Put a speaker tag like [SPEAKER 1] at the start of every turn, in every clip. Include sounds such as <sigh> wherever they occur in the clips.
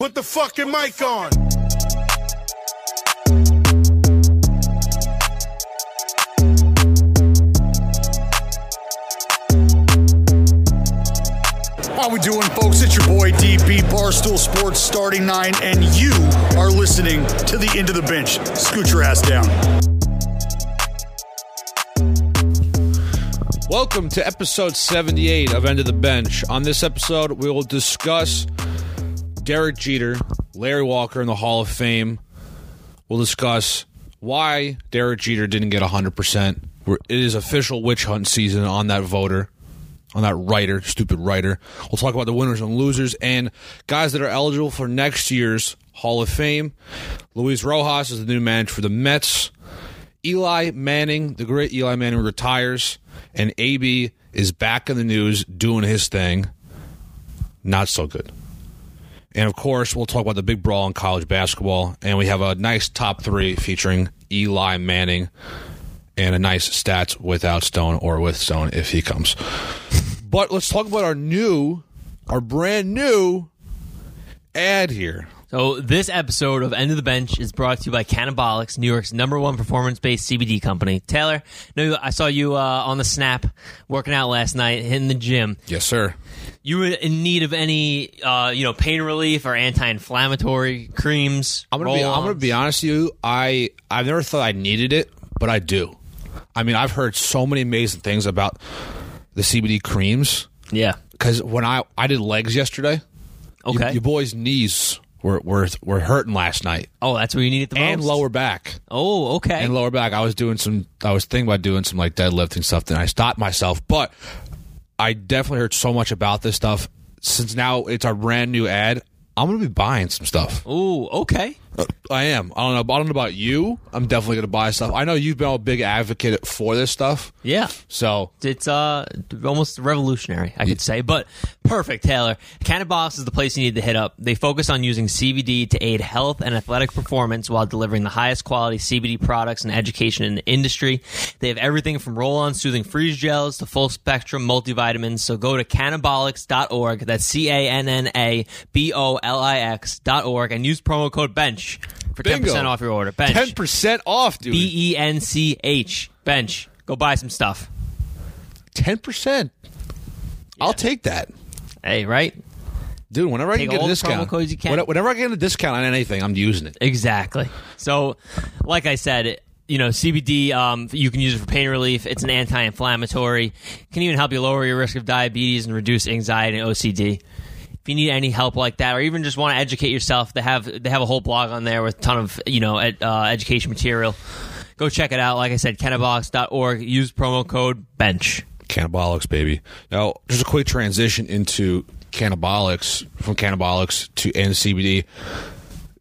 [SPEAKER 1] Put the fucking mic on.
[SPEAKER 2] How we doing, folks? It's your boy DP Barstool Sports Starting Nine, and you are listening to the End of the Bench. Scoot your ass down.
[SPEAKER 3] Welcome to episode 78 of End of the Bench. On this episode, we will discuss Derek Jeter, Larry Walker in the Hall of Fame. We'll discuss why Derek Jeter didn't get 100%. We're- It is official witch hunt season on that voter, on that writer, stupid writer. We'll talk about the winners and losers and guys that are eligible for next year's Hall of Fame. Luis Rojas is the new manager for the Mets. Eli Manning, the great Eli Manning, retires, and AB is back in the news doing his thing. Not so good. And of course, we'll talk about the big brawl in college basketball, and we have a nice top three featuring Eli Manning and a nice stats without Stone or with Stone if he comes. But let's talk about our new, our brand new ad here.
[SPEAKER 4] So this episode of End of the Bench is brought to you by Cannabolics, New York's number one performance-based CBD company. Taylor, no, I saw you uh, on the snap working out last night, hitting the gym.
[SPEAKER 3] Yes, sir.
[SPEAKER 4] You were in need of any, uh, you know, pain relief or anti-inflammatory creams?
[SPEAKER 3] I'm gonna be, I'm gonna be honest with you. I I've never thought I needed it, but I do. I mean, I've heard so many amazing things about the CBD creams
[SPEAKER 4] Yeah.
[SPEAKER 3] because when I I did legs yesterday, you-
[SPEAKER 4] Okay.
[SPEAKER 3] your boy's knees were were were hurting last night
[SPEAKER 4] oh, that's what you needed the
[SPEAKER 3] and
[SPEAKER 4] most.
[SPEAKER 3] lower back
[SPEAKER 4] Oh, okay.
[SPEAKER 3] and lower back. I was doing some. I was thinking about doing some like deadlifting stuff. Then I stopped myself. But I definitely heard so much about this stuff since now it's our brand new ad. I'm gonna be buying some stuff.
[SPEAKER 4] Ooh, okay.
[SPEAKER 3] Uh, I am. I don't know. I don't know about you. I'm definitely gonna buy stuff. I know you've been a big advocate for this stuff.
[SPEAKER 4] Yeah.
[SPEAKER 3] So
[SPEAKER 4] It's uh almost revolutionary, I could say, but perfect, Taylor. Cannabis is the place you need to hit up. They focus on using CBD to aid health and athletic performance while delivering the highest quality CBD products and education in the industry. They have everything from roll-on soothing freeze gels to full spectrum multivitamins. So go to cannabolics.org. That's C A N N A B O L I X dot org and use promo code bench for ten
[SPEAKER 3] Bingo.
[SPEAKER 4] percent off your order. Bench.
[SPEAKER 3] ten percent off, dude.
[SPEAKER 4] B E N C H. Bench. Go buy some stuff.
[SPEAKER 3] Ten percent. I'll take that.
[SPEAKER 4] Hey, right?
[SPEAKER 3] Dude, whenever I
[SPEAKER 4] Take
[SPEAKER 3] can get
[SPEAKER 4] all
[SPEAKER 3] a
[SPEAKER 4] the
[SPEAKER 3] discount,
[SPEAKER 4] promo codes you can.
[SPEAKER 3] when- whenever I can get a discount on anything, I'm using it.
[SPEAKER 4] Exactly. So, like I said, it- you know, CBD, um, you can use it for pain relief. It's an anti inflammatory, can even help you lower your risk of diabetes and reduce anxiety and OCD. If you need any help like that, or even just want to educate yourself, they have they have a whole blog on there with a ton of you know ed, uh, education material. Go check it out. Like I said, kennebox.org. Use promo code bench.
[SPEAKER 3] Cannabolics, baby. Now, just a quick transition into cannabolics from cannabolics to and CBD.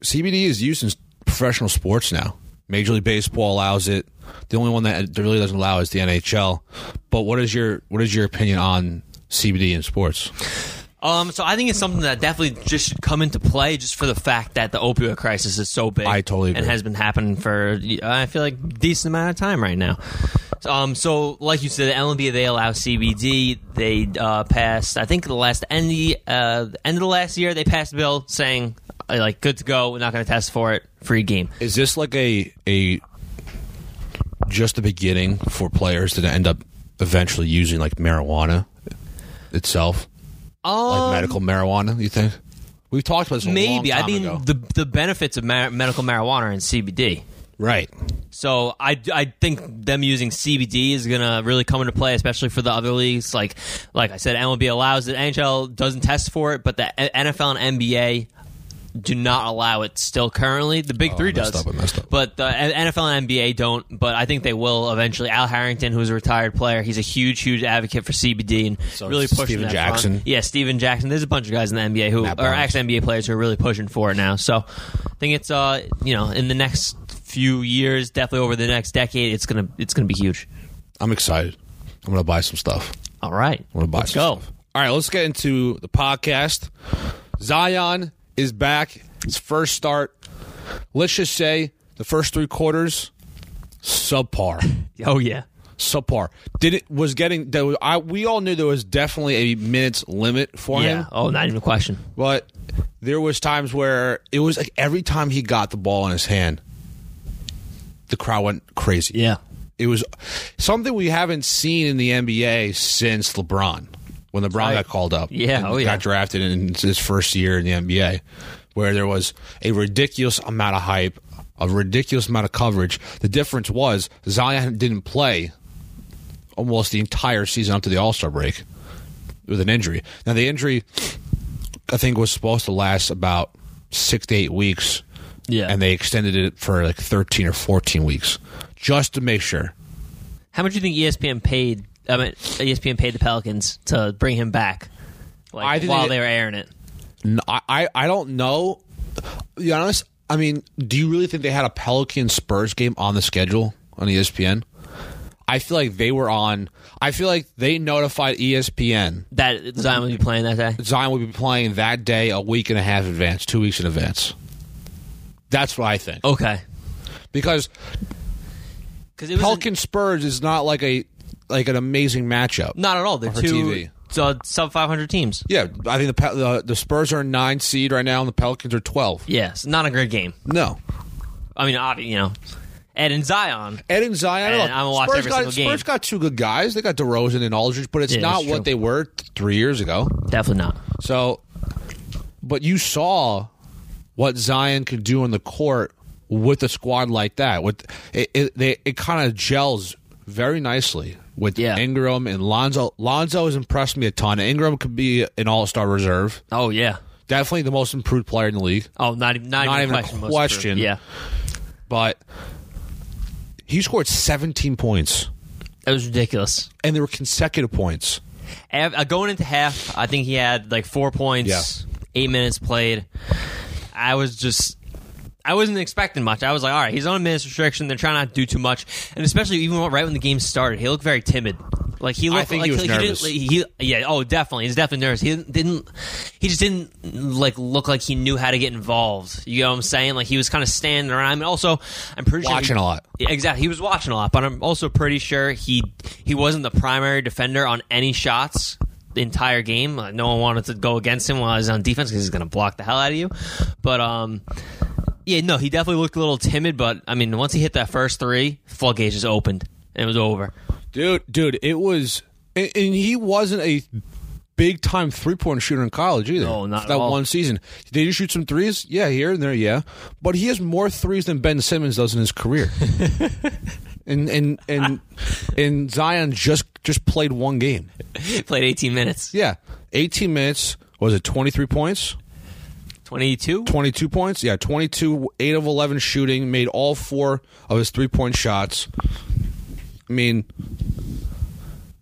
[SPEAKER 3] CBD is used in professional sports now. Major League Baseball allows it. The only one that really doesn't allow is the NHL. But what is your what is your opinion on CBD in sports?
[SPEAKER 4] Um, so I think it's something that definitely just should come into play, just for the fact that the opioid crisis is so big.
[SPEAKER 3] I totally agree.
[SPEAKER 4] and has been happening for uh, I feel like decent amount of time right now. So, Um, so like you said, the LNB they allow CBD. They uh, passed, I think, the last end the uh, end of the last year they passed a bill saying uh, like good to go. We're not going to test for it. Free game.
[SPEAKER 3] Is this like a a just the beginning for players that end up eventually using like marijuana itself? like medical marijuana. You think we've talked about this a long
[SPEAKER 4] Um, Maybe
[SPEAKER 3] time
[SPEAKER 4] I mean
[SPEAKER 3] ago.
[SPEAKER 4] the the benefits of mar- medical marijuana and CBD.
[SPEAKER 3] right?
[SPEAKER 4] So I, I think them using CBD is gonna really come into play, especially for the other leagues. Like like I said, MLB allows it. NHL doesn't test for it, but the NFL and NBA do not allow it still currently. The Big Three
[SPEAKER 3] Oh, messed
[SPEAKER 4] does,
[SPEAKER 3] up, I messed up.
[SPEAKER 4] but the NFL and NBA don't. But I think they will eventually. Al Harrington, who's a retired player, he's a huge huge advocate for CBD and really pushing
[SPEAKER 3] Steven
[SPEAKER 4] that
[SPEAKER 3] Jackson.
[SPEAKER 4] front. Yeah, Steven Jackson. There's a bunch of guys in the NBA who
[SPEAKER 3] Matt
[SPEAKER 4] or
[SPEAKER 3] Barnes.
[SPEAKER 4] actually NBA players who are really pushing for it now. So I think it's uh you know in the next few years, definitely over the next decade, it's gonna it's gonna be huge.
[SPEAKER 3] I'm excited. I'm gonna buy some stuff.
[SPEAKER 4] All right,
[SPEAKER 3] I'm gonna buy
[SPEAKER 4] let's
[SPEAKER 3] some
[SPEAKER 4] go.
[SPEAKER 3] stuff. All right, let's get into the podcast. Zion is back. His first start. Let's just say the first three quarters subpar.
[SPEAKER 4] Oh yeah,
[SPEAKER 3] subpar. Did it was getting there was, I we all knew there was definitely a minutes limit for
[SPEAKER 4] yeah.
[SPEAKER 3] him,
[SPEAKER 4] Oh, not even a question.
[SPEAKER 3] but there was times where it was like every time he got the ball in his hand, the crowd went crazy.
[SPEAKER 4] Yeah.
[SPEAKER 3] It was something we haven't seen in the NBA since LeBron, when LeBron
[SPEAKER 4] Right.
[SPEAKER 3] got called up.
[SPEAKER 4] Yeah,
[SPEAKER 3] and
[SPEAKER 4] oh, yeah.
[SPEAKER 3] Got drafted in his first year in the NBA, where there was a ridiculous amount of hype, a ridiculous amount of coverage. The difference was Zion didn't play almost the entire season up to the All Star break with an injury. Now the injury, I think, was supposed to last about six to eight weeks.
[SPEAKER 4] Yeah.
[SPEAKER 3] and they extended it for like thirteen or fourteen weeks just to make sure.
[SPEAKER 4] How much do you think E ESPN paid? I mean, E ESPN paid the Pelicans to bring him back, like
[SPEAKER 3] I think
[SPEAKER 4] while
[SPEAKER 3] they-
[SPEAKER 4] they were airing it.
[SPEAKER 3] N- I I, I don't know. To Be honest. I mean, do you really think they had a Pelican Spurs game on the schedule on E ESPN? I feel like they were on. I feel like they notified E ESPN
[SPEAKER 4] That Zion would be playing that day.
[SPEAKER 3] Zion would be playing that day a week and a half advance, two weeks in advance. That's what I think.
[SPEAKER 4] Okay,
[SPEAKER 3] Because
[SPEAKER 4] because it was
[SPEAKER 3] Pelican Spurs is not like a like an amazing matchup.
[SPEAKER 4] not at all. They're
[SPEAKER 3] For
[SPEAKER 4] two
[SPEAKER 3] TV.
[SPEAKER 4] uh, sub five hundred teams.
[SPEAKER 3] Yeah, I think the, Pel- the the Spurs are a nine seed right now, and the Pelicans are twelve.
[SPEAKER 4] Yes, not a great game.
[SPEAKER 3] No,
[SPEAKER 4] I mean, obvi- you know, Ed and Zion.
[SPEAKER 3] Ed and Zion.
[SPEAKER 4] And
[SPEAKER 3] look,
[SPEAKER 4] I'm gonna watch
[SPEAKER 3] Spurs
[SPEAKER 4] every
[SPEAKER 3] got
[SPEAKER 4] single game.
[SPEAKER 3] Spurs got two good guys. They got DeRozan and Aldridge, but it's
[SPEAKER 4] Yeah,
[SPEAKER 3] not
[SPEAKER 4] that's true.
[SPEAKER 3] what they were th- three years ago.
[SPEAKER 4] Definitely not.
[SPEAKER 3] So, but you saw what Zion could do on the court with a squad like that. With it, it, they, it kind of gels very nicely with
[SPEAKER 4] Yeah.
[SPEAKER 3] Ingram and Lonzo. Lonzo has impressed me a ton. Ingram could be an All Star reserve.
[SPEAKER 4] Oh yeah.
[SPEAKER 3] Definitely the most improved player in the league.
[SPEAKER 4] Oh, not even not,
[SPEAKER 3] Not even
[SPEAKER 4] even,
[SPEAKER 3] a
[SPEAKER 4] question, most
[SPEAKER 3] question.
[SPEAKER 4] improved. Yeah,
[SPEAKER 3] But he scored 17 points,
[SPEAKER 4] that was ridiculous.
[SPEAKER 3] and they were consecutive points.
[SPEAKER 4] Av- uh, going into half, I think he had like four points, eight minutes played. I was just. I wasn't expecting much. I was like, all right, he's on a minutes restriction. They're trying not to do too much, and especially even right when the game started, he looked very timid. Like he looked
[SPEAKER 3] think
[SPEAKER 4] like
[SPEAKER 3] he was
[SPEAKER 4] like,
[SPEAKER 3] nervous.
[SPEAKER 4] didn't, like, he, yeah, oh, definitely, he's definitely nervous. He didn't, didn't, he just didn't like look like he knew how to get involved. You know what I'm saying? Like he was kind of standing around. I mean, also, I'm pretty sure he-
[SPEAKER 3] Watching a lot.
[SPEAKER 4] yeah, exactly. He was watching a lot, but I'm also pretty sure he he wasn't the primary defender on any shots the entire game. Uh, no one wanted to go against him while he was on defense because he's going to block the hell out of you. But um, yeah, no, he definitely looked a little timid. But I mean, once he hit that first three, floodgates just opened and it was over. <laughs>
[SPEAKER 3] Dude, dude, it was, and, and he wasn't a big time three point shooter in college either.
[SPEAKER 4] No, not
[SPEAKER 3] For
[SPEAKER 4] at
[SPEAKER 3] that
[SPEAKER 4] all.
[SPEAKER 3] one season. Did he shoot some threes? Yeah, here and there, yeah. But he has more threes than Ben Simmons does in his
[SPEAKER 4] <laughs>
[SPEAKER 3] career. and and and and Zion just just played one game.
[SPEAKER 4] Played 18 minutes,
[SPEAKER 3] Yeah, 18 minutes. Was it 23 points?
[SPEAKER 4] 22.
[SPEAKER 3] 22 points. Yeah, 22, 8 of 11 shooting, made all four of his three point shots. I mean,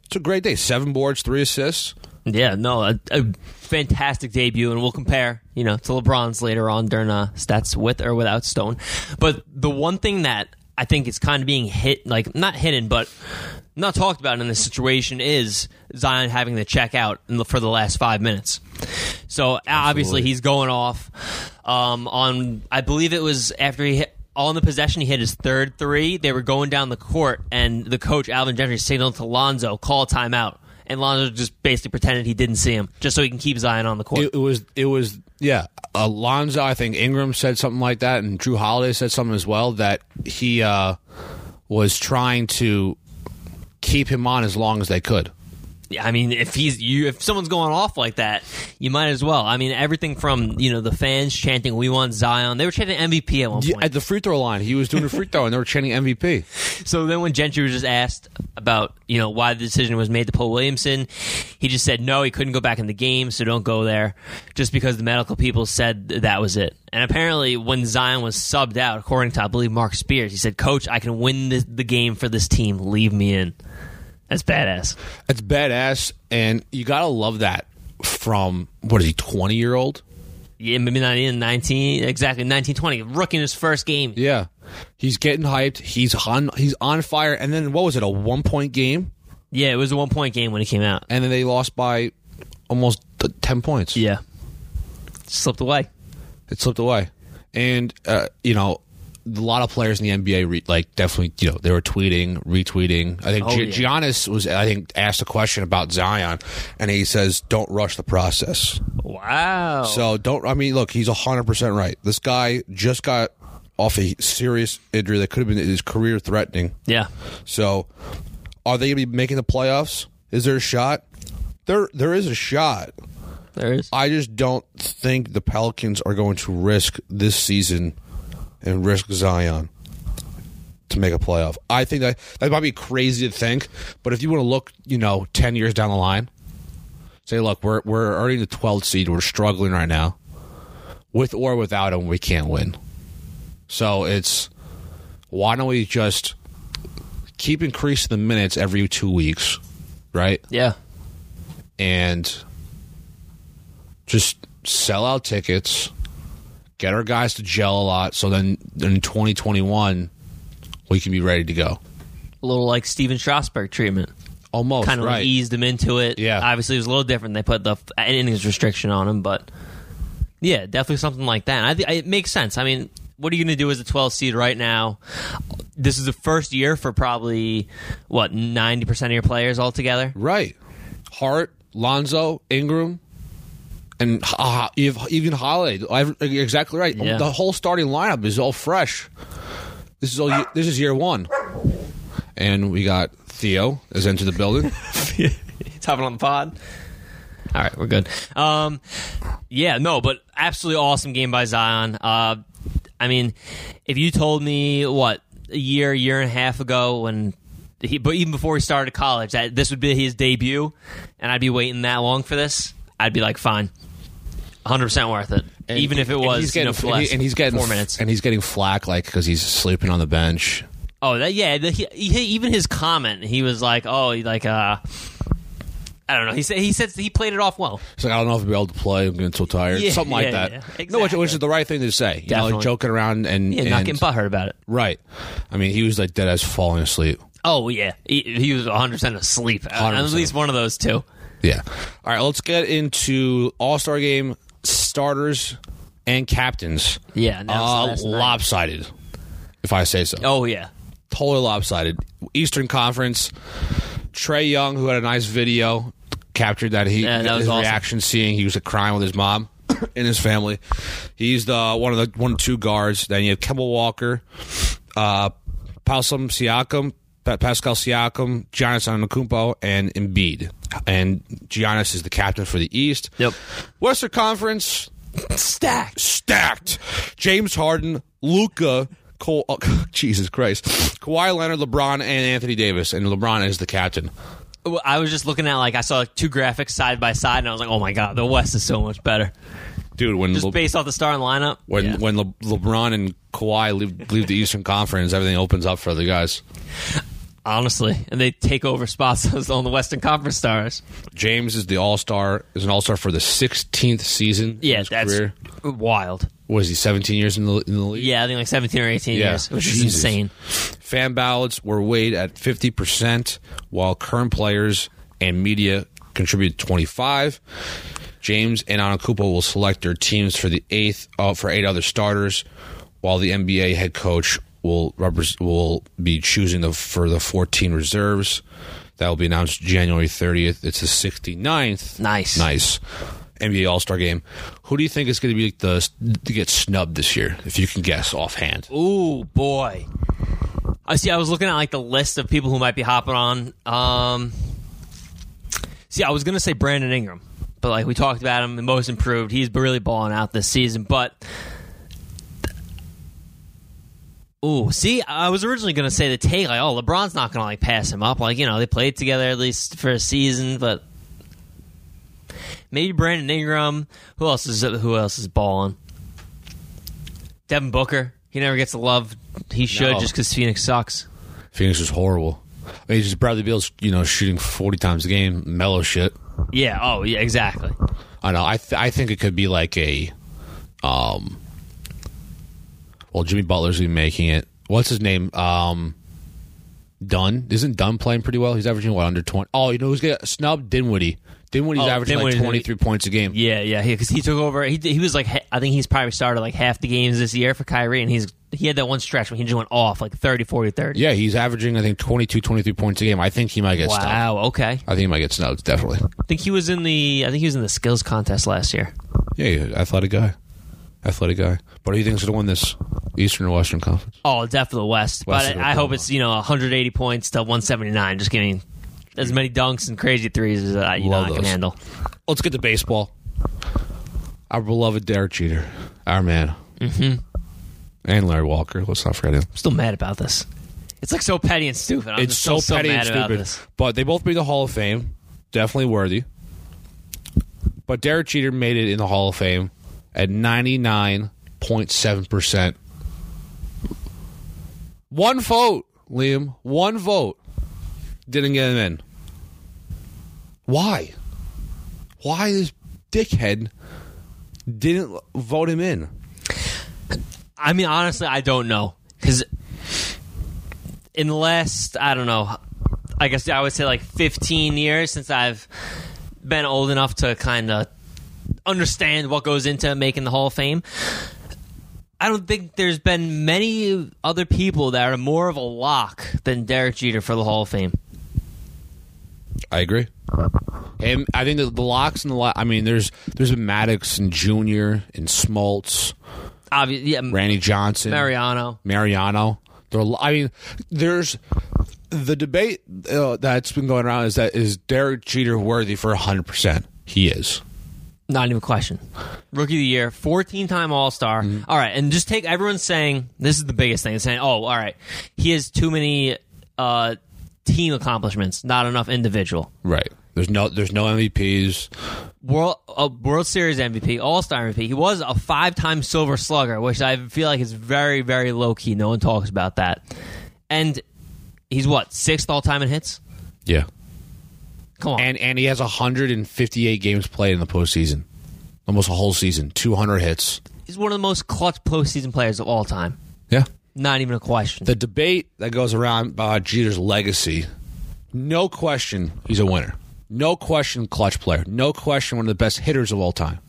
[SPEAKER 3] it's a great day. Seven boards, three assists.
[SPEAKER 4] Yeah, no, a, a fantastic debut, and we'll compare, you know, to LeBron's later on during uh, stats with or without Stone. But the one thing that I think is kind of being hit, like not hidden, but not talked about in this situation is Zion having to check out in the, for the last five minutes. So obviously he's going off um, on. I believe it was after he hit. On the possession, he hit his third three. They were going down the court, and the coach Alvin Gentry signaled to Lonzo, "Call timeout." and Lonzo just basically pretended he didn't see him, just so he can keep his eye on the court.
[SPEAKER 3] It, it was, it was, yeah. Alonzo, I think Ingram said something like that, and Drew Holiday said something as well that he uh, was trying to keep him on as long as they could.
[SPEAKER 4] Yeah, I mean, if he's you, if someone's going off like that, you might as well. I mean, everything from you know the fans chanting "We want Zion," they were chanting MVP at one
[SPEAKER 3] Yeah,
[SPEAKER 4] point.
[SPEAKER 3] at the free throw line, he was doing a free throw, and they were chanting MVP.
[SPEAKER 4] so then when Gentry was just asked about you know why the decision was made to pull Williamson, he just said no, he couldn't go back in the game, so don't go there, just because the medical people said th- that was it. And apparently, when Zion was subbed out, according to I believe Mark Spears, he said, "Coach, I can win this, the game for this team. Leave me in." That's badass.
[SPEAKER 3] That's badass, and you gotta love that from what is he, twenty year old?
[SPEAKER 4] Yeah, maybe not even 19, exactly 1920. Rookie in his first game.
[SPEAKER 3] Yeah, he's getting hyped. He's on. He's on fire. And then what was it? A one point game,
[SPEAKER 4] Yeah, it was a one point game when it came out.
[SPEAKER 3] and then they lost by almost t- ten points.
[SPEAKER 4] Yeah. Slipped away.
[SPEAKER 3] it slipped away. And uh, you know, a lot of players in the NBA, re- like definitely, you know, they were tweeting, retweeting. I think Gi-
[SPEAKER 4] yeah.
[SPEAKER 3] Giannis was, I think, asked a question about Zion, and he says, "Don't rush the process."
[SPEAKER 4] Wow.
[SPEAKER 3] So don't. I mean, look, he's hundred percent right. This guy just got off a serious injury that could have been his career threatening.
[SPEAKER 4] yeah.
[SPEAKER 3] So, are they going to be making the playoffs? Is there a shot? There, there is a shot.
[SPEAKER 4] There is.
[SPEAKER 3] I just don't think the Pelicans are going to risk this season and risk Zion to make a playoff. I think that that might be crazy to think, but if you want to look, you know, ten years down the line, say, look, we're we're already the twelfth seed, we're struggling right now, with or without him, we can't win. So it's why don't we just keep increasing the minutes every two weeks, right?
[SPEAKER 4] Yeah.
[SPEAKER 3] and just sell out tickets, get our guys to gel a lot, so then in 2021 we can be ready to go.
[SPEAKER 4] A little like Steven Strasberg treatment.
[SPEAKER 3] Almost
[SPEAKER 4] Kind of
[SPEAKER 3] right.
[SPEAKER 4] like eased him into it.
[SPEAKER 3] Yeah.
[SPEAKER 4] Obviously, it was a little different. They put the f- innings restriction on him, but yeah, definitely something like that. I think it makes sense. I mean, what are you going to do as a 12 seed right now? This is the first year for probably what 90% of your players altogether.
[SPEAKER 3] Right. Hart, Lonzo, Ingram, and uh, even Holiday. I've- Exactly right.
[SPEAKER 4] Yeah.
[SPEAKER 3] The whole starting lineup is all fresh. This is all. ye- This is year one, and we got Theo has entered the building.
[SPEAKER 4] <laughs> It's hopping on the pod. All right, we're good. Um, yeah, no, but absolutely awesome game by Zion. Uh, I mean, if you told me what a year, year and a half ago, when he, but even before he started college, that this would be his debut, and I'd be waiting that long for this, I'd be like, fine, hundred percent worth it,
[SPEAKER 3] And-
[SPEAKER 4] even if it
[SPEAKER 3] and
[SPEAKER 4] was
[SPEAKER 3] he's getting,
[SPEAKER 4] you know, for
[SPEAKER 3] and, he-
[SPEAKER 4] less
[SPEAKER 3] and he's getting
[SPEAKER 4] four minutes.
[SPEAKER 3] and he's getting flack like because he's sleeping on the bench.
[SPEAKER 4] Oh, that yeah. The, he, he, even his comment, he was like, "Oh, he like uh, I don't know." He said he said he played it off well.
[SPEAKER 3] He's like, I don't know if I'll be able to play. I'm getting so tired.
[SPEAKER 4] Yeah,
[SPEAKER 3] Something like
[SPEAKER 4] yeah,
[SPEAKER 3] that.
[SPEAKER 4] yeah,
[SPEAKER 3] No, which, which
[SPEAKER 4] exactly.
[SPEAKER 3] is the right thing to say. You know,
[SPEAKER 4] Definitely.
[SPEAKER 3] like joking around and
[SPEAKER 4] Yeah, not
[SPEAKER 3] and-
[SPEAKER 4] getting butthurt about it.
[SPEAKER 3] Right. I mean, he was like dead as falling asleep.
[SPEAKER 4] Oh yeah, he, he was 100 percent asleep. Uh, At
[SPEAKER 3] 100%.
[SPEAKER 4] least one of those two.
[SPEAKER 3] Yeah. All right. Let's get into All Star Game starters and captains.
[SPEAKER 4] Yeah, now
[SPEAKER 3] Uh,
[SPEAKER 4] it's last night.
[SPEAKER 3] lopsided, if I say so.
[SPEAKER 4] Oh yeah,
[SPEAKER 3] totally lopsided. Eastern Conference. Trey Young, who had a nice video, captured that he
[SPEAKER 4] Yeah, that was
[SPEAKER 3] his
[SPEAKER 4] awesome.
[SPEAKER 3] reaction seeing he was crying with his mom <coughs> and his family. He's the one of the one or two guards. Then you have Kemba Walker, uh, Pascal Siakam, Pa- Pascal Siakam, Giannis Antetokounmpo, and Embiid. And Giannis is the captain for the East.
[SPEAKER 4] Yep.
[SPEAKER 3] Western Conference
[SPEAKER 4] stacked.
[SPEAKER 3] stacked. James Harden, Luca, Cole, oh, <laughs> Jesus Christ, Kawhi Leonard, LeBron, and Anthony Davis, and LeBron is the captain.
[SPEAKER 4] Well, I was just looking at like I saw two graphics side by side, and I was like, "Oh my god, the West is so much better."
[SPEAKER 3] Dude, when
[SPEAKER 4] Just
[SPEAKER 3] Le-
[SPEAKER 4] based off the starting lineup.
[SPEAKER 3] when
[SPEAKER 4] yeah.
[SPEAKER 3] when Le- LeBron and Kawhi leave, leave the Eastern Conference, everything opens up for the guys.
[SPEAKER 4] honestly, and they take over spots <laughs> on the Western Conference stars.
[SPEAKER 3] James is the All Star, is an All Star for the 16th season. in
[SPEAKER 4] Yeah,
[SPEAKER 3] his
[SPEAKER 4] that's
[SPEAKER 3] career.
[SPEAKER 4] wild.
[SPEAKER 3] What is he 17 years in the in the league?
[SPEAKER 4] Yeah, I think like 17 or 18
[SPEAKER 3] Yeah.
[SPEAKER 4] years, which is
[SPEAKER 3] Jesus.
[SPEAKER 4] insane.
[SPEAKER 3] Fan ballots were weighed at 50%, while current players and media contributed 25. James and Anakupo will select their teams for the eighth uh, for eight other starters, while the NBA head coach will repres will be choosing the for the 14 reserves. That will be announced January 30th. It's the 69th.
[SPEAKER 4] Nice.
[SPEAKER 3] Nice. NBA All Star Game. Who do you think is going to be the to get snubbed this year? If you can guess offhand.
[SPEAKER 4] Ooh boy. I see. I was looking at like the list of people who might be hopping on. Um, see, I was gonna say Brandon Ingram, but like we talked about him, the most improved. He's really balling out this season. But ooh, see, I was originally gonna say the take like, oh, LeBron's not gonna like pass him up. Like you know, they played together at least for a season, but maybe Brandon Ingram. Who else is who else is balling? Devin Booker. He never gets the love he should
[SPEAKER 3] No.
[SPEAKER 4] just because Phoenix sucks.
[SPEAKER 3] Phoenix was horrible. I mean, it's just Bradley Beal's, you know, shooting 40 times a game, mellow shit.
[SPEAKER 4] Yeah. Oh, yeah. Exactly.
[SPEAKER 3] I know. I th- I think it could be like a, um, well, Jimmy Butler's been making it. What's his name? Um, Dunn isn't Dunn playing pretty well? He's averaging what under 20? Oh, you know who's gonna snub Dinwiddie? Dinwiddie's
[SPEAKER 4] Oh,
[SPEAKER 3] averaging
[SPEAKER 4] Dinwiddie's
[SPEAKER 3] like
[SPEAKER 4] gonna-
[SPEAKER 3] 23 points a game.
[SPEAKER 4] Yeah. Yeah. Because he, took over. He, he was like. he- I think he's probably started like half the games this year for Kyrie, and he's he had that one stretch when he just went off like 30, 40, 30.
[SPEAKER 3] Yeah, he's averaging, I think, 22, 23 points a game. I think he might get snubbed.
[SPEAKER 4] Wow. Okay.
[SPEAKER 3] I think he might get snubbed, definitely.
[SPEAKER 4] I think he was in the. I think he was in the skills contest last year.
[SPEAKER 3] Yeah, yeah, athletic guy. Athletic guy. But who do you think's going to win this Eastern or Western Conference?
[SPEAKER 4] Oh, definitely West.
[SPEAKER 3] West
[SPEAKER 4] but
[SPEAKER 3] of
[SPEAKER 4] I, I hope
[SPEAKER 3] Oklahoma.
[SPEAKER 4] it's you know 180 points to 179. Just getting as many dunks and crazy threes as I, you know,
[SPEAKER 3] Love
[SPEAKER 4] I can
[SPEAKER 3] those.
[SPEAKER 4] handle.
[SPEAKER 3] Let's get to baseball. Our beloved Derek Jeter, our man. Mm-hmm. And Larry Walker. Let's not forget him.
[SPEAKER 4] I'm still mad about this. It's like so petty and stupid. I'm
[SPEAKER 3] it's
[SPEAKER 4] just
[SPEAKER 3] so
[SPEAKER 4] still
[SPEAKER 3] petty
[SPEAKER 4] so
[SPEAKER 3] and
[SPEAKER 4] mad about
[SPEAKER 3] stupid.
[SPEAKER 4] this.
[SPEAKER 3] But they both made the Hall of Fame, definitely worthy. But Derek Jeter made it in the Hall of Fame at ninety nine point seven percent. One vote, Liam. One vote didn't get him in. Why? Why this dickhead didn't vote him in?
[SPEAKER 4] I mean, honestly, I don't know because in the last, I don't know, I guess I would say like 15 years since I've been old enough to kind of understand what goes into making the Hall of Fame. I don't think there's been many other people that are more of a lock than Derek Jeter for the Hall of Fame.
[SPEAKER 3] I agree. And I think the, the locks and the lo- I mean, there's there's been Maddox and Junior and Smoltz,
[SPEAKER 4] Obviously, yeah,
[SPEAKER 3] Randy Johnson,
[SPEAKER 4] Mariano.
[SPEAKER 3] Mariano. There, are- I mean, there's the debate uh, that's been going around is that is Derek Jeter worthy for 100? percent He is.
[SPEAKER 4] Not even a question. Mm-hmm. Rookie of the year, 14 time All Star. right, and just take everyone's saying this is the biggest thing saying, oh, all right, he has too many uh, team accomplishments, not enough individual.
[SPEAKER 3] Right. There's no there's no MVPs.
[SPEAKER 4] World uh, World Series MVP, All Star MVP. He was a five time Silver Slugger, which I feel like is very, very low key. No one talks about that. And he's what, sixth all time in hits?
[SPEAKER 3] Yeah.
[SPEAKER 4] Come on.
[SPEAKER 3] And and he has 158 games played in the postseason, almost a whole season, 200 hits.
[SPEAKER 4] he's one of the most clutch postseason players of all time.
[SPEAKER 3] Yeah.
[SPEAKER 4] Not even a question.
[SPEAKER 3] the debate that goes around about Jeter's legacy, no question, he's a winner. No question, clutch player. No question, one of the best hitters of all time.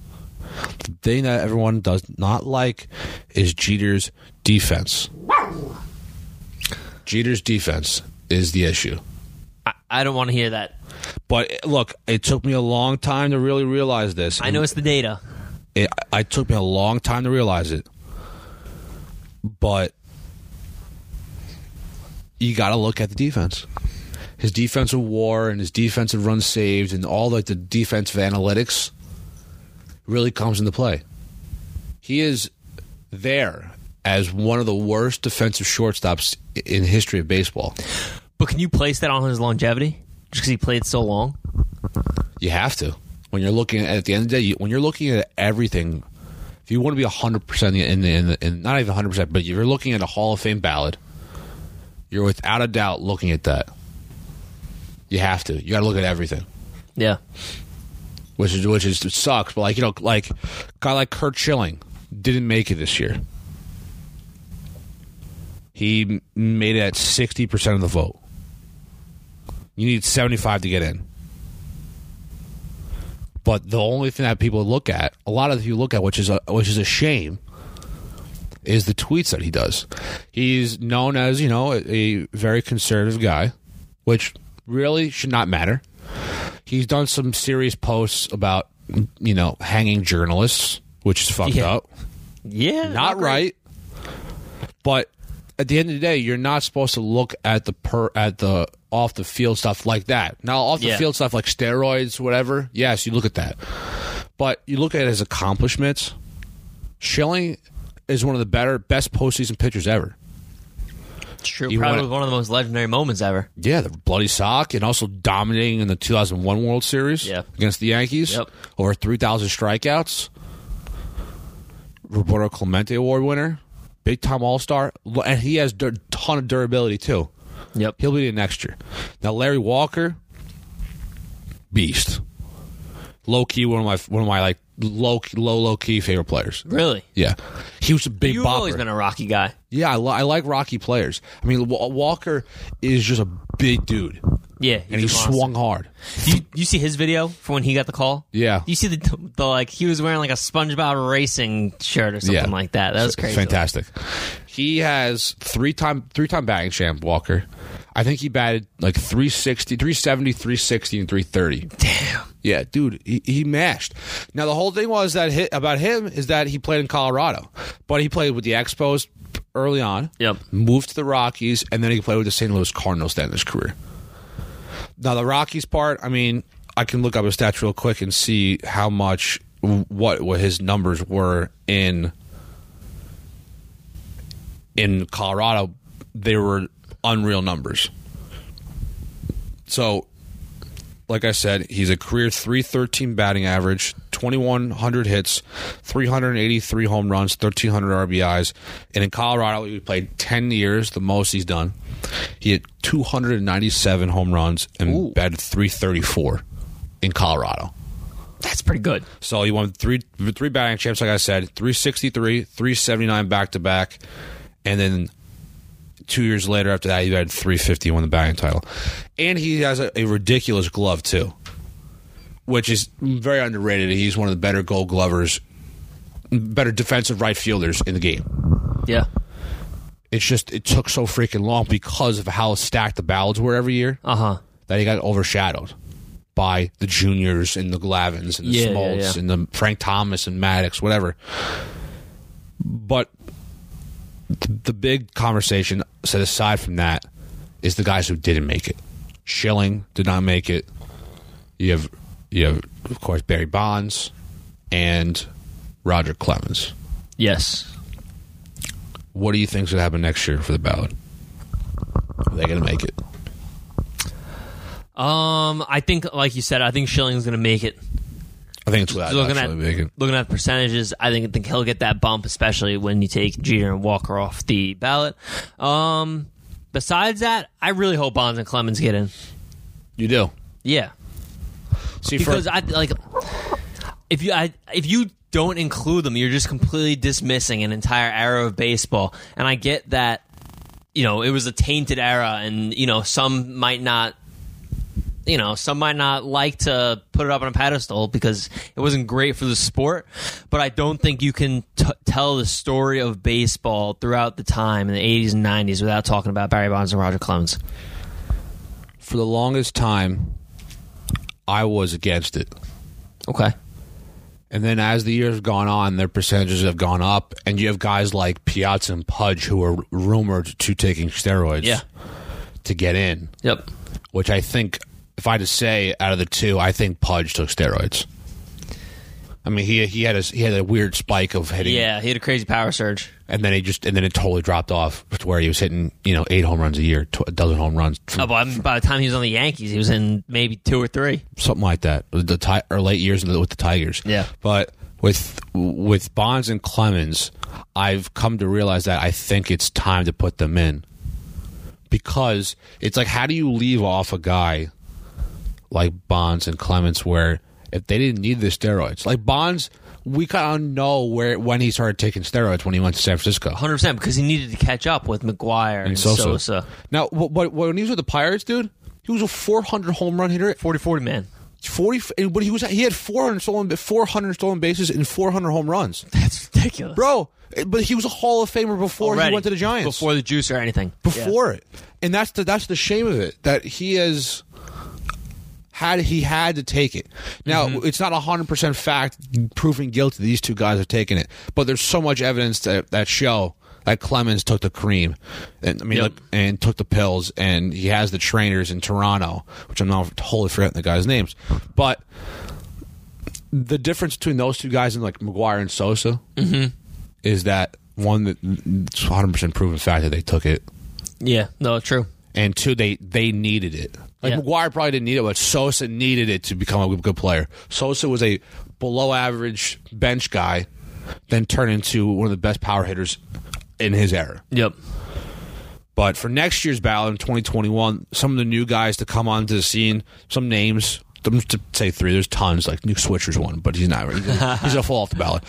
[SPEAKER 3] The thing that everyone does not like is Jeter's defense. Jeter's defense is the issue.
[SPEAKER 4] I, I don't want to hear that.
[SPEAKER 3] But look, it took me a long time to really realize this.
[SPEAKER 4] I know it's the data.
[SPEAKER 3] it, it took me a long time to realize it but you got to look at the defense his defensive war and his defensive runs saved and all like the defensive analytics really comes into play he is there as one of the worst defensive shortstops i- in history of baseball
[SPEAKER 4] But can you place that on his longevity? Just because he played so long?
[SPEAKER 3] You have to. When you're looking at, at the end of the day, you, when you're looking at everything, if you want to be 100% in the, in the, in the in, not even 100%, but if you're looking at a Hall of Fame ballot, you're without a doubt looking at that. You have to. You got to look at everything.
[SPEAKER 4] Yeah.
[SPEAKER 3] Which is which is it sucks, but like you know, like a guy like Kurt Schilling didn't make it this year. He m- made it at sixty percent of the vote. You need seventy five to get in. But the only thing that people look at, a lot of you look at, which is a which is a shame, is the tweets that he does. He's known as you know a, a very conservative guy, which really should not matter he's done some serious posts about you know hanging journalists, which is fucked
[SPEAKER 4] Yeah.
[SPEAKER 3] up.
[SPEAKER 4] Yeah.
[SPEAKER 3] Not right. But at the end of the day, you're not supposed to look at the per at the off the field stuff like that. Now off the
[SPEAKER 4] Yeah.
[SPEAKER 3] field stuff like steroids, whatever. Yes, you look at that. But you look at his accomplishments. Schilling is one of the better best postseason pitchers ever.
[SPEAKER 4] It's true.
[SPEAKER 3] You
[SPEAKER 4] Probably
[SPEAKER 3] wanna-
[SPEAKER 4] one of the most legendary moments ever.
[SPEAKER 3] Yeah, the bloody sock, and also dominating in the 2001 World Series
[SPEAKER 4] Yeah.
[SPEAKER 3] against the Yankees.
[SPEAKER 4] Yep.
[SPEAKER 3] Over 3,000 strikeouts. Roberto Clemente Award winner, big time All Star, and he has a ton of durability too.
[SPEAKER 4] Yep.
[SPEAKER 3] He'll be the next year. Now Larry Walker, beast, low key one of my one of my like low low low key favorite players.
[SPEAKER 4] Really?
[SPEAKER 3] Yeah, he was a big.
[SPEAKER 4] You've
[SPEAKER 3] bopper.
[SPEAKER 4] always been a Rocky guy.
[SPEAKER 3] Yeah, I, li- I like Rocky players. I mean, Wa- Walker is just a big dude.
[SPEAKER 4] Yeah,
[SPEAKER 3] and he
[SPEAKER 4] he's a monster.
[SPEAKER 3] swung hard.
[SPEAKER 4] You, you see his video from when he got the call?
[SPEAKER 3] Yeah.
[SPEAKER 4] You see the, the like he was wearing like a SpongeBob racing shirt or something
[SPEAKER 3] Yeah.
[SPEAKER 4] like that. That was crazy.
[SPEAKER 3] Fantastic. He has three time three time batting champ Walker. I think he batted like 360, 370, 360, and 330.
[SPEAKER 4] Damn.
[SPEAKER 3] Yeah, dude, he, he mashed. Now the whole thing was that hit about him is that he played in Colorado, but he played with the Expos early on.
[SPEAKER 4] Yep.
[SPEAKER 3] Moved to the Rockies, and then he played with the St. Louis Cardinals then in his career. Now the Rockies part, I mean, I can look up his stats real quick and see how much what what his numbers were in in Colorado. They were unreal numbers. So like I said, he's a career 313 batting average, 2,100 hits, 383 home runs, 1,300 RBIs. And in Colorado, he played 10 years, the most he's done. He had 297 home runs and batted 334 in Colorado.
[SPEAKER 4] That's pretty good.
[SPEAKER 3] So he won three three batting champs, like I said, 363, 379 back to back, and then two years later after that, he had 350 and won the batting title, and he has a, a ridiculous glove too, which is very underrated. He's one of the better Gold Glovers, better defensive right fielders in the game.
[SPEAKER 4] Yeah.
[SPEAKER 3] It's just it took so freaking long because of how stacked the ballots were every year
[SPEAKER 4] Uh huh.
[SPEAKER 3] that he got overshadowed by the juniors and the Glavins and the
[SPEAKER 4] Yeah, yeah,
[SPEAKER 3] Smoltz
[SPEAKER 4] yeah.
[SPEAKER 3] and the Frank Thomas and Maddox, whatever. But th- the big conversation set aside from that is the guys who didn't make it. Schilling did not make it. You have you have of course Barry Bonds and Roger Clemens.
[SPEAKER 4] Yes.
[SPEAKER 3] What do you think's gonna happen next year for the ballot? Are they gonna make it?
[SPEAKER 4] Um, I think like you said, I think Schilling's gonna make it.
[SPEAKER 3] I think it's without
[SPEAKER 4] looking at
[SPEAKER 3] actually making.
[SPEAKER 4] looking at the percentages, I think think he'll get that bump, especially when you take Jeter and Walker off the ballot. Um, besides that, I really hope Bonds and Clemens get in.
[SPEAKER 3] You do.
[SPEAKER 4] Yeah,
[SPEAKER 3] See, for-
[SPEAKER 4] because I like if you I, if you don't include them, you're just completely dismissing an entire era of baseball. And I get that you know it was a tainted era, and you know some might not. You know, some might not like to put it up on a pedestal because it wasn't great for the sport, but I don't think you can t- tell the story of baseball throughout the time in the 80s and 90s without talking about Barry Bonds and Roger Clemens.
[SPEAKER 3] for the longest time, I was against it.
[SPEAKER 4] Okay.
[SPEAKER 3] And then as the years have gone on, their percentages have gone up, and you have guys like Piazza and Pudge who are rumored to taking steroids
[SPEAKER 4] Yeah.
[SPEAKER 3] to get in,
[SPEAKER 4] Yep.
[SPEAKER 3] which I think, if I had to say, out of the two, I think Pudge took steroids. I mean, he he had a, he had a weird spike of hitting,
[SPEAKER 4] Yeah, he had a crazy power surge.
[SPEAKER 3] and then he just and then it totally dropped off to where he was hitting you know eight home runs a year, tw- a dozen home runs,
[SPEAKER 4] Oh, by, by the time he was on the Yankees, he was in maybe two or three.
[SPEAKER 3] something like that. with The ti- or late years with the Tigers.
[SPEAKER 4] Yeah.
[SPEAKER 3] but with with Bonds and Clemens, I've come to realize that I think it's time to put them in because it's like how do you leave off a guy like Bonds and Clemens where if they didn't need the steroids, like Bonds. We kind of know where when he started taking steroids when he went to San Francisco.
[SPEAKER 4] 100% because he needed to catch up with McGuire and,
[SPEAKER 3] Sosa.
[SPEAKER 4] Sosa.
[SPEAKER 3] Now, wh- wh- when he was with the Pirates, dude, he was a 400 home run hitter
[SPEAKER 4] 40 40 man. <laughs>
[SPEAKER 3] forty. and- But he was he had four hundred stolen four hundred stolen bases and four hundred home runs,
[SPEAKER 4] That's ridiculous.
[SPEAKER 3] bro. But he was a Hall of Famer before
[SPEAKER 4] Already.
[SPEAKER 3] he went to the Giants.
[SPEAKER 4] Before the juice or anything.
[SPEAKER 3] before it, and that's the that's the shame of it that he has had he had to take it. Now it's not hundred percent fact proving guilty that these two guys have taken it, but there's so much evidence that that show. That Clemens took the cream, and I mean,
[SPEAKER 4] Yep.
[SPEAKER 3] look, and took the pills, and he has the trainers in Toronto, which I'm now totally forgetting the guys' names. But the difference between those two guys and like McGuire and Sosa is that one that it's 100 percent proven fact that they took it,
[SPEAKER 4] Yeah, no, true.
[SPEAKER 3] and two they they needed it. Like
[SPEAKER 4] Yeah.
[SPEAKER 3] McGuire probably didn't need it, but Sosa needed it to become a good player. Sosa was a below average bench guy, then turned into one of the best power hitters in his era.
[SPEAKER 4] Yep.
[SPEAKER 3] But for next year's ballot in 2021, some of the new guys to come onto the scene, some names, I'm just to say three, there's tons, like Nick Switcher's one, but he's not, he's going to fall off the ballot.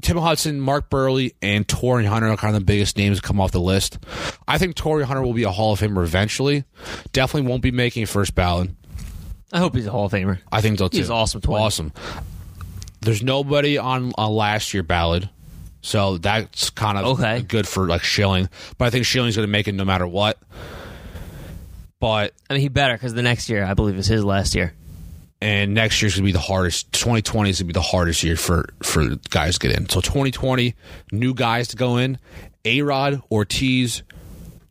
[SPEAKER 3] Tim Hudson, Mark Burley, and Torrey Hunter are kind of the biggest names to come off the list. I think Torrey Hunter will be a Hall of Famer eventually. Definitely won't be making first ballot.
[SPEAKER 4] I hope he's a Hall of Famer.
[SPEAKER 3] I think they'll
[SPEAKER 4] He's
[SPEAKER 3] too.
[SPEAKER 4] awesome twin.
[SPEAKER 3] Awesome. There's nobody on a last year ballot. So that's kind of
[SPEAKER 4] Okay.
[SPEAKER 3] good for like Schilling. But I think Schilling's going to make it no matter what. But
[SPEAKER 4] I mean, he better because the next year, I believe, is his last year.
[SPEAKER 3] and next year's gonna be the hardest. 2020 is gonna be the hardest year for for guys to get in. So 2020, new guys to go in: A Rod, Ortiz,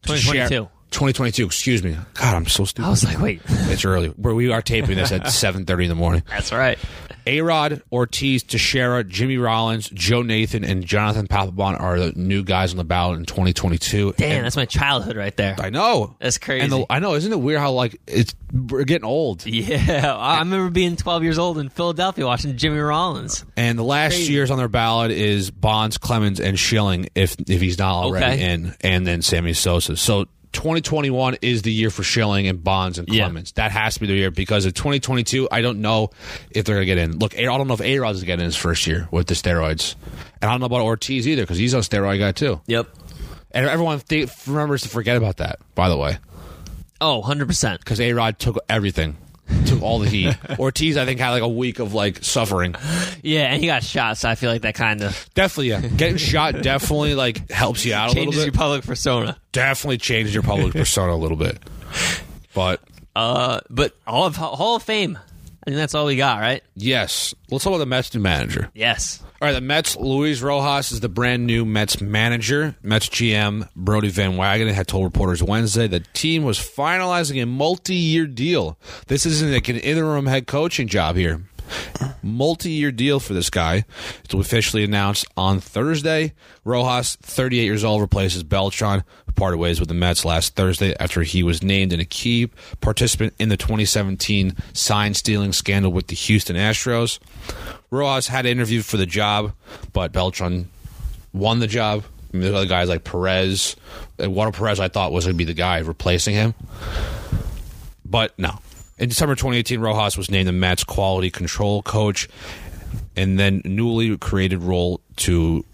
[SPEAKER 4] 2022.
[SPEAKER 3] Sher- 2022. Excuse me. God, I'm so stupid.
[SPEAKER 4] I was like, wait, <laughs>
[SPEAKER 3] it's early. Where we are taping this at 7:30 in the morning.
[SPEAKER 4] that's right.
[SPEAKER 3] A Rod, Ortiz, Teixeira, Jimmy Rollins, Joe Nathan, and Jonathan Papelbon are the new guys on the ballot in 2022.
[SPEAKER 4] Damn,
[SPEAKER 3] And-
[SPEAKER 4] that's my childhood right there.
[SPEAKER 3] I know.
[SPEAKER 4] That's crazy.
[SPEAKER 3] And the, I know. Isn't it weird how like it's we're getting old?
[SPEAKER 4] <laughs> Yeah, I I remember being 12 years old in Philadelphia watching Jimmy Rollins.
[SPEAKER 3] And the last years on their ballot is Bonds, Clemens, and Schilling if if he's not already
[SPEAKER 4] Okay.
[SPEAKER 3] in, and then Sammy Sosa. So 2021 is the year for Schilling and Bonds and
[SPEAKER 4] Yeah.
[SPEAKER 3] Clemens. That has to be the year because of 2022, I don't know if they're going to get in. Look, I don't know if A Rod's going to get in his first year with the steroids. And I don't know about Ortiz either because he's a steroid guy too.
[SPEAKER 4] Yep.
[SPEAKER 3] And everyone th- remembers to forget about that, by the way,
[SPEAKER 4] Oh, 100%.
[SPEAKER 3] because A Rod took everything. Took all the
[SPEAKER 4] <laughs>
[SPEAKER 3] heat. Ortiz, I think, had like a week of like suffering.
[SPEAKER 4] Yeah, and he got shot, so I feel like that kind of
[SPEAKER 3] Definitely,
[SPEAKER 4] <laughs>
[SPEAKER 3] yeah. Getting shot definitely like helps you out a little
[SPEAKER 4] changes
[SPEAKER 3] bit.
[SPEAKER 4] your public persona.
[SPEAKER 3] definitely changes your public persona a little bit. But
[SPEAKER 4] Uh, but Hall of, Hall of Fame. I think that's all we got, right?
[SPEAKER 3] yes, let's talk about the Mets new manager.
[SPEAKER 4] Yes.
[SPEAKER 3] All right, the Mets. Luis Rojas is the brand new Mets manager. Mets GM Brody Van Wagenen had told reporters Wednesday the team was finalizing a multi-year deal. This isn't like an interim head coaching job here. Multi-year deal for this guy. It's officially announced on Thursday. Rojas, 38 years old, replaces Beltran, who parted ways with the Mets last Thursday after he was named in a key participant in the 2017 sign-stealing scandal with the Houston Astros. Rojas had interviewed for the job, but Beltran won the job. I mean, there's other guys like Perez. Uh, Juan Perez, I thought was going to be the guy replacing him, but no. In December 2018, Rojas was named the Mets quality control coach, and then newly created role to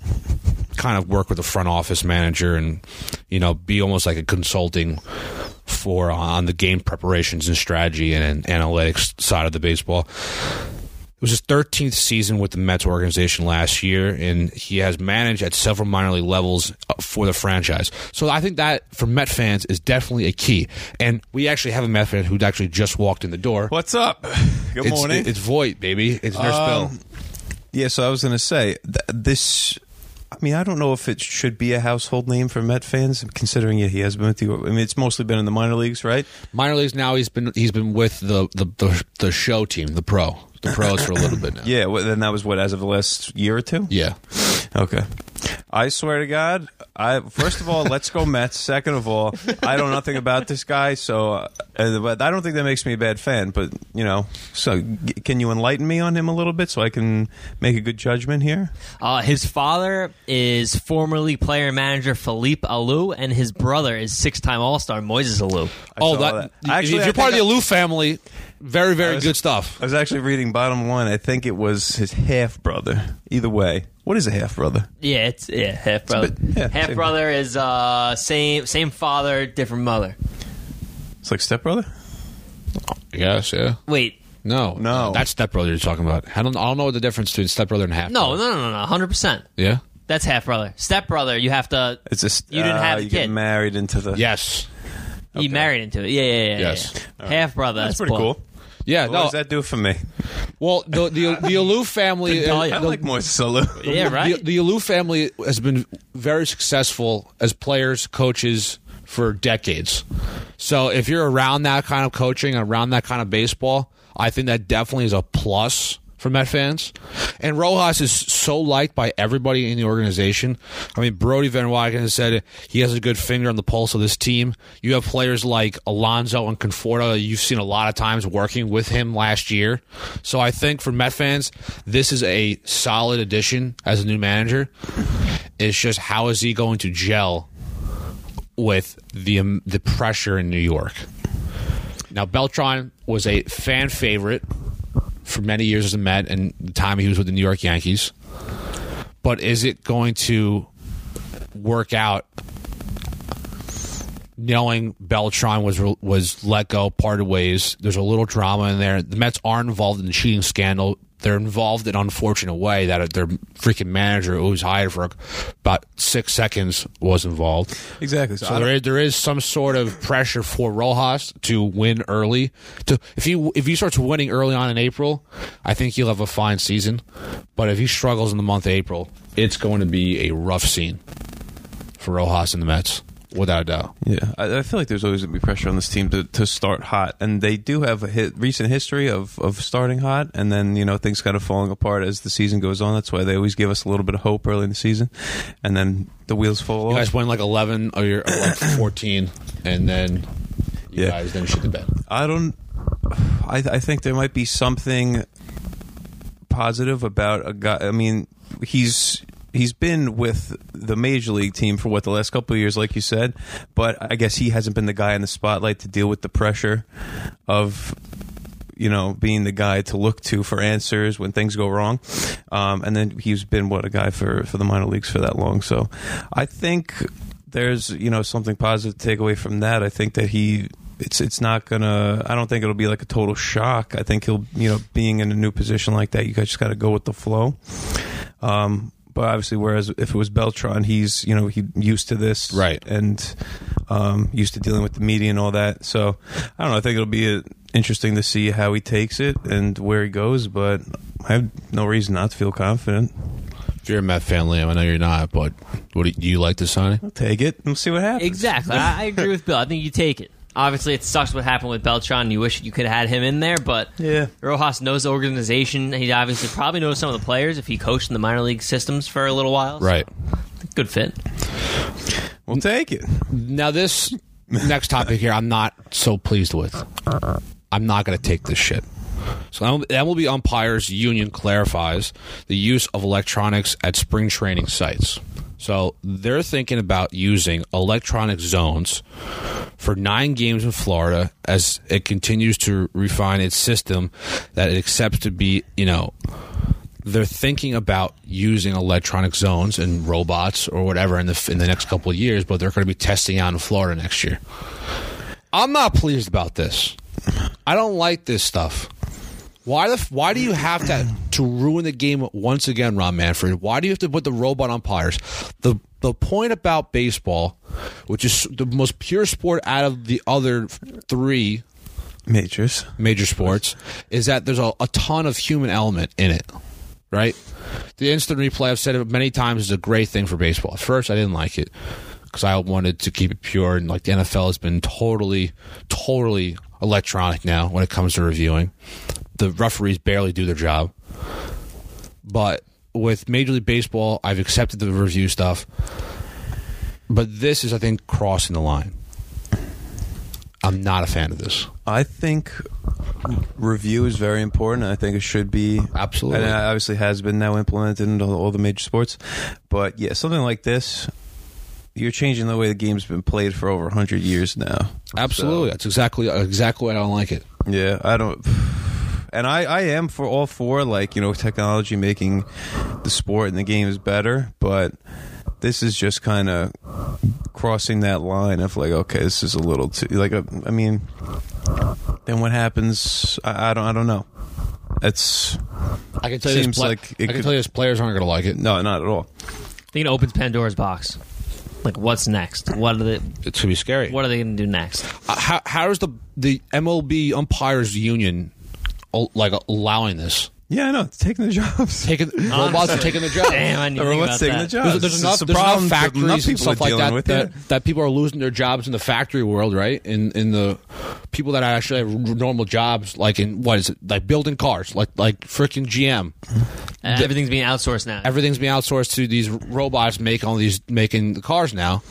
[SPEAKER 3] kind of work with the front office manager and you know be almost like a consulting for uh, on the game preparations and strategy and analytics side of the baseball. It was his 13th season with the Mets organization last year, and he has managed at several minor league levels uh, for the franchise. So I think that for Met fans is definitely a key. And we actually have a Met fan who actually just walked in the door.
[SPEAKER 5] What's up? <sighs> Good
[SPEAKER 3] It's,
[SPEAKER 5] morning.
[SPEAKER 3] it's Voight, baby. It's Nurse Bill.
[SPEAKER 5] yeah, so I was going to say th- this. I mean, I don't know if it should be a household name for Met fans, considering yeah, he has been with you. I mean, it's mostly been in the minor leagues, right?
[SPEAKER 3] Minor leagues now. He's been he's been with the the, the, the show team, the pro, the pros for a little bit now.
[SPEAKER 5] <laughs> Yeah. Well, then that was what as of the last year or two.
[SPEAKER 3] Yeah.
[SPEAKER 5] Okay. I swear to God, I first of all, let's go Mets. Second of all, I know nothing about this guy, so uh, uh, but I don't think that makes me a bad fan. But you know, so g- can you enlighten me on him a little bit so I can make a good judgment here?
[SPEAKER 4] Uh, his father is formerly player manager Philippe Alou, and his brother is six time All Star Moises Alou.
[SPEAKER 5] I
[SPEAKER 3] oh,
[SPEAKER 5] saw
[SPEAKER 3] that,
[SPEAKER 5] that. Actually,
[SPEAKER 3] if
[SPEAKER 5] I
[SPEAKER 3] you're part of
[SPEAKER 5] think
[SPEAKER 3] the Alou family, very very
[SPEAKER 5] was-
[SPEAKER 3] good stuff.
[SPEAKER 5] <laughs> I was actually reading bottom line. I think it was his half brother. Either way, what is a half brother?
[SPEAKER 4] Yeah, it's yeah, half brother.
[SPEAKER 5] bit- yeah,
[SPEAKER 4] half
[SPEAKER 5] same.
[SPEAKER 4] brother is uh, same same father, different mother.
[SPEAKER 5] It's like stepbrother.
[SPEAKER 3] I guess. Yeah.
[SPEAKER 4] Wait,
[SPEAKER 3] No,
[SPEAKER 5] No.
[SPEAKER 3] that's stepbrother you're talking about. I don't, I don't know the difference between stepbrother and half.
[SPEAKER 4] no, no, no, no, no, hundred percent.
[SPEAKER 3] Yeah.
[SPEAKER 4] That's half brother. Step brother, you have to.
[SPEAKER 5] It's just
[SPEAKER 4] You didn't have a
[SPEAKER 5] you get
[SPEAKER 4] kid.
[SPEAKER 5] married into the
[SPEAKER 3] Yes.
[SPEAKER 4] He married into it. Yeah, yeah, yeah. yeah,
[SPEAKER 3] Yes.
[SPEAKER 4] yeah. half brother. That's,
[SPEAKER 5] That's pretty
[SPEAKER 4] blood.
[SPEAKER 5] cool.
[SPEAKER 3] Yeah.
[SPEAKER 5] What
[SPEAKER 3] no.
[SPEAKER 5] does that do for me?
[SPEAKER 3] well, the the the Alou
[SPEAKER 5] <laughs>
[SPEAKER 3] family.
[SPEAKER 4] The
[SPEAKER 3] uh,
[SPEAKER 5] I
[SPEAKER 4] Dahlia.
[SPEAKER 3] the-
[SPEAKER 5] like Moises Alou.
[SPEAKER 4] Yeah, right.
[SPEAKER 3] The, the Alou family has been very successful as players, coaches for decades. So if you're around that kind of coaching, around that kind of baseball, I think that definitely is a plus for Met fans. And Rojas is so liked by everybody in the organization. I mean, Brody Van Wagenen has said he has a good finger on the pulse of this team. You have players like Alonso and Conforto that you've seen a lot of times working with him last year. So I think for Met fans, this is a solid addition as a new manager. It's just how is he going to gel with the um, the pressure in New York? Now Beltron was a fan favorite for many years as a Met and the time he was with the New York Yankees. but is it going to work out? Knowing Beltron was was let go, parted ways. There's a little drama in there. The Mets are involved in the cheating scandal. They're involved in an unfortunate way that their freaking manager, who was hired for about six seconds, was involved.
[SPEAKER 5] Exactly. So,
[SPEAKER 3] So there is, there is some sort of pressure for Rojas to win early. To if he if he starts winning early on in April, I think he'll have a fine season. But if he struggles in the month of April, it's going to be a rough scene for Rojas and the Mets, without a doubt.
[SPEAKER 5] yeah, I, I feel like there's always going to be pressure on this team to, to start hot, and they do have a hit, recent history of, of starting hot, and then you know things kind of falling apart as the season goes on. That's why they always give us a little bit of hope early in the season, and then the wheels fall
[SPEAKER 3] You
[SPEAKER 5] off.
[SPEAKER 3] guys win like eleven or you're or like fourteen, and then you
[SPEAKER 5] Yeah.
[SPEAKER 3] guys then shit the bed.
[SPEAKER 5] I don't. I, I think there might be something positive about a guy. I mean, he's he's been with the major league team for what the last couple of years, like you said. But I guess he hasn't been the guy in the spotlight to deal with the pressure of you know being the guy to look to for answers when things go wrong. Um, and then he's been what a guy for for the minor leagues for that long. So I think there's you know something positive to take away from that. I think that he it's it's not gonna. I don't think it'll be like a total shock. I think he'll you know being in a new position like that, you guys just got to go with the flow. Um, but obviously, whereas if it was Beltron, he's you know he used to this,
[SPEAKER 3] Right.
[SPEAKER 5] and um, used to dealing with the media and all that. So I don't know. I think it'll be uh interesting to see how he takes it and where he goes. But I have no reason not to feel confident.
[SPEAKER 3] If you're a Met fan, Liam, I know you're not, but what do you, do you like this signing?
[SPEAKER 5] Take it and see what happens.
[SPEAKER 4] Exactly. I, I agree with Bill. I think you take it. Obviously, it sucks what happened with Beltran. You wish you could have had him in there, but
[SPEAKER 5] Yeah.
[SPEAKER 4] Rojas knows the organization. He obviously probably knows some of the players if he coached in the minor league systems for a little while. So,
[SPEAKER 3] Right.
[SPEAKER 4] Good fit.
[SPEAKER 5] We'll take it.
[SPEAKER 3] Now this next topic here, I'm not so pleased with. I'm not going to take this shit. So M- MLB umpires union clarifies the use of electronics at spring training sites. So they're thinking about using electronic zones for nine games in Florida as it continues to refine its system that it accepts to be, you know, they're thinking about using electronic zones and robots or whatever in the in the next couple of years, but they're going to be testing out in Florida next year. I'm not pleased about this. I don't like this stuff. Why the f- why do you have to to ruin the game once again, Ron Manfred? Why do you have to put the robot umpires? The the point about baseball, which is the most pure sport out of the other three
[SPEAKER 5] Majors.
[SPEAKER 3] major sports is that there's a, a ton of human element in it, right? The instant replay, I've said it many times, is a great thing for baseball. At first, I didn't like it because I wanted to keep it pure, and like the NFL has been totally, totally electronic now when it comes to reviewing. The referees barely do their job. But with Major League Baseball, I've accepted the review stuff. But this is, I think, crossing the line. I'm not a fan of this.
[SPEAKER 5] I think review is very important. I think it should be
[SPEAKER 3] Absolutely.
[SPEAKER 5] and it obviously has been now implemented in all- all the major sports. But yeah, something like this, you're changing the way the game's been played for over hundred years now.
[SPEAKER 3] Absolutely, that's exactly uh, exactly why I don't like it.
[SPEAKER 5] Yeah, I don't. <sighs> And I, I am for all for like you know technology making the sport and the games better, but this is just kind of crossing that line of like okay, this is a little too like uh, I mean, then what happens? I, I don't I don't know. It's
[SPEAKER 3] I can tell you, this,
[SPEAKER 5] Seems
[SPEAKER 3] pla-
[SPEAKER 5] like it
[SPEAKER 3] I can
[SPEAKER 5] could-
[SPEAKER 3] tell you, this players aren't going to like it.
[SPEAKER 5] no, not at all.
[SPEAKER 4] I think it opens Pandora's box. Like, what's next? What are they?
[SPEAKER 3] It's going to be scary.
[SPEAKER 4] What are they going to do next?
[SPEAKER 3] Uh, how how is the the MLB umpires union al- like allowing this?
[SPEAKER 5] Yeah, I know. It's taking the <laughs> jobs.
[SPEAKER 3] Taking robots are taking the job.
[SPEAKER 4] Damn, I need to think
[SPEAKER 5] Everyone's
[SPEAKER 4] about
[SPEAKER 5] taking the
[SPEAKER 4] that.
[SPEAKER 5] jobs.
[SPEAKER 3] There's, there's
[SPEAKER 5] It's
[SPEAKER 3] enough,
[SPEAKER 5] the
[SPEAKER 3] there's enough
[SPEAKER 5] problem.
[SPEAKER 3] factories
[SPEAKER 5] Enough
[SPEAKER 3] and
[SPEAKER 5] people
[SPEAKER 3] stuff
[SPEAKER 5] are
[SPEAKER 3] like
[SPEAKER 5] dealing
[SPEAKER 3] that
[SPEAKER 5] with
[SPEAKER 3] that,
[SPEAKER 5] it.
[SPEAKER 3] that people are losing their jobs in the factory world, right? In in the people that actually have r- normal jobs, like in what is it, like building cars, like like freaking GM.
[SPEAKER 4] Uh, everything's being outsourced now.
[SPEAKER 3] everything's being outsourced to these robots making all these making the cars now.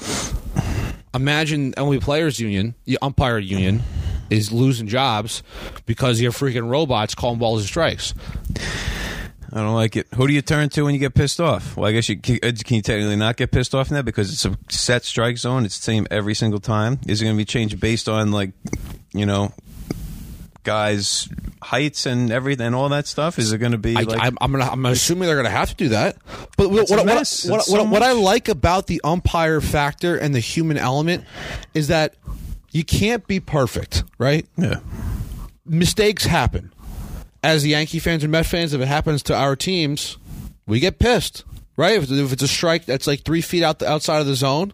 [SPEAKER 3] Imagine MLB players union, the umpire union, is losing jobs because your freaking robots calling balls and strikes.
[SPEAKER 5] I don't like it. Who do you turn to when you get pissed off? Well, I guess you can uh, can you technically not get pissed off now because it's a set strike zone. It's the same every single time. Is it going to be changed based on like, you know, guys' heights and everything, and all that stuff? Is it going to be
[SPEAKER 3] I,
[SPEAKER 5] like?
[SPEAKER 3] I'm, I'm, gonna, I'm assuming they're going to have to do that. But what, what,
[SPEAKER 5] a
[SPEAKER 3] what,
[SPEAKER 5] mess.
[SPEAKER 3] what,
[SPEAKER 5] It's
[SPEAKER 3] what-
[SPEAKER 5] so
[SPEAKER 3] what I
[SPEAKER 5] much.
[SPEAKER 3] like about the umpire factor and the human element is that you can't be perfect, right?
[SPEAKER 5] yeah.
[SPEAKER 3] mistakes happen. As Yankee fans and Met fans, if it happens to our teams, we get pissed, right? If, if it's a strike that's like three feet out the, outside of the zone,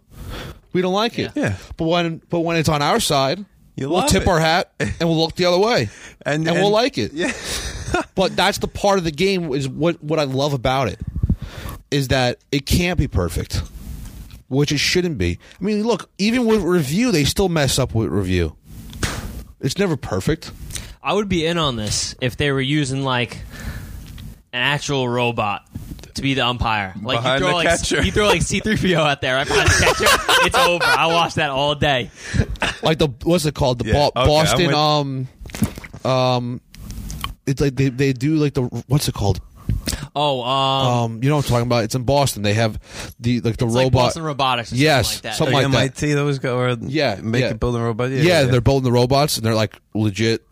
[SPEAKER 3] we don't like it.
[SPEAKER 5] Yeah.
[SPEAKER 3] But when but when it's on our side,
[SPEAKER 5] You
[SPEAKER 3] we'll
[SPEAKER 5] love
[SPEAKER 3] tip
[SPEAKER 5] it.
[SPEAKER 3] our hat and we'll look the other way,
[SPEAKER 5] <laughs> And-
[SPEAKER 3] we'll
[SPEAKER 5] and-
[SPEAKER 3] like it. Yeah. <laughs> but that's the part of the game is what what I love about it is that it can't be perfect, which it shouldn't be. I mean, look, even with review, they still mess up with review. It's never perfect.
[SPEAKER 4] I would be in on this if they were using like an actual robot to be the umpire. Like
[SPEAKER 5] Behind
[SPEAKER 4] you throw
[SPEAKER 5] the
[SPEAKER 4] like
[SPEAKER 5] catcher.
[SPEAKER 4] you throw
[SPEAKER 5] <laughs>
[SPEAKER 4] like C3PO out there right behind the catcher. it's over. I watch that all day.
[SPEAKER 3] like the what's it called the
[SPEAKER 5] Yeah,
[SPEAKER 3] Bo-
[SPEAKER 5] okay,
[SPEAKER 3] Boston
[SPEAKER 5] I'm
[SPEAKER 3] um um it's like they, they do like the what's it called
[SPEAKER 4] Oh, um,
[SPEAKER 3] um you know what I'm talking about it's in Boston they have the like the
[SPEAKER 4] it's like
[SPEAKER 3] robot
[SPEAKER 4] Boston Robotics or
[SPEAKER 3] Yes,
[SPEAKER 4] something like that.
[SPEAKER 3] something
[SPEAKER 5] Like
[SPEAKER 3] like that.
[SPEAKER 5] MIT, those go or
[SPEAKER 3] yeah
[SPEAKER 5] make
[SPEAKER 3] yeah.
[SPEAKER 5] it build a robot. Yeah,
[SPEAKER 3] yeah, they're building the robots and they're like legit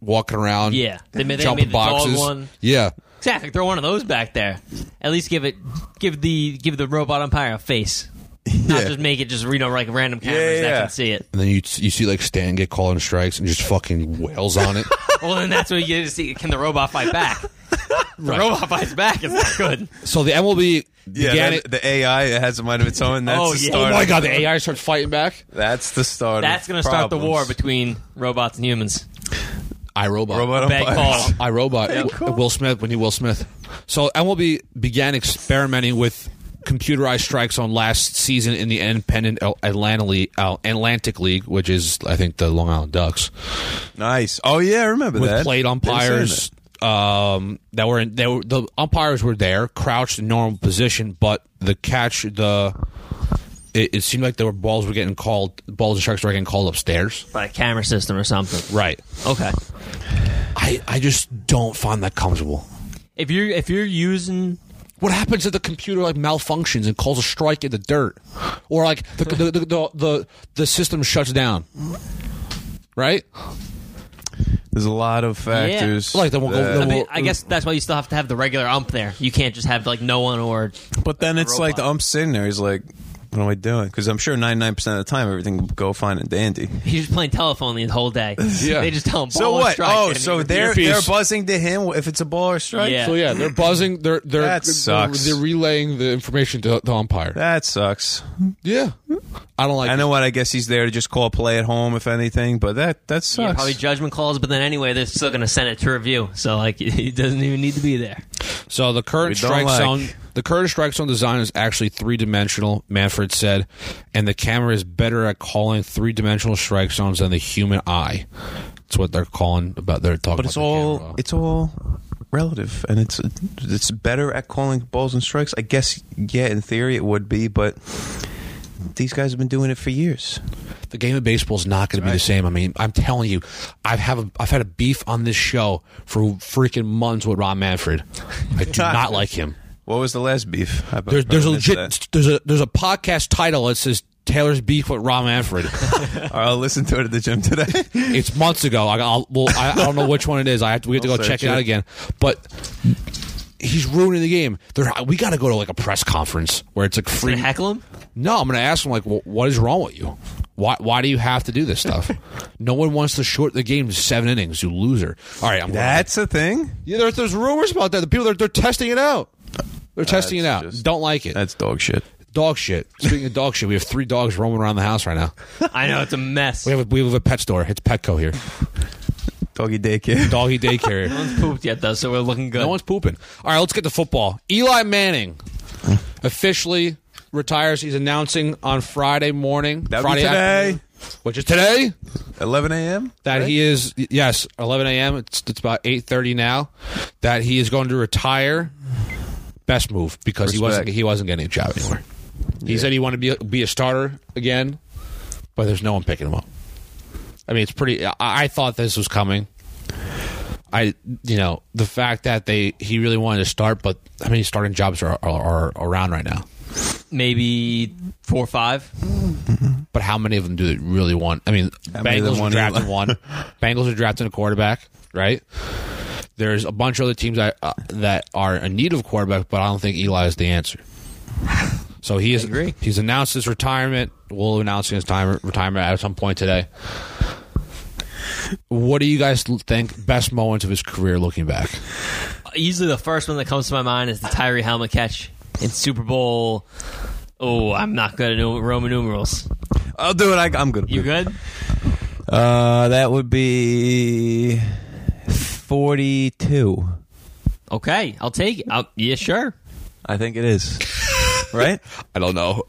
[SPEAKER 3] walking around
[SPEAKER 4] Yeah. They made- they
[SPEAKER 3] jumping
[SPEAKER 4] made the dog
[SPEAKER 3] boxes
[SPEAKER 4] one.
[SPEAKER 3] yeah
[SPEAKER 4] Exactly. Throw one of those back there. At least give it give the give the robot umpire
[SPEAKER 3] <laughs>
[SPEAKER 4] a face. Not just make it just you know like random cameras
[SPEAKER 5] Yeah, yeah,
[SPEAKER 4] that
[SPEAKER 5] yeah.
[SPEAKER 4] can see it.
[SPEAKER 3] and then you you see like Stan get calling strikes and just fucking wails on
[SPEAKER 4] <laughs>
[SPEAKER 3] it
[SPEAKER 4] Well, then that's what you get to see. Can the robot
[SPEAKER 3] <laughs>
[SPEAKER 4] fight back? The robot fights back. It's not good.
[SPEAKER 3] so the MLB
[SPEAKER 5] Yeah,
[SPEAKER 3] began
[SPEAKER 5] that-
[SPEAKER 3] it
[SPEAKER 5] the AI it has a mind of its own. That's
[SPEAKER 4] Oh,
[SPEAKER 5] the
[SPEAKER 4] yeah.
[SPEAKER 5] start.
[SPEAKER 3] oh my god the AI starts fighting back
[SPEAKER 5] That's the start.
[SPEAKER 4] That's
[SPEAKER 5] going
[SPEAKER 4] going
[SPEAKER 5] to
[SPEAKER 4] to start the war between robots and humans.
[SPEAKER 3] I robot
[SPEAKER 5] robot
[SPEAKER 4] Bad
[SPEAKER 5] umpires.
[SPEAKER 4] call.
[SPEAKER 3] I Robot. uh, Will Smith when he Will Smith. So MLB began experimenting with computerized strikes on last season in the independent Al- Atlanta League, Al- Atlantic League, which is I think the Long Island Ducks,
[SPEAKER 5] Nice. Oh yeah, I remember
[SPEAKER 3] with
[SPEAKER 5] that.
[SPEAKER 3] plate
[SPEAKER 5] They were saying
[SPEAKER 3] umpires um, that were in. They were, the umpires were there, crouched in normal position, but the catch the. It, it seemed like there were balls were getting called, balls and strikes were getting called upstairs.
[SPEAKER 4] By a camera system or something.
[SPEAKER 3] Right.
[SPEAKER 4] Okay.
[SPEAKER 3] I, I just don't find that comfortable.
[SPEAKER 4] If you're if you're using
[SPEAKER 3] What happens if the computer like malfunctions and calls a strike in the dirt, or like the the the the, the, the system shuts down? Right?
[SPEAKER 5] that. There's a lot of factors.
[SPEAKER 3] Like, then we'll go-
[SPEAKER 5] that-
[SPEAKER 3] then
[SPEAKER 4] Uh, I, mean,
[SPEAKER 3] Well,
[SPEAKER 4] I guess that's why you still have to have the regular ump there. You can't just have like no one or
[SPEAKER 5] But then it's like the ump's sitting there. He's like, "What am I doing?" Because I'm sure 99 percent of the time everything will go fine and dandy.
[SPEAKER 4] he's just playing telephone the whole <laughs> day.
[SPEAKER 3] Yeah.
[SPEAKER 4] They just tell him.
[SPEAKER 5] So
[SPEAKER 4] "Ball and
[SPEAKER 5] what?
[SPEAKER 4] strike,"
[SPEAKER 5] Oh,
[SPEAKER 4] and
[SPEAKER 5] so
[SPEAKER 4] he-
[SPEAKER 5] they're
[SPEAKER 3] Earpiece.
[SPEAKER 5] they're buzzing to him if it's a ball or a strike.
[SPEAKER 4] Yeah.
[SPEAKER 3] So yeah, they're buzzing. They're they're
[SPEAKER 5] That
[SPEAKER 3] they're,
[SPEAKER 5] sucks.
[SPEAKER 3] they're relaying the information to the umpire.
[SPEAKER 5] That sucks.
[SPEAKER 3] Yeah, I don't like.
[SPEAKER 5] I
[SPEAKER 3] it.
[SPEAKER 5] know what. I guess he's there to just call play at home if anything. But that that
[SPEAKER 4] Yeah,
[SPEAKER 5] sucks.
[SPEAKER 4] probably judgment calls, but then anyway, they're still going to send it to review. So like, <laughs> he doesn't even need to be there.
[SPEAKER 3] So the current
[SPEAKER 5] We don't
[SPEAKER 3] strike
[SPEAKER 5] like-
[SPEAKER 3] zone, the current strike zone design is actually three dimensional. Manfred said, and the camera is better at calling three dimensional strike zones than the human eye. That's what they're calling about. They're talking.
[SPEAKER 5] but it's
[SPEAKER 3] about the
[SPEAKER 5] all
[SPEAKER 3] camera.
[SPEAKER 5] it's all relative and it's it's better at calling balls and strikes i guess yeah in theory it would be but these guys have been doing it for years
[SPEAKER 3] the game of baseball is not going to be the same. I mean, I'm telling you, I've have a, I've had a beef on this show for freaking months with Ron Manfred. I
[SPEAKER 5] <laughs>
[SPEAKER 3] do not like him.
[SPEAKER 5] what was the last beef I bet-
[SPEAKER 3] There's there's a
[SPEAKER 5] I missed
[SPEAKER 3] legit there's a there's a podcast title that says Taylor's beef with Ron Manfred.
[SPEAKER 5] <laughs> that. i'll listen to it at the gym
[SPEAKER 3] <laughs>
[SPEAKER 5] today
[SPEAKER 3] it's months ago. I I'll, well, I, I don't know which one it is. I have to, we have to go
[SPEAKER 5] I'll
[SPEAKER 3] check
[SPEAKER 5] search
[SPEAKER 3] it out
[SPEAKER 5] it.
[SPEAKER 3] again. But he's ruining the game. There, we got to go to like a press conference where it's like free
[SPEAKER 4] Gonna heckle him.
[SPEAKER 3] No, I'm going to ask him like, well, what is wrong with you? Why, why do you have to do this stuff? no one wants to short the game to seven innings. You loser. All right, I'm
[SPEAKER 5] that's a thing
[SPEAKER 3] yeah. There's, there's rumors about that. The people they're, they're testing it out. They're testing it out.
[SPEAKER 5] just-
[SPEAKER 3] Don't like it.
[SPEAKER 5] that's dog shit
[SPEAKER 3] dog shit. Speaking of dog shit, we have three dogs roaming around the house right now.
[SPEAKER 4] I know it's a <laughs> mess.
[SPEAKER 3] We have a, we have a pet store. It's Petco here.
[SPEAKER 5] doggy <laughs> daycare
[SPEAKER 3] Doggy daycare.
[SPEAKER 4] no one's pooped yet though, so we're looking good.
[SPEAKER 3] No one's pooping. All right, let's get to football. Eli Manning officially retires. He's announcing on Friday morning,
[SPEAKER 5] That'd be
[SPEAKER 3] Friday
[SPEAKER 5] today.
[SPEAKER 3] afternoon, which is today,
[SPEAKER 5] 11 a.m
[SPEAKER 3] that
[SPEAKER 5] right?
[SPEAKER 3] he is yes, 11 a.m. It's, it's about 8:30 now. That he is going to retire. Best move because he wasn't
[SPEAKER 5] Respect.
[SPEAKER 3] he wasn't getting a job anywhere. He said he wanted to be be a starter again, but there's no one picking him up. I mean, it's pretty. I, I thought this was coming. I you know the fact that they he really wanted to start, but how many starting jobs are are, are around right now?
[SPEAKER 4] Maybe four or five.
[SPEAKER 3] But how many of them do they really want? I mean,
[SPEAKER 5] How many of them
[SPEAKER 3] Bengals are
[SPEAKER 5] want to-
[SPEAKER 3] drafting one.
[SPEAKER 5] <laughs>
[SPEAKER 3] Bengals are drafting a quarterback, right? There's a bunch of other teams that uh, that are in need of quarterback, but I don't think Eli is the answer. So he is.
[SPEAKER 4] agree.
[SPEAKER 3] He's announced his retirement. We'll announce his time, retirement at some point today. What do you guys think best moments of his career looking back?
[SPEAKER 4] Usually, the first one that comes to my mind is the Tyree helmet catch in Super Bowl. Oh, I'm not good at nu- Roman numerals.
[SPEAKER 5] I'll do it. I, I'm good.
[SPEAKER 4] You good?
[SPEAKER 5] Uh, that would be forty-two.
[SPEAKER 4] Okay, I'll take it. I'll, yeah, sure.
[SPEAKER 5] I think it <laughs> is. Right?
[SPEAKER 3] I don't know.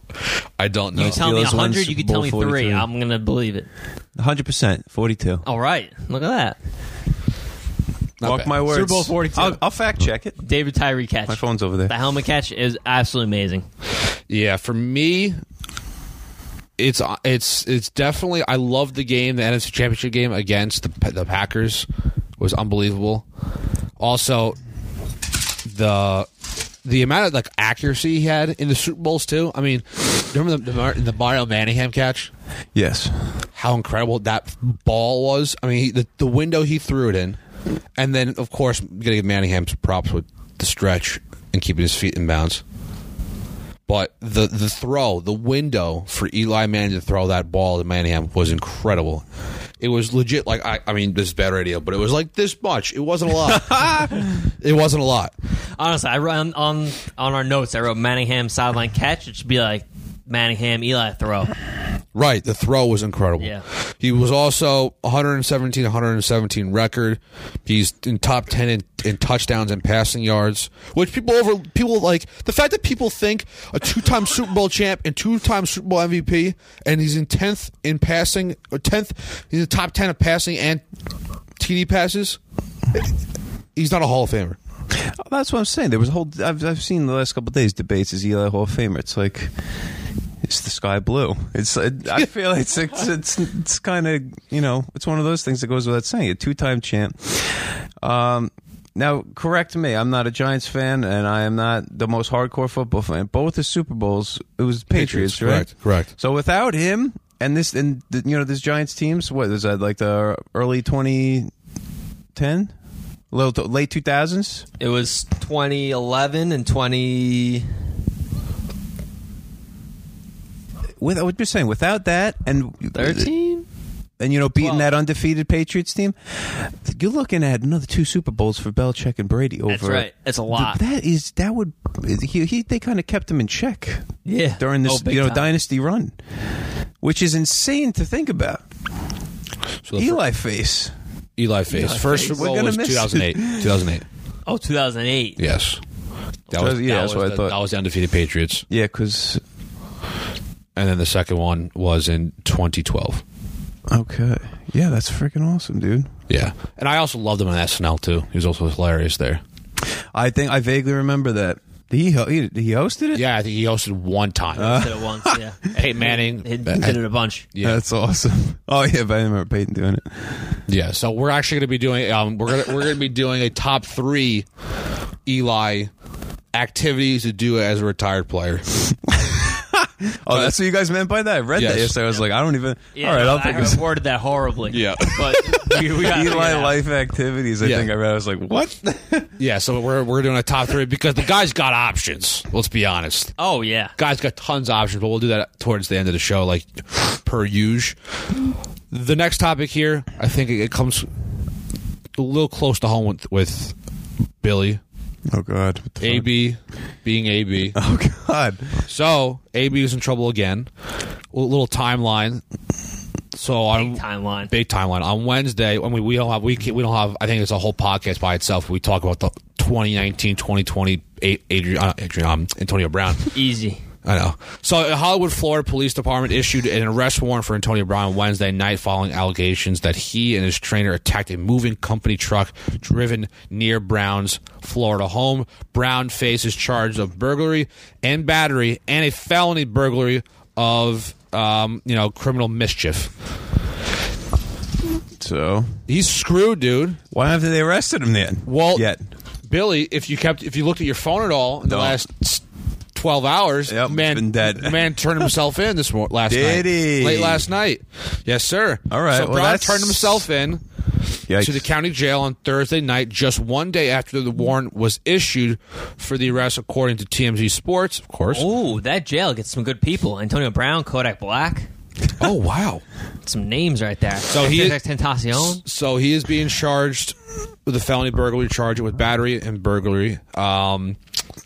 [SPEAKER 3] I don't know.
[SPEAKER 4] You tell me
[SPEAKER 5] Steelers won
[SPEAKER 4] 100, you
[SPEAKER 5] Super
[SPEAKER 4] can tell
[SPEAKER 5] Bowl
[SPEAKER 4] me
[SPEAKER 5] 43.
[SPEAKER 4] three. I'm going to believe it.
[SPEAKER 5] Hundred percent. Forty-two.
[SPEAKER 4] All right, look at that.
[SPEAKER 3] Not
[SPEAKER 5] Mark
[SPEAKER 3] bad.
[SPEAKER 5] my words.
[SPEAKER 4] Super Bowl 42.
[SPEAKER 5] I'll, I'll fact check it.
[SPEAKER 4] David Tyree catch.
[SPEAKER 5] My phone's over there.
[SPEAKER 4] The helmet catch is absolutely amazing.
[SPEAKER 3] Yeah, for me, it's it's it's definitely. I love the game, the NFC Championship game against the the Packers was unbelievable. Also, the the amount of like accuracy he had in the Super Bowls too. I mean, remember the the, Mar- the Mario Manningham catch?
[SPEAKER 5] Yes.
[SPEAKER 3] How incredible that ball was! I mean, he, the the window he threw it in, and then of course, gonna give Manningham some props with the stretch and keeping his feet in bounds. But the the throw, the window for Eli Manning to throw that ball to Manningham was incredible. It was legit. Like I, I mean, this is bad radio, but it was like this much. It wasn't a lot. it wasn't a lot.
[SPEAKER 4] Honestly, I wrote on, on on our notes. I wrote Manningham sideline catch. It should be like Manningham Eli throw.
[SPEAKER 3] Right, the throw was incredible.
[SPEAKER 4] Yeah.
[SPEAKER 3] He was also 117 117 record. He's in top 10 in, in touchdowns and passing yards, which people over people like the fact that people think a two-time Super Bowl champ and two-time Super Bowl MVP and he's in 10th in passing or 10th he's in the top 10 of passing and TD passes. He's not a Hall of Famer.
[SPEAKER 5] Oh, that's what I'm saying. There was a whole. I've, I've seen the last couple of days debates is Eli Hall of Famer. It's like it's the sky blue. It's
[SPEAKER 3] <laughs>
[SPEAKER 5] it, I feel it's it's it's, it's kind of you know it's one of those things that goes without saying. A two time champ. Um, now correct me. I'm not a Giants fan, and I am not the most hardcore football fan. Both the Super Bowls, it was Patriots,
[SPEAKER 3] Patriots,
[SPEAKER 5] right?
[SPEAKER 3] correct, correct.
[SPEAKER 5] So without him. And this, and the, you know, this Giants teams. What is that? Like the early twenty ten, little late two thousands.
[SPEAKER 4] It was 2011 and 20.
[SPEAKER 5] with I was just saying without that and
[SPEAKER 4] 13?
[SPEAKER 5] and you know beating
[SPEAKER 4] Twelve.
[SPEAKER 5] that undefeated Patriots team, you're looking at another two Super Bowls for Belichick and Brady over.
[SPEAKER 4] That's right. Ah. It's a
[SPEAKER 5] Th-
[SPEAKER 4] lot.
[SPEAKER 5] that is that would he, he they kind of kept him in check
[SPEAKER 4] Yeah.
[SPEAKER 5] during
[SPEAKER 4] Oh,
[SPEAKER 5] this
[SPEAKER 4] big
[SPEAKER 5] you know
[SPEAKER 4] time.
[SPEAKER 5] dynasty run, which is insane to think about.
[SPEAKER 3] So the fir-
[SPEAKER 5] Eli face.
[SPEAKER 3] Eli face. First Super
[SPEAKER 5] We're
[SPEAKER 3] Bowl
[SPEAKER 5] gonna
[SPEAKER 3] was
[SPEAKER 5] miss it.
[SPEAKER 3] 2008. 2008.
[SPEAKER 4] Oh, 2008. <laughs>
[SPEAKER 3] Yes. That was,
[SPEAKER 5] Yeah,
[SPEAKER 3] that was
[SPEAKER 5] that's what I
[SPEAKER 3] the-
[SPEAKER 5] thought.
[SPEAKER 3] that was the undefeated Patriots.
[SPEAKER 5] Yeah, because
[SPEAKER 3] and then the second one was in 2012.
[SPEAKER 5] okay, yeah, that's freaking awesome, dude.
[SPEAKER 3] Yeah, and I also loved him on SNL too. He was also hilarious there.
[SPEAKER 5] I think I vaguely remember that he ho- he, he hosted it.
[SPEAKER 3] Yeah, I think he hosted one time.
[SPEAKER 4] Said it once, yeah.
[SPEAKER 3] Peyton Manning.
[SPEAKER 4] He did it a bunch.
[SPEAKER 3] yeah.
[SPEAKER 5] That's awesome. <laughs> Oh yeah, but I remember Peyton doing it.
[SPEAKER 3] yeah, so we're actually going to be doing um, we're gonna, we're going to be doing a top three Eli activities to do as a retired player.
[SPEAKER 5] Oh, that's what you guys meant by that. I read
[SPEAKER 3] Yes.
[SPEAKER 5] that yesterday. I was like, I don't even.
[SPEAKER 4] Yeah,
[SPEAKER 5] All right,
[SPEAKER 4] no,
[SPEAKER 5] I'll
[SPEAKER 4] I
[SPEAKER 5] think.
[SPEAKER 4] heard-
[SPEAKER 5] of
[SPEAKER 4] worded that horribly.
[SPEAKER 3] Yeah.
[SPEAKER 4] But we, we <laughs> gotta figure it
[SPEAKER 5] Eli
[SPEAKER 4] out.
[SPEAKER 5] life activities. I
[SPEAKER 3] Yeah.
[SPEAKER 5] think I read. I was
[SPEAKER 4] <laughs>
[SPEAKER 5] like, what?
[SPEAKER 3] Yeah, so we're we're doing a top three because the guy's got options. Let's be honest.
[SPEAKER 4] Oh, yeah.
[SPEAKER 3] Guys got tons of options, but we'll do that towards the end of the show, like per usual. The next topic here, I think it, it comes a little close to home with, with Billy,
[SPEAKER 5] oh God. What the fuck? <laughs>
[SPEAKER 3] AB being AB.
[SPEAKER 5] Oh God.
[SPEAKER 3] So AB is in trouble again. A little timeline. So on
[SPEAKER 4] Big timeline.
[SPEAKER 3] big timeline on Wednesday. I mean, we don't have we can, we don't have. I think it's a whole podcast by itself. We talk about the 2019, 2020 Adrian, uh, Adrian um, Antonio Brown.
[SPEAKER 4] Easy.
[SPEAKER 3] I know. So, the Hollywood, Florida Police Department issued an arrest warrant for Antonio Brown Wednesday night following allegations that he and his trainer attacked a moving company truck driven near Brown's Florida home. Brown faces charges of burglary and battery and a felony burglary of um, you know criminal mischief.
[SPEAKER 5] So
[SPEAKER 3] He's screwed, dude.
[SPEAKER 5] why haven't they arrested him then?
[SPEAKER 3] Well,
[SPEAKER 5] yet.
[SPEAKER 3] Billy, if you kept if you looked at your phone at all in the
[SPEAKER 5] No.
[SPEAKER 3] last twelve hours.
[SPEAKER 5] Yep,
[SPEAKER 3] man,
[SPEAKER 5] been dead.
[SPEAKER 3] Man turned himself in this morning. Last
[SPEAKER 5] Did
[SPEAKER 3] night,
[SPEAKER 5] he?
[SPEAKER 3] late last night. Yes, sir.
[SPEAKER 5] All right,
[SPEAKER 3] So
[SPEAKER 5] well,
[SPEAKER 3] Brown
[SPEAKER 5] that's-
[SPEAKER 3] turned himself in
[SPEAKER 5] Yikes.
[SPEAKER 3] to the county jail on Thursday night, just one day after the warrant was issued for the arrest, according to TMZ Sports. Of
[SPEAKER 5] Oh,
[SPEAKER 3] course.
[SPEAKER 4] Ooh, that jail gets some good people. Antonio Brown, Kodak Black,
[SPEAKER 3] oh wow.
[SPEAKER 4] some names right there.
[SPEAKER 3] So he- <laughs>
[SPEAKER 4] Tentacion.
[SPEAKER 3] So he is being charged with a felony burglary charge with battery and burglary. Um,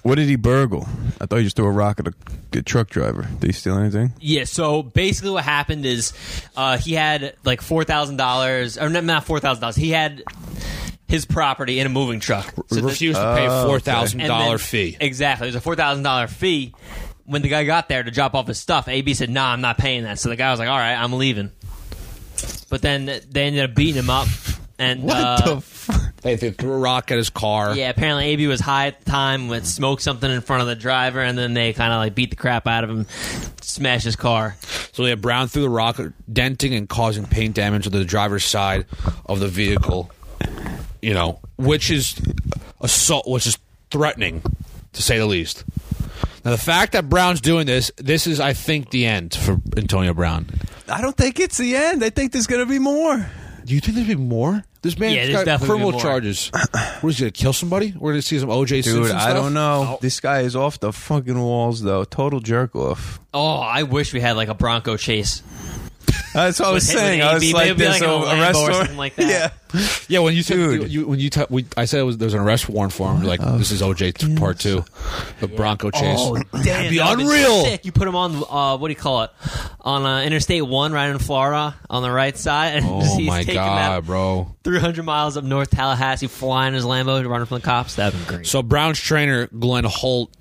[SPEAKER 5] What did he burgle? I thought he just threw a rock at a, a truck driver. Did he steal anything?
[SPEAKER 4] Yeah. So basically, what happened is uh, he had like four thousand dollars, or no, not four thousand dollars. He had his property in a moving truck. uh, So the-
[SPEAKER 3] refused to
[SPEAKER 5] Oh,
[SPEAKER 3] pay a four thousand thousand
[SPEAKER 4] and then-
[SPEAKER 3] dollar fee.
[SPEAKER 4] Exactly. It was a four thousand dollar fee. When the guy got there to drop off his stuff, AB said, "Nah, I'm not paying that." So the guy was like, "All right, I'm leaving." But then they ended up beating him up, and uh,
[SPEAKER 3] They, they threw a rock at his car.
[SPEAKER 4] yeah, apparently AB was high at the time, would smoke something in front of the driver, and then they kind of like beat the crap out of him, smash his car.
[SPEAKER 3] So yeah, Brown threw the rock, denting and causing paint damage to the driver's side of the vehicle. You know, which is assault, which is threatening, to say the least. Now the fact that Brown's doing this, this is, I think, the end for Antonio Brown.
[SPEAKER 5] I don't think it's the end. I think there's going to be more.
[SPEAKER 3] Do you think there'd be more? This man's
[SPEAKER 4] Yeah, there's
[SPEAKER 3] got
[SPEAKER 4] definitely
[SPEAKER 3] criminal
[SPEAKER 4] be more.
[SPEAKER 3] charges. What is he gonna kill somebody? We're gonna see some OJ
[SPEAKER 5] Dude,
[SPEAKER 3] Simpson
[SPEAKER 5] I
[SPEAKER 3] stuff?
[SPEAKER 5] don't know. This guy is off the fucking walls, though. Total jerk off.
[SPEAKER 4] Oh, I wish we had like a Bronco chase.
[SPEAKER 5] That's what I was
[SPEAKER 4] With- with
[SPEAKER 5] saying. I
[SPEAKER 4] AB,
[SPEAKER 5] was
[SPEAKER 4] maybe
[SPEAKER 5] like,
[SPEAKER 4] like
[SPEAKER 5] there's
[SPEAKER 4] in a
[SPEAKER 5] a
[SPEAKER 4] Lambo or
[SPEAKER 5] arrest warrant.
[SPEAKER 4] something like that.
[SPEAKER 5] <laughs> Yeah.
[SPEAKER 3] Yeah, when you said
[SPEAKER 5] Dude.
[SPEAKER 3] you, when you t- we, I said it was there's an arrest warrant for him. You're like this is OJ t- part two, the Bronco chase.
[SPEAKER 4] Oh, damn!
[SPEAKER 3] be
[SPEAKER 4] that'd
[SPEAKER 3] unreal.
[SPEAKER 4] sick. You put him on uh, what do you call it? On uh, Interstate One, right in Florida, on the right side, and <laughs>
[SPEAKER 3] Oh
[SPEAKER 4] he's
[SPEAKER 3] my
[SPEAKER 4] taking
[SPEAKER 3] god,
[SPEAKER 4] that
[SPEAKER 3] bro!
[SPEAKER 4] 300 miles up north Tallahassee, flying his Lambo, running from the cops. That'd been great.
[SPEAKER 3] So Brown's trainer Glenn Holt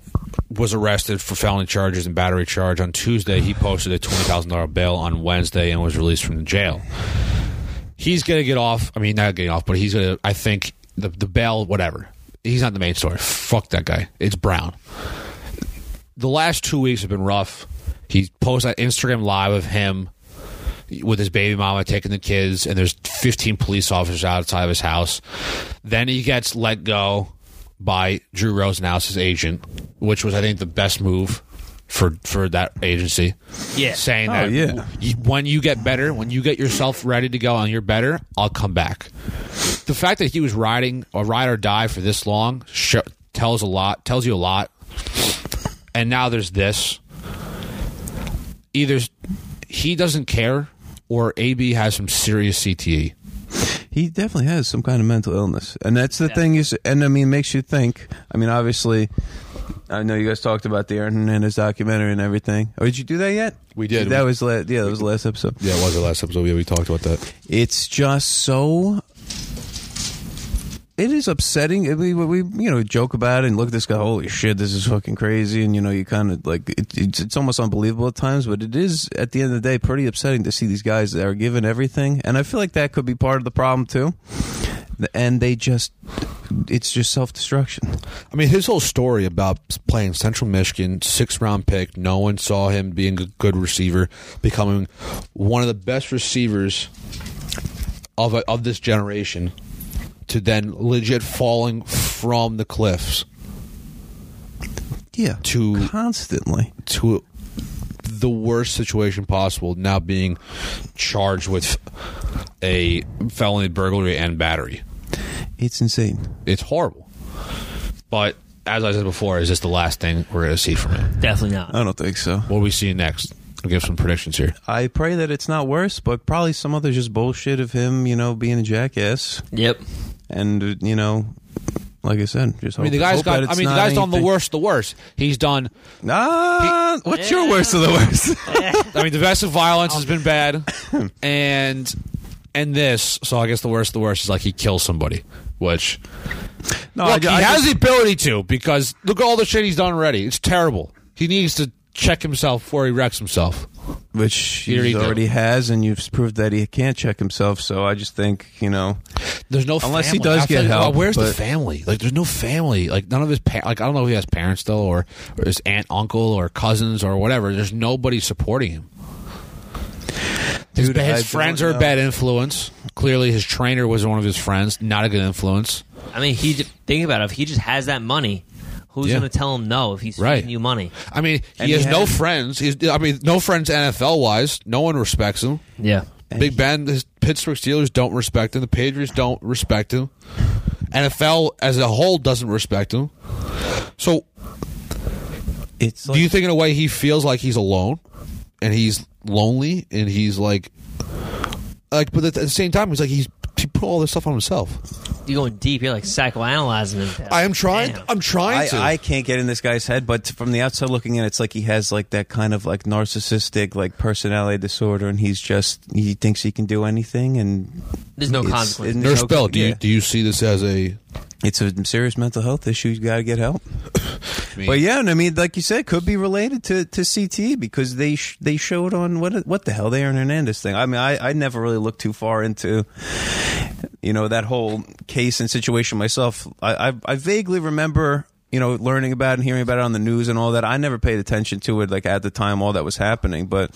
[SPEAKER 3] was arrested for felony charges and battery charge on Tuesday. He posted a twenty thousand dollar bail on Wednesday and was released from the jail. He's gonna get off. I mean, not getting off, but he's gonna. I think the the bail, whatever. He's not the main story. Fuck that guy. It's Brown. The last two weeks have been rough. He posted on Instagram live of him with his baby mama taking the kids, and there's 15 police officers outside of his house. Then he gets let go by Drew Rosenhaus, his agent, which was, I think, the best move for for that agency.
[SPEAKER 4] Yeah.
[SPEAKER 3] saying
[SPEAKER 5] Oh,
[SPEAKER 3] that
[SPEAKER 5] yeah.
[SPEAKER 3] you- when you get better, when you get yourself ready to go and you're better, I'll come back. The fact that he was riding a ride or die for this long sh- tells a lot. Tells you a lot. And now there's this either he doesn't care or AB has some serious E. CTE.
[SPEAKER 5] He definitely has some kind of mental illness, and that's the thing is, and I mean, it makes you think. I mean, obviously, I know you guys talked about the Aaron Hernandez documentary and everything. Oh, did you do that yet?
[SPEAKER 3] We did.
[SPEAKER 5] That
[SPEAKER 3] We-
[SPEAKER 5] was la- yeah, that was the last episode.
[SPEAKER 3] Yeah, it was the last episode. We, we talked about that.
[SPEAKER 5] It's just so. It is upsetting. I mean, We, we you know joke about it and look at this guy. Holy shit, this is fucking crazy. And you know you kind of like it, it's it's almost unbelievable at times, but it is at the end of the day pretty upsetting to see these guys that are given everything. And I feel like that could be part of the problem too. And they just, it's just self destruction.
[SPEAKER 3] I mean, his whole story about playing Central Michigan, six round pick, no one saw him being a good receiver, becoming one of the best receivers of, a, of this generation, to then legit falling from the cliffs
[SPEAKER 5] Yeah,
[SPEAKER 3] To-
[SPEAKER 5] constantly.
[SPEAKER 3] to the worst situation possible, now being charged with a felony burglary and battery.
[SPEAKER 5] It's insane.
[SPEAKER 3] it's horrible. But as I said before, is this the last thing we're going to see from him?
[SPEAKER 4] Definitely not.
[SPEAKER 5] I don't think so.
[SPEAKER 3] What are we seeing next? I'll give some predictions here.
[SPEAKER 5] I pray that it's not worse, but probably some other just bullshit of him, you know, being a jackass.
[SPEAKER 4] Yep.
[SPEAKER 5] and uh, you know, like I said, just.
[SPEAKER 3] I mean, the guy's got. I mean, the guy's done the worst. The worst. He's done.
[SPEAKER 5] Nah, what's your worst of the <laughs> worst?
[SPEAKER 3] I mean, domestic violence has been <coughs> bad, and and this. So I guess the worst. The worst is like he kills somebody, which
[SPEAKER 5] no,
[SPEAKER 3] look,
[SPEAKER 5] ju-
[SPEAKER 3] he has
[SPEAKER 5] just-
[SPEAKER 3] the ability to because look at all the shit he's done already. It's terrible. He needs to check himself before he wrecks himself.
[SPEAKER 5] which
[SPEAKER 3] Here he
[SPEAKER 5] he
[SPEAKER 3] go.
[SPEAKER 5] already has, and you've proved that he can't check himself. So I just think you know,
[SPEAKER 3] There's no
[SPEAKER 5] Unless he
[SPEAKER 3] family.
[SPEAKER 5] does
[SPEAKER 3] I feel
[SPEAKER 5] get
[SPEAKER 3] like,
[SPEAKER 5] help,
[SPEAKER 3] Well, where's the
[SPEAKER 5] but-
[SPEAKER 3] family? Like, there's no family. Like, none of his pa- like I don't know if he has parents though, or, or his aunt, uncle, or cousins, or whatever. There's nobody supporting him. His,
[SPEAKER 5] Dude,
[SPEAKER 3] his
[SPEAKER 5] I don't
[SPEAKER 3] friends are a
[SPEAKER 5] know.
[SPEAKER 3] bad influence. Clearly, his trainer was one of his friends. Not a good influence.
[SPEAKER 4] I mean, he j- think about it. If he just has that money, Who's
[SPEAKER 3] Yeah.
[SPEAKER 4] going to tell him no if he's
[SPEAKER 3] Right.
[SPEAKER 4] feeding you money?
[SPEAKER 3] I mean, he
[SPEAKER 5] And
[SPEAKER 3] has
[SPEAKER 5] he
[SPEAKER 3] no
[SPEAKER 5] had-
[SPEAKER 3] friends. He's, I mean, no friends NFL wise. No one respects him.
[SPEAKER 4] Yeah.
[SPEAKER 3] Big Ben, his Pittsburgh Steelers don't respect him. The Patriots don't respect him. NFL as a whole doesn't respect him. So,
[SPEAKER 5] It's like,
[SPEAKER 3] do you think in a way he feels like he's alone and he's lonely and he's like, like, but at the same time, he's like he's he put all this stuff on himself.
[SPEAKER 4] You're going deep. You're like psychoanalyzing him.
[SPEAKER 3] I am trying.
[SPEAKER 4] Damn.
[SPEAKER 3] I'm trying
[SPEAKER 5] I,
[SPEAKER 3] to.
[SPEAKER 5] I can't get in this guy's head, but from the outside looking in, it's like he has like that kind of like narcissistic like personality disorder, and he's just he thinks he can do anything, and
[SPEAKER 4] There's no
[SPEAKER 5] it's-
[SPEAKER 4] consequence.
[SPEAKER 5] and
[SPEAKER 3] Nurse
[SPEAKER 5] no-
[SPEAKER 3] Bell, do you
[SPEAKER 5] yeah.
[SPEAKER 3] do you see this as a?
[SPEAKER 5] it's a serious mental health issue. You got to
[SPEAKER 3] <coughs>
[SPEAKER 5] get help.
[SPEAKER 3] mean-
[SPEAKER 5] but yeah, and I mean, like you said, could be related to to CT because they sh- they showed on what what the hell the Aaron Hernandez thing. I mean, I I never really looked too far into. You know that whole case and situation myself. I I, I vaguely remember you know learning about it and hearing about it on the news and all that. I never paid attention to it like at the time all that was happening, but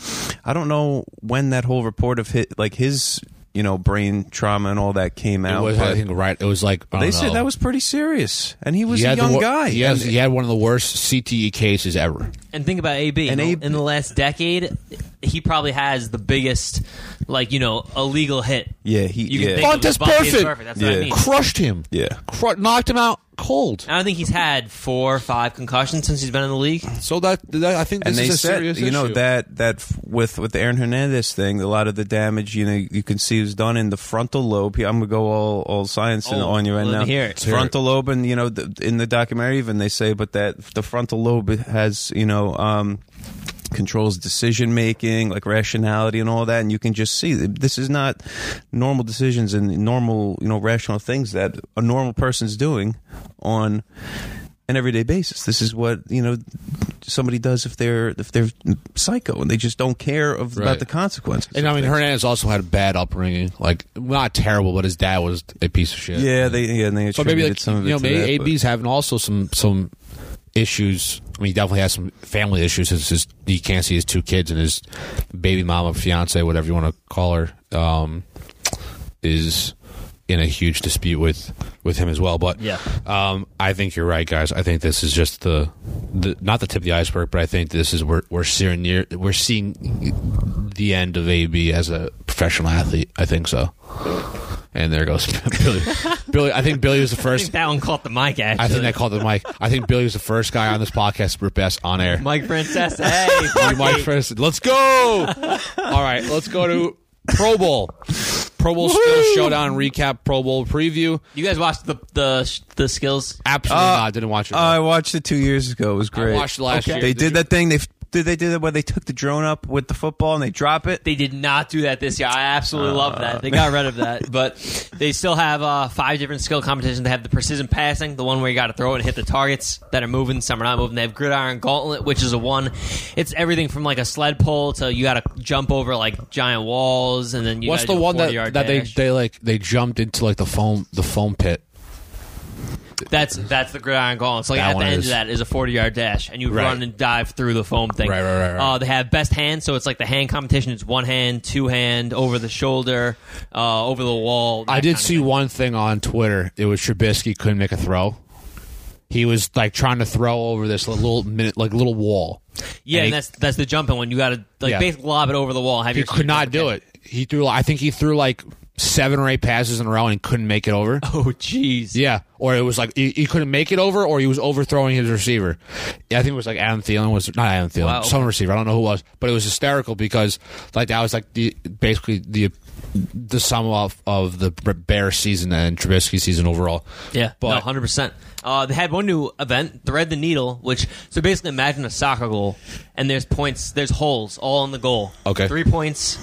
[SPEAKER 5] I don't know when that whole report of hit like his you know brain trauma and all that came
[SPEAKER 3] It
[SPEAKER 5] out.
[SPEAKER 3] was,
[SPEAKER 5] but-
[SPEAKER 3] I think right. It was like I don't
[SPEAKER 5] they
[SPEAKER 3] know.
[SPEAKER 5] said that was pretty serious, and he was
[SPEAKER 3] He
[SPEAKER 5] a
[SPEAKER 3] had Oh, the
[SPEAKER 5] young
[SPEAKER 3] wor-
[SPEAKER 5] guy.
[SPEAKER 3] He, has,
[SPEAKER 5] And-
[SPEAKER 3] he had one of the worst CTE cases ever.
[SPEAKER 4] And think about AB.
[SPEAKER 5] And
[SPEAKER 4] in,
[SPEAKER 5] AB
[SPEAKER 4] in the last decade, he probably has the biggest, like you know, illegal hit.
[SPEAKER 5] Yeah, he-
[SPEAKER 4] You can
[SPEAKER 5] yeah.
[SPEAKER 4] think of
[SPEAKER 3] Vontae's
[SPEAKER 4] as Vontae's
[SPEAKER 3] perfect.
[SPEAKER 4] That's what I
[SPEAKER 5] Yeah.
[SPEAKER 4] mean.
[SPEAKER 3] Crushed him.
[SPEAKER 5] Yeah.
[SPEAKER 3] Cru- knocked him out cold.
[SPEAKER 4] I don't think he's had four or five concussions since he's been in the league. <laughs>
[SPEAKER 3] So that, that- I think this
[SPEAKER 5] and they
[SPEAKER 3] is a
[SPEAKER 5] said,
[SPEAKER 3] serious
[SPEAKER 5] you know,
[SPEAKER 3] issue.
[SPEAKER 5] that that f- with with the Aaron Hernandez thing, a lot of the damage, you know, you can see was done in the frontal lobe. Here, I'm gonna go all all science and
[SPEAKER 4] Oh,
[SPEAKER 5] on you right
[SPEAKER 4] let me
[SPEAKER 5] now.
[SPEAKER 4] hear it.
[SPEAKER 5] Frontal lobe, and you know, the, in the documentary, even they say, but that the frontal lobe has, you know. um controls decision making like rationality and all that and you can just see that this is not normal decisions and normal you know rational things that a normal person's doing on an everyday basis this is what you know somebody does if they're if they're psycho and they just don't care of,
[SPEAKER 3] Right.
[SPEAKER 5] about the consequences
[SPEAKER 3] and I
[SPEAKER 5] of
[SPEAKER 3] mean,
[SPEAKER 5] things.
[SPEAKER 3] Hernandez also had a bad upbringing. Like, not terrible, but his dad was a piece of shit.
[SPEAKER 5] yeah they yeah and they
[SPEAKER 3] So maybe,
[SPEAKER 5] attributed
[SPEAKER 3] like,
[SPEAKER 5] some of it
[SPEAKER 3] you know,
[SPEAKER 5] to
[SPEAKER 3] maybe
[SPEAKER 5] that, but-
[SPEAKER 3] AB's having also some some issues. I mean, he definitely has some family issues. His, his, he can't see his two kids, and his baby mama, fiance, whatever you want to call her, um, is in a huge dispute with with him as well. But
[SPEAKER 4] Yeah.
[SPEAKER 3] um, I think you're right, guys. I think this is just the, the not the tip of the iceberg, but I think this is we're we're seeing near we're seeing the end of AB as a professional athlete. I think so. And there goes <laughs> Billy. Billy, I think Billy was the
[SPEAKER 4] I
[SPEAKER 3] first.
[SPEAKER 4] think that one caught the mic. Actually,
[SPEAKER 3] I think that called the mic. I think Billy was the first guy on this podcast to rip ass on air.
[SPEAKER 4] <laughs> Mike Francesa. Hey,
[SPEAKER 3] You Mike first. Let's go. All right, let's go to Pro Bowl. Pro Bowl skills showdown recap. Pro Bowl preview.
[SPEAKER 4] you guys watched the the the skills. Uh,
[SPEAKER 3] Absolutely not. Didn't watch it.
[SPEAKER 5] I watched it two years ago. It was great.
[SPEAKER 3] watched it last Okay. year.
[SPEAKER 5] They
[SPEAKER 3] Did
[SPEAKER 5] did,
[SPEAKER 3] you-
[SPEAKER 5] that thing. They f- did they do that where they took the drone up with the football and they drop it.
[SPEAKER 4] They did not do that this year. I absolutely love that. They got rid
[SPEAKER 3] <laughs>
[SPEAKER 4] of that, but they still have uh, five different skill competitions. They have the precision passing, the one where you got to throw it and hit the targets that are moving. Some are not moving. They have gridiron gauntlet, which is a one. It's everything from like a sled pole to you got to jump over like giant walls, and then you
[SPEAKER 3] What's
[SPEAKER 4] gotta
[SPEAKER 3] the
[SPEAKER 4] do a
[SPEAKER 3] one
[SPEAKER 4] 40-yard
[SPEAKER 3] that that they,
[SPEAKER 4] dash.
[SPEAKER 3] they like they jumped into like the foam the foam pit?
[SPEAKER 4] That's that's the gridiron goal. It's like
[SPEAKER 3] That
[SPEAKER 4] at the
[SPEAKER 3] one
[SPEAKER 4] end
[SPEAKER 3] is-
[SPEAKER 4] of that is a forty yard dash, and you
[SPEAKER 3] Right.
[SPEAKER 4] run and dive through the foam thing.
[SPEAKER 3] Right, right, right, right.
[SPEAKER 4] Uh, they have best hand, so it's like the hand competition. It's one hand, two hand, over the shoulder, uh, over the wall.
[SPEAKER 3] I
[SPEAKER 4] that
[SPEAKER 3] did
[SPEAKER 4] kind of
[SPEAKER 3] see
[SPEAKER 4] thing.
[SPEAKER 3] one thing on Twitter. It was Trubisky couldn't make a throw. He was like trying to throw over this little minute like little wall.
[SPEAKER 4] Yeah,
[SPEAKER 3] and
[SPEAKER 4] and,
[SPEAKER 3] he-
[SPEAKER 4] that's that's the jumping one. You got to like
[SPEAKER 3] Yeah.
[SPEAKER 4] basically lob it over the wall. and Have
[SPEAKER 3] He
[SPEAKER 4] your
[SPEAKER 3] could not do it. He threw. I think he threw like seven or eight passes in a row and couldn't make it over.
[SPEAKER 4] <laughs> Oh jeez.
[SPEAKER 3] Yeah, or it was like he, he couldn't make it over, or he was overthrowing his receiver. Yeah, I think it was like Adam Thielen was not Adam Thielen,
[SPEAKER 4] Wow.
[SPEAKER 3] some receiver. I don't know who it was, but it was hysterical because like that was like the basically the the sum of of the Bear season and Trubisky season overall.
[SPEAKER 4] Yeah,
[SPEAKER 3] but
[SPEAKER 4] no, hundred percent. Uh, they had one new event, thread the needle, which so basically imagine a soccer goal, and there's points, there's holes all in the goal.
[SPEAKER 3] Okay.
[SPEAKER 4] three points,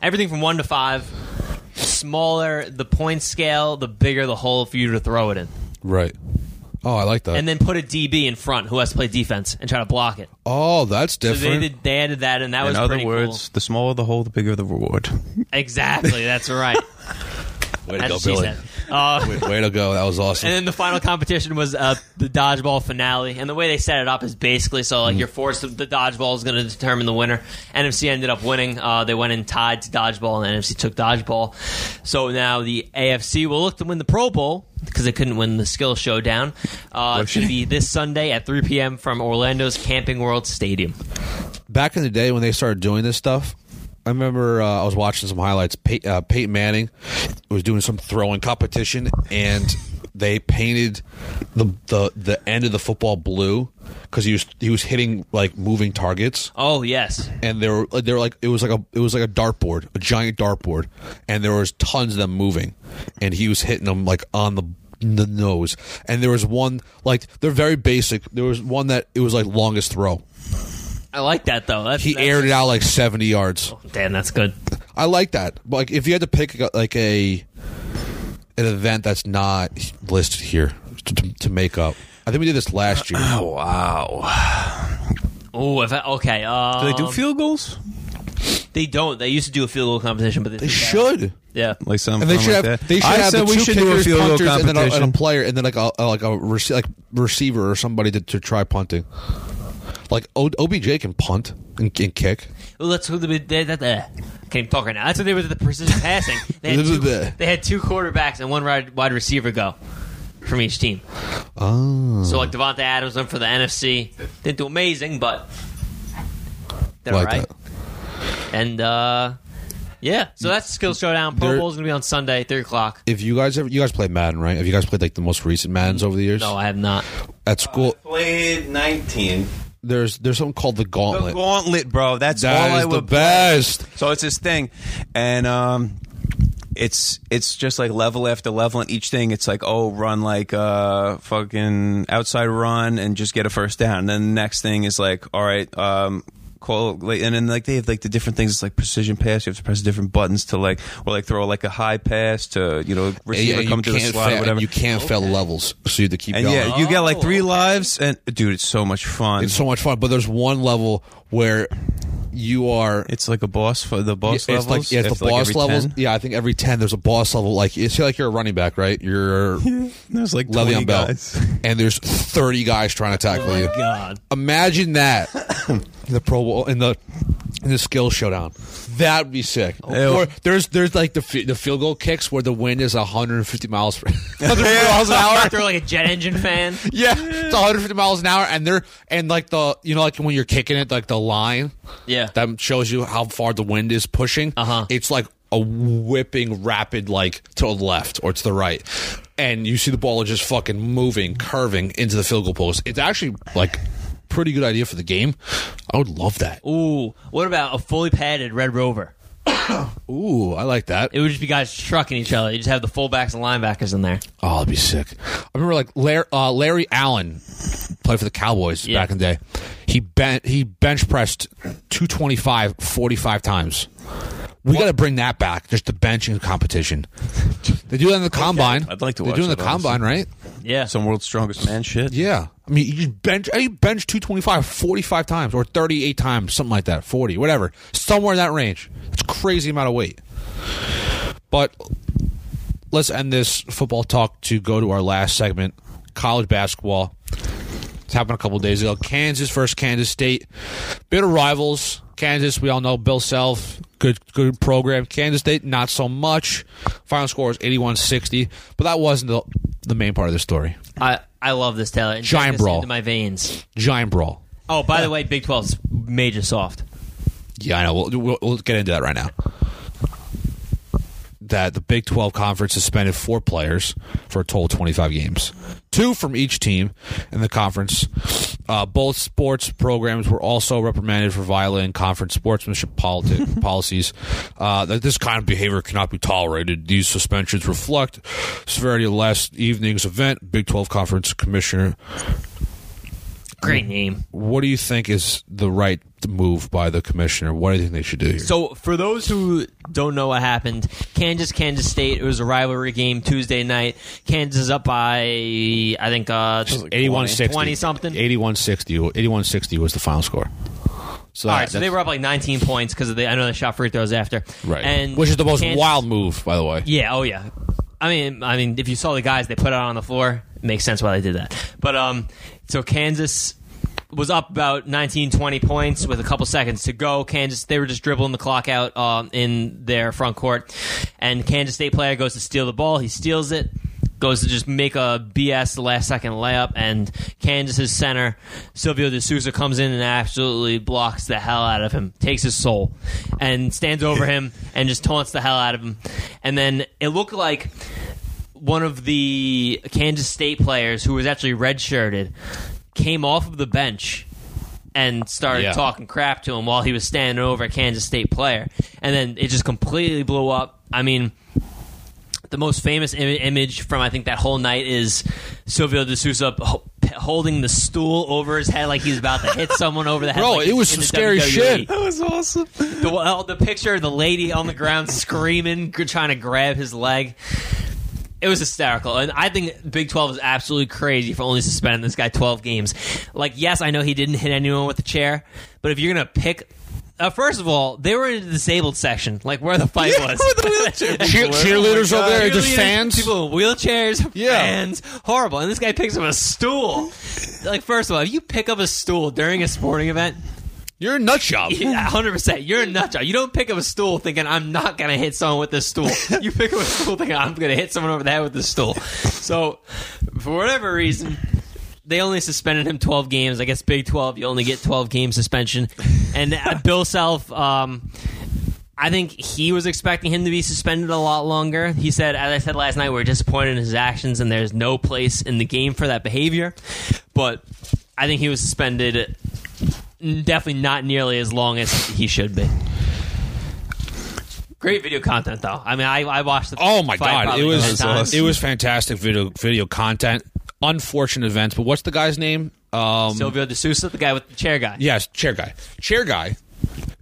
[SPEAKER 4] everything from one to five. Smaller the point scale, the bigger the hole for you to throw it in,
[SPEAKER 3] right. Oh, I like that.
[SPEAKER 4] and then put a DB in front who has to play defense and try to block it.
[SPEAKER 3] oh, that's
[SPEAKER 4] So they
[SPEAKER 3] different.
[SPEAKER 4] did, they added that, and that
[SPEAKER 5] In
[SPEAKER 4] was
[SPEAKER 5] other
[SPEAKER 4] pretty
[SPEAKER 5] words, the smaller the hole, the bigger the reward.
[SPEAKER 4] cool. Exactly, that's
[SPEAKER 5] <laughs>
[SPEAKER 4] right.
[SPEAKER 3] way
[SPEAKER 4] that's what she said. Uh,
[SPEAKER 3] Way to go. That
[SPEAKER 4] <laughs>
[SPEAKER 3] was awesome.
[SPEAKER 4] And then the final competition was uh, the dodgeball finale. And the way they set it up is basically so like you're forced to, the dodgeball is going to determine the winner. NFC ended up winning. Uh, they went in tied to dodgeball, and the NFC took dodgeball. So now the AFC will look to win the Pro Bowl. because they couldn't win the skill showdown. Uh, it's going to be this Sunday at 3 p.m. from Orlando's Camping World Stadium.
[SPEAKER 3] back in the day when they started doing this stuff, I remember uh, I was watching some highlights. Pey- uh, Peyton Manning was doing some throwing competition, and they painted the the, the end of the football blue because he was he was hitting like moving targets,
[SPEAKER 4] Oh yes,
[SPEAKER 3] and they were they were like it was like a it was like a dartboard, a giant dartboard, and there was tons of them moving, and he was hitting them like on the the nose, and there was one like they're very basic. There was one that it was like longest throw.
[SPEAKER 4] I like that though. That's,
[SPEAKER 3] He
[SPEAKER 4] that's-
[SPEAKER 3] aired it out like seventy yards.
[SPEAKER 4] Damn, that's good.
[SPEAKER 3] I like that. Like if you had to pick like a an event that's not listed here to, to, to make up. I think we did this last year.
[SPEAKER 5] Uh, Wow.
[SPEAKER 4] Oh, if I, okay. Um,
[SPEAKER 5] Do they do field goals?
[SPEAKER 4] They don't. They used to do a field goal competition, but they,
[SPEAKER 3] They should.
[SPEAKER 4] Yeah.
[SPEAKER 5] Like some
[SPEAKER 3] And they
[SPEAKER 5] fun
[SPEAKER 3] should
[SPEAKER 5] like
[SPEAKER 3] have.
[SPEAKER 5] that?
[SPEAKER 3] They should
[SPEAKER 5] I
[SPEAKER 3] have
[SPEAKER 5] said
[SPEAKER 3] the
[SPEAKER 5] we
[SPEAKER 3] two
[SPEAKER 5] should
[SPEAKER 3] kickers,
[SPEAKER 5] do a field
[SPEAKER 3] punters,
[SPEAKER 5] goal
[SPEAKER 3] and then a,
[SPEAKER 5] competition.
[SPEAKER 3] and a player, and then like a, a- like a rece- like receiver or somebody to, to try punting. Like o, OBJ can punt and, and kick.
[SPEAKER 4] Well, that's who the they, that the can't talk right now. That's what they were the
[SPEAKER 3] <laughs>
[SPEAKER 4] precision passing. They had,
[SPEAKER 3] This is
[SPEAKER 4] two,
[SPEAKER 3] the-
[SPEAKER 4] they had two quarterbacks and one wide, wide receiver go from each team. Oh. So like Devonta Adams went for the NFC. Didn't do amazing, but they're
[SPEAKER 3] Like
[SPEAKER 4] all right. And uh, yeah, so that's the skill showdown. Pro
[SPEAKER 3] There-
[SPEAKER 4] Bowl's gonna be on Sunday, three o'clock.
[SPEAKER 3] If you guys ever, you guys played Madden, right? Have you guys played like the most recent Maddens over the years?
[SPEAKER 4] No, I have not.
[SPEAKER 3] At school,
[SPEAKER 5] Played 19.
[SPEAKER 3] there's there's something called the
[SPEAKER 5] Uh, The
[SPEAKER 3] Gauntlet.
[SPEAKER 5] gauntlet, bro. That's all
[SPEAKER 3] that
[SPEAKER 5] I
[SPEAKER 3] is the
[SPEAKER 5] would
[SPEAKER 3] best.
[SPEAKER 5] So it's this thing, and um, it's it's just like level after level, and each thing it's like oh run like uh fucking outside run and just get a first down. And then the next thing is like all right um. Call, like, and then like they have like the different things. It's like precision pass. You have to press different buttons to like, or like throw like a high pass to you know
[SPEAKER 3] Yeah,
[SPEAKER 5] receiver come to the
[SPEAKER 3] can't
[SPEAKER 5] slot
[SPEAKER 3] fail-
[SPEAKER 5] or whatever.
[SPEAKER 3] You can't fail levels, so you have to keep
[SPEAKER 5] and
[SPEAKER 3] going.
[SPEAKER 5] yeah, you get like
[SPEAKER 4] Oh,
[SPEAKER 5] three
[SPEAKER 4] okay.
[SPEAKER 5] lives, and dude, it's so much fun.
[SPEAKER 3] it's
[SPEAKER 5] It's,
[SPEAKER 3] so much fun. But there's one level where you are.
[SPEAKER 5] like a boss for the boss
[SPEAKER 3] it's
[SPEAKER 5] levels.
[SPEAKER 3] like yeah, it's the
[SPEAKER 5] after, like,
[SPEAKER 3] boss
[SPEAKER 5] every
[SPEAKER 3] levels.
[SPEAKER 5] 10.
[SPEAKER 3] Yeah, I think every ten there's a boss level. Like you see, like you're a running back, right?
[SPEAKER 5] <laughs>
[SPEAKER 3] You're
[SPEAKER 5] There's like
[SPEAKER 3] Le'Veon
[SPEAKER 5] twenty
[SPEAKER 3] Bell,
[SPEAKER 5] <laughs> guys.
[SPEAKER 3] <laughs>
[SPEAKER 5] Oh
[SPEAKER 3] and there's thirty guys trying to tackle you.
[SPEAKER 4] God,
[SPEAKER 3] Imagine
[SPEAKER 5] <coughs>
[SPEAKER 3] that in the Pro Bowl in the in the skill showdown. That would be sick. Or there's there's like the fi- the field goal kicks where the wind is 150 miles per <laughs> 100 miles an hour.
[SPEAKER 4] they're like a jet
[SPEAKER 3] <laughs>
[SPEAKER 4] engine fan.
[SPEAKER 3] Yeah, it's 150 miles an hour, and they're and like the you know like when you're kicking it, like the line
[SPEAKER 4] Yeah.
[SPEAKER 3] that shows you how far the wind is pushing.
[SPEAKER 4] Uh-huh.
[SPEAKER 3] It's like a whipping rapid, like to the left or to the right, and you see the ball just fucking moving, curving into the field goal post. It's actually like pretty good idea for the game. I would love that.
[SPEAKER 4] Ooh, what about a fully padded Red Rover?
[SPEAKER 3] Ooh, I like that.
[SPEAKER 4] It would just be guys trucking each other. You just have the fullbacks and linebackers in there.
[SPEAKER 3] Oh, that'd be sick. I remember like Larry, uh, Larry Allen played for the Cowboys
[SPEAKER 4] Yeah.
[SPEAKER 3] back in the day. He ben- he bench pressed 225 45 times. We got to bring that back. Just the benching competition. They do that in the combine.
[SPEAKER 5] I'd like to
[SPEAKER 3] They
[SPEAKER 5] watch
[SPEAKER 3] do it in
[SPEAKER 5] that,
[SPEAKER 3] the combine, right?
[SPEAKER 4] Yeah.
[SPEAKER 5] Some world's strongest man shit.
[SPEAKER 3] Yeah. I mean, you bench you bench 225 45 times or 38 times, something like that, 40, whatever. Somewhere in that range. It's a crazy amount of weight. But let's end this football talk to go to our last segment, college basketball. It's happened a couple days ago. Kansas versus Kansas State. Bitter rivals. Kansas, we all know Bill Self, good good program. Kansas State, not so much. Final score was 81-60, but that wasn't the, the main part of the story.
[SPEAKER 4] I, I love this Taylor. It
[SPEAKER 3] Giant
[SPEAKER 4] just
[SPEAKER 3] brawl.
[SPEAKER 4] into my veins.
[SPEAKER 3] Giant brawl.
[SPEAKER 4] Oh, by the way, Big 12's major soft.
[SPEAKER 3] Yeah, I know. We'll, we'll, we'll get into that right now. That the Big 12 conference suspended four players for a total of 25 games, two from each team in the conference. Uh, both sports programs were also reprimanded for violating conference sportsmanship politi- <laughs> policies. Uh, that this kind of behavior cannot be tolerated. These suspensions reflect severity of last evening's event. Big 12 Conference Commissioner
[SPEAKER 4] Great name.
[SPEAKER 3] what do you think is the right move by the commissioner? What do you think they should do here?
[SPEAKER 4] So, for those who don't know what happened, Kansas, Kansas State, it was a rivalry game Tuesday night. Kansas is up by, I think, uh,
[SPEAKER 3] 8160.
[SPEAKER 4] 20 something.
[SPEAKER 3] 8160. 8160 was the final score. So that-
[SPEAKER 4] All right, so
[SPEAKER 3] that's-
[SPEAKER 4] they were up like 19 points because I know they shot free throws after.
[SPEAKER 3] right.
[SPEAKER 4] And
[SPEAKER 3] Which is the most
[SPEAKER 4] Kansas-
[SPEAKER 3] wild move, by the way.
[SPEAKER 4] Yeah. Oh, yeah. I mean, I mean, if you saw the guys they put out on the floor, it makes sense why they did that. But um, so Kansas was up about 19, 20 points with a couple seconds to go. Kansas, they were just dribbling the clock out uh, um, in their front court, and Kansas State player goes to steal the ball. He steals it. goes to just make a BS last second layup, and Kansas's center Silvio De Sousa comes in and absolutely blocks the hell out of him, takes his soul, and stands over him and just taunts the hell out of him, and then it looked like one of the Kansas State players who was actually redshirted came off of the bench and started
[SPEAKER 3] Yeah.
[SPEAKER 4] talking crap to him while he was standing over a Kansas State player. And then it just completely blew up. I mean, the most famous Im- image from I think that whole night is Silvio De Sousa ho- p- holding the stool over his head like he's about to hit someone over the head.
[SPEAKER 3] Bro,
[SPEAKER 4] like
[SPEAKER 3] it was
[SPEAKER 4] in
[SPEAKER 3] some
[SPEAKER 4] the
[SPEAKER 3] scary
[SPEAKER 4] WWE.
[SPEAKER 3] shit.
[SPEAKER 5] That was awesome.
[SPEAKER 4] The, well, the picture of the lady on the ground screaming, g- trying to grab his leg. It was hysterical, and I think Big Twelve is absolutely crazy for only suspending this guy twelve games. Like, yes, I know he didn't hit anyone with a chair, but if you're gonna pick, uh, first of all, they were in the disabled section, like where the fight was. <laughs>
[SPEAKER 3] <laughs> Cheer- cheerleaders over there, just
[SPEAKER 4] Cheerleaders,
[SPEAKER 3] fans.
[SPEAKER 4] Uh, people in wheelchairs, <laughs>
[SPEAKER 3] Yeah.
[SPEAKER 4] fans, horrible. And this guy picks up a stool. like, first of all, if you pick up a stool during a
[SPEAKER 3] <laughs>
[SPEAKER 4] sporting event,
[SPEAKER 3] You're a nut job.
[SPEAKER 4] hundred percent. You're a nut job. You don't pick up a stool thinking I'm not gonna hit someone with
[SPEAKER 3] <laughs>
[SPEAKER 4] this stool. You pick up a stool thinking I'm gonna hit someone over the head with this stool. So, for whatever reason, they only suspended him twelve games. I guess Big Twelve, you only get twelve game suspension. And
[SPEAKER 3] <laughs>
[SPEAKER 4] uh, Bill Self, um, I think he was expecting him to be suspended a lot longer. He said, as I said last night, we're disappointed in his actions, and there's no place in the game for that behavior. But I think he was suspended definitely not nearly as long as he should be. Great video content, though. I mean, I, I watched the.
[SPEAKER 3] Oh my
[SPEAKER 4] fight
[SPEAKER 3] god,
[SPEAKER 4] probably
[SPEAKER 3] it
[SPEAKER 4] 10
[SPEAKER 3] was uh,
[SPEAKER 4] times.
[SPEAKER 3] it was fantastic video video content. Unfortunate events, but what's the guy's name? Um,
[SPEAKER 4] Silvio De Sousa, the guy with the chair guy.
[SPEAKER 3] yes, chair guy. Chair guy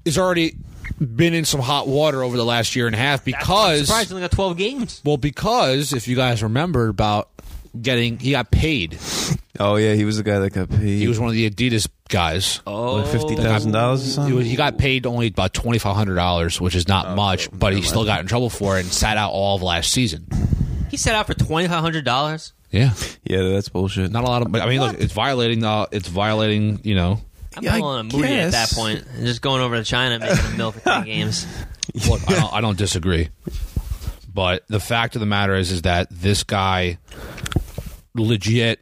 [SPEAKER 3] has already been in some hot water over the last year and a half because
[SPEAKER 4] surprisingly got twelve games.
[SPEAKER 3] well because if you guys remember about getting he got paid.
[SPEAKER 5] Oh yeah, he was the guy that got paid.
[SPEAKER 3] He was one of the Adidas guys.
[SPEAKER 4] Oh.
[SPEAKER 5] like fifty thousand dollars or
[SPEAKER 3] He,
[SPEAKER 5] something.
[SPEAKER 3] was- he got paid only about twenty five hundred dollars, which is
[SPEAKER 4] Oh,
[SPEAKER 3] not much, but he still got in trouble for it and sat out all of last season.
[SPEAKER 4] He set out for twenty five hundred dollars.
[SPEAKER 3] Yeah,
[SPEAKER 5] Yeah, that's bullshit.
[SPEAKER 3] not a lot of. but I mean, look, it's violating. Uh, it's violating. You know,
[SPEAKER 4] I'm
[SPEAKER 5] Yeah, I
[SPEAKER 4] calling him Moody at that
[SPEAKER 5] guess.
[SPEAKER 4] point and just going over to China and making a mill
[SPEAKER 3] <laughs>
[SPEAKER 4] for ten games.
[SPEAKER 3] Look, I don't, I don't disagree, but the fact of the matter is, is that this guy legit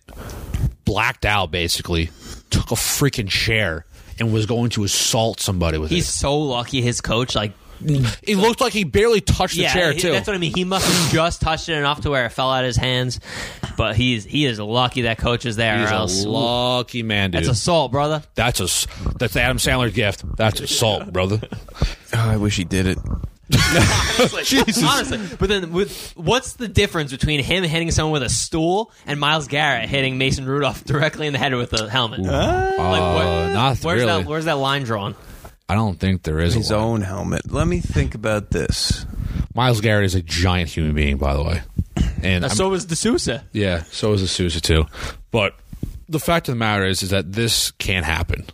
[SPEAKER 3] blacked out. Basically, took a freaking chair and was going to assault somebody with
[SPEAKER 4] He's so lucky. His coach, like,
[SPEAKER 3] it. It looked like he barely touched the
[SPEAKER 4] yeah,
[SPEAKER 3] chair
[SPEAKER 4] he-
[SPEAKER 3] too.
[SPEAKER 4] that's what I mean. He must have just touched it enough to where it fell out of his hands. But he's he is lucky that coach is there,
[SPEAKER 3] He's
[SPEAKER 4] or
[SPEAKER 3] a
[SPEAKER 4] else
[SPEAKER 3] lucky man, dude.
[SPEAKER 4] that's assault,
[SPEAKER 3] <laughs>
[SPEAKER 4] brother.
[SPEAKER 3] That's a s- that's Adam Sandler's gift. That's assault, brother.
[SPEAKER 5] Oh, I wish he did it.
[SPEAKER 4] Honestly, but then with what's the difference between him hitting someone with a stool and Miles Garrett hitting Mason Rudolph directly in the head with a helmet? like what-
[SPEAKER 3] Uh, not
[SPEAKER 4] where's
[SPEAKER 3] really.
[SPEAKER 4] that where's that line drawn?
[SPEAKER 3] I don't think there is.
[SPEAKER 5] His
[SPEAKER 3] a line.
[SPEAKER 5] own helmet. Let me think about this.
[SPEAKER 3] Miles Garrett is a giant human being, by the way. And I'm-
[SPEAKER 4] so was D'Souza.
[SPEAKER 3] yeah, so is D'Souza too. But the fact of the matter is, is that this can't happen.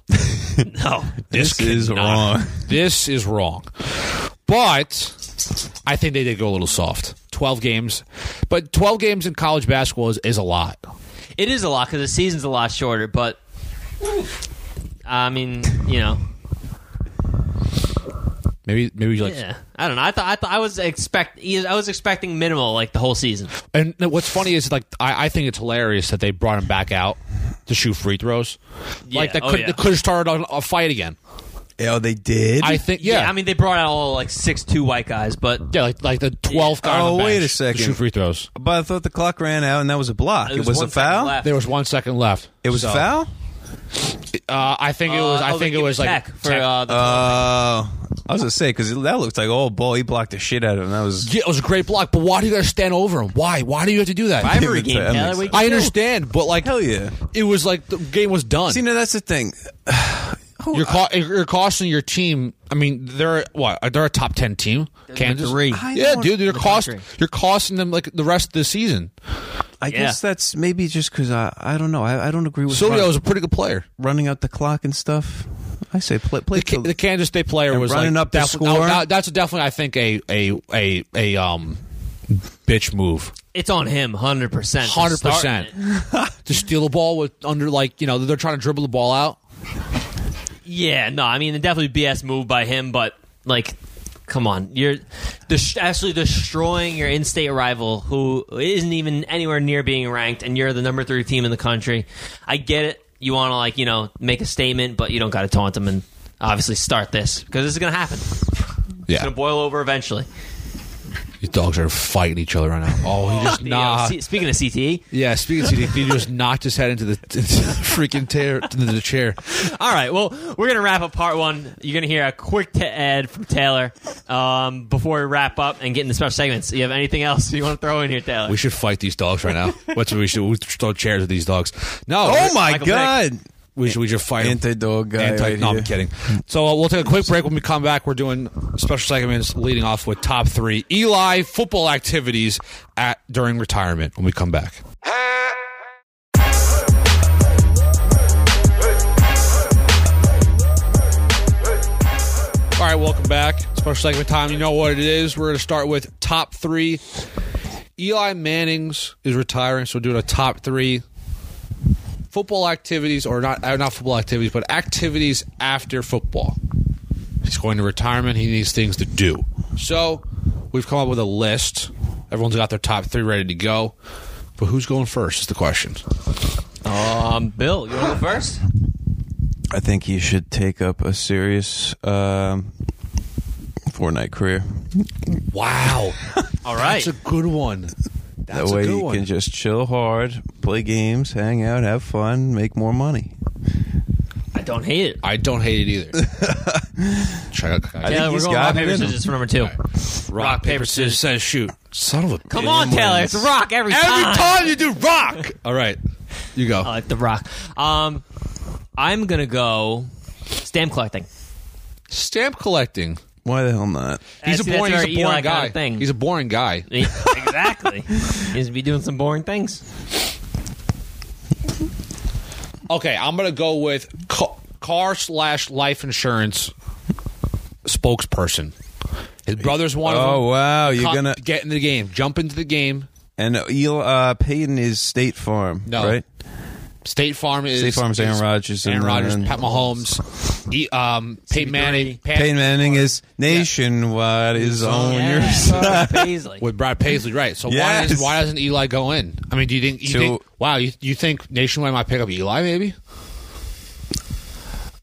[SPEAKER 4] No,
[SPEAKER 3] This,
[SPEAKER 5] is
[SPEAKER 3] cannot- <laughs>
[SPEAKER 5] wrong.
[SPEAKER 3] This is wrong. But I think they did go a little soft. Twelve games, but twelve games in college basketball is, is a lot.
[SPEAKER 4] it is a lot because the season's a lot shorter. But I mean, you know,
[SPEAKER 3] Maybe, maybe like
[SPEAKER 4] yeah, I don't know. I thought I thought I was expect I was expecting minimal like the whole season.
[SPEAKER 3] And what's funny is like I, I think it's hilarious that they brought him back out to shoot free throws. like
[SPEAKER 4] Yeah,
[SPEAKER 3] that
[SPEAKER 4] oh,
[SPEAKER 3] could
[SPEAKER 4] yeah.
[SPEAKER 3] that could have started on a fight again.
[SPEAKER 5] Oh, they did.
[SPEAKER 3] I think yeah.
[SPEAKER 4] I mean they brought out all like six two white guys, but
[SPEAKER 3] yeah, like like the twelfth guy.
[SPEAKER 5] Oh,
[SPEAKER 3] on the
[SPEAKER 5] wait
[SPEAKER 3] bench
[SPEAKER 5] a second.
[SPEAKER 3] To shoot free throws.
[SPEAKER 5] but I thought the clock ran out, and that was a block. It was,
[SPEAKER 4] one
[SPEAKER 5] a
[SPEAKER 4] second
[SPEAKER 5] foul.
[SPEAKER 4] left.
[SPEAKER 3] There was one second left.
[SPEAKER 5] It was
[SPEAKER 3] So,
[SPEAKER 5] a foul.
[SPEAKER 3] Uh, I think it was.
[SPEAKER 4] Uh,
[SPEAKER 3] I
[SPEAKER 4] oh,
[SPEAKER 3] think
[SPEAKER 4] they
[SPEAKER 3] it
[SPEAKER 4] gave
[SPEAKER 3] was like
[SPEAKER 4] tech for
[SPEAKER 3] tech.
[SPEAKER 4] uh, the
[SPEAKER 5] Uh, I was gonna say because that looked like oh ball. He blocked the shit out of him. That was
[SPEAKER 3] yeah, it was a great block. But why do you guys stand over him? Why? Why do you have to do that?
[SPEAKER 4] rivalry
[SPEAKER 5] Give it
[SPEAKER 4] game.
[SPEAKER 5] to Alex.
[SPEAKER 4] Taylor, Wait,
[SPEAKER 3] I understand, but like
[SPEAKER 5] hell yeah.
[SPEAKER 3] it was like the game was done.
[SPEAKER 5] See, now that's the thing.
[SPEAKER 3] you're co- you're costing your team. I mean, they're what? They're a top ten team. Kansas.
[SPEAKER 4] three.
[SPEAKER 5] I
[SPEAKER 3] Yeah,
[SPEAKER 5] don't-
[SPEAKER 3] dude, you're cost
[SPEAKER 4] country.
[SPEAKER 3] you're costing them like the rest of the season.
[SPEAKER 5] I guess that's maybe just because I I don't know. I, I don't agree with
[SPEAKER 3] Silvio
[SPEAKER 5] run-
[SPEAKER 3] was a pretty good player.
[SPEAKER 5] running out the clock and stuff. I say play play.
[SPEAKER 3] The, Ca-
[SPEAKER 5] till-
[SPEAKER 3] the Kansas State player
[SPEAKER 5] And
[SPEAKER 3] was
[SPEAKER 5] running
[SPEAKER 3] like
[SPEAKER 5] up the
[SPEAKER 3] defi-
[SPEAKER 5] score.
[SPEAKER 3] no, no, that's definitely, I think, a a a a um bitch move
[SPEAKER 4] It's on him, hundred percent.
[SPEAKER 3] 100%. to steal the ball with under like you know they're trying to dribble the ball out.
[SPEAKER 4] Yeah, no, I mean, definitely BS move by him, but like, come on, you're des- actually destroying your in-state rival who isn't even anywhere near being ranked, and you're the number three team in the country. I get it. You want to like you know make a statement, but you don't got to taunt them and obviously start this because this is gonna happen. It's
[SPEAKER 3] Yeah,
[SPEAKER 4] gonna boil over eventually.
[SPEAKER 3] these dogs are fighting each other right now. Oh, he just
[SPEAKER 4] The, uh, <laughs>
[SPEAKER 3] knocked.
[SPEAKER 4] C- E. speaking of CTE,
[SPEAKER 3] Yeah, speaking of CDP, he just knocked his head into the, <laughs> into the freaking tear, into the chair.
[SPEAKER 4] <laughs> All right. Well, we're gonna wrap up part one. You're gonna hear a quick t- ad from Taylor um, before we wrap up and get into special segments. You have anything else you want to throw in here, Taylor?
[SPEAKER 3] We should fight these dogs right now. What's we should we should throw chairs at these dogs? No.
[SPEAKER 5] Oh my
[SPEAKER 4] Michael
[SPEAKER 5] god.
[SPEAKER 3] We should we should fight 'em.
[SPEAKER 5] Anti-dog guy
[SPEAKER 3] Anti-
[SPEAKER 5] right
[SPEAKER 3] no,
[SPEAKER 5] here.
[SPEAKER 3] I'm kidding. So uh, we'll take a quick break. When we come back, we're doing special segments, leading off with top three Eli football activities at during retirement. When we come back. All right, welcome back. Special segment time. You know what it is. We're going to start with top three. Eli Manning's is retiring, so we're doing a top three football activities, or not uh, not football activities, but activities after football. He's going to retirement. He needs things to do. So we've come up with a list. Everyone's got their top three ready to go. But who's going first is the question.
[SPEAKER 4] Um, Bill, you want to go first?
[SPEAKER 5] I think he should take up a serious um, Fortnite career.
[SPEAKER 3] Wow.
[SPEAKER 4] All right.
[SPEAKER 3] That's a good one.
[SPEAKER 5] That
[SPEAKER 3] That's
[SPEAKER 5] way
[SPEAKER 3] a good
[SPEAKER 5] you
[SPEAKER 3] one.
[SPEAKER 5] can just chill hard, play games, hang out, have fun, make more money.
[SPEAKER 4] I don't hate it.
[SPEAKER 3] I don't hate it <laughs> either. Check out
[SPEAKER 4] Taylor,
[SPEAKER 5] I think
[SPEAKER 4] we're
[SPEAKER 5] he's
[SPEAKER 4] going
[SPEAKER 5] got
[SPEAKER 4] rock
[SPEAKER 5] it
[SPEAKER 4] paper
[SPEAKER 5] in him.
[SPEAKER 4] scissors for number two.
[SPEAKER 3] rock, paper, scissors, says shoot. Son of a
[SPEAKER 4] Come on, Taylor. It's rock every, time.
[SPEAKER 3] you do rock. All right. You go.
[SPEAKER 4] I like the rock. Um, I'm gonna go stamp collecting.
[SPEAKER 3] Stamp collecting.
[SPEAKER 5] Why the hell not?
[SPEAKER 3] He's
[SPEAKER 4] Uh, see,
[SPEAKER 3] a
[SPEAKER 4] that's
[SPEAKER 3] boring, he's
[SPEAKER 4] our
[SPEAKER 3] a boring
[SPEAKER 4] Eli kind
[SPEAKER 3] guy.
[SPEAKER 4] of thing. <laughs>
[SPEAKER 3] He's a boring guy.
[SPEAKER 4] exactly. He's be doing some boring things.
[SPEAKER 3] Okay, I'm gonna go with ca- car slash life insurance spokesperson. His brother's one of them.
[SPEAKER 5] Oh wow, you're
[SPEAKER 3] Come-
[SPEAKER 5] gonna
[SPEAKER 3] get in the game, jump into the game.
[SPEAKER 5] and Eli uh, Peyton is State Farm,
[SPEAKER 3] No.
[SPEAKER 5] right?
[SPEAKER 3] State Farm is
[SPEAKER 5] State Farm's Aaron
[SPEAKER 3] is
[SPEAKER 5] Rodgers
[SPEAKER 3] Aaron
[SPEAKER 5] and- uh,
[SPEAKER 3] Rodgers,
[SPEAKER 5] and-
[SPEAKER 3] Pat Mahomes, e, um, Peyton Manning, Pat-
[SPEAKER 5] Peyton Manning is nationwide is on your
[SPEAKER 4] Yeah.
[SPEAKER 5] side.
[SPEAKER 4] Paisley.
[SPEAKER 3] with Brad Paisley, right? So why
[SPEAKER 5] Yes.
[SPEAKER 3] is, why doesn't Eli go in? I mean, do you think you
[SPEAKER 5] To-
[SPEAKER 3] think wow you, you think Nationwide might pick up Eli maybe?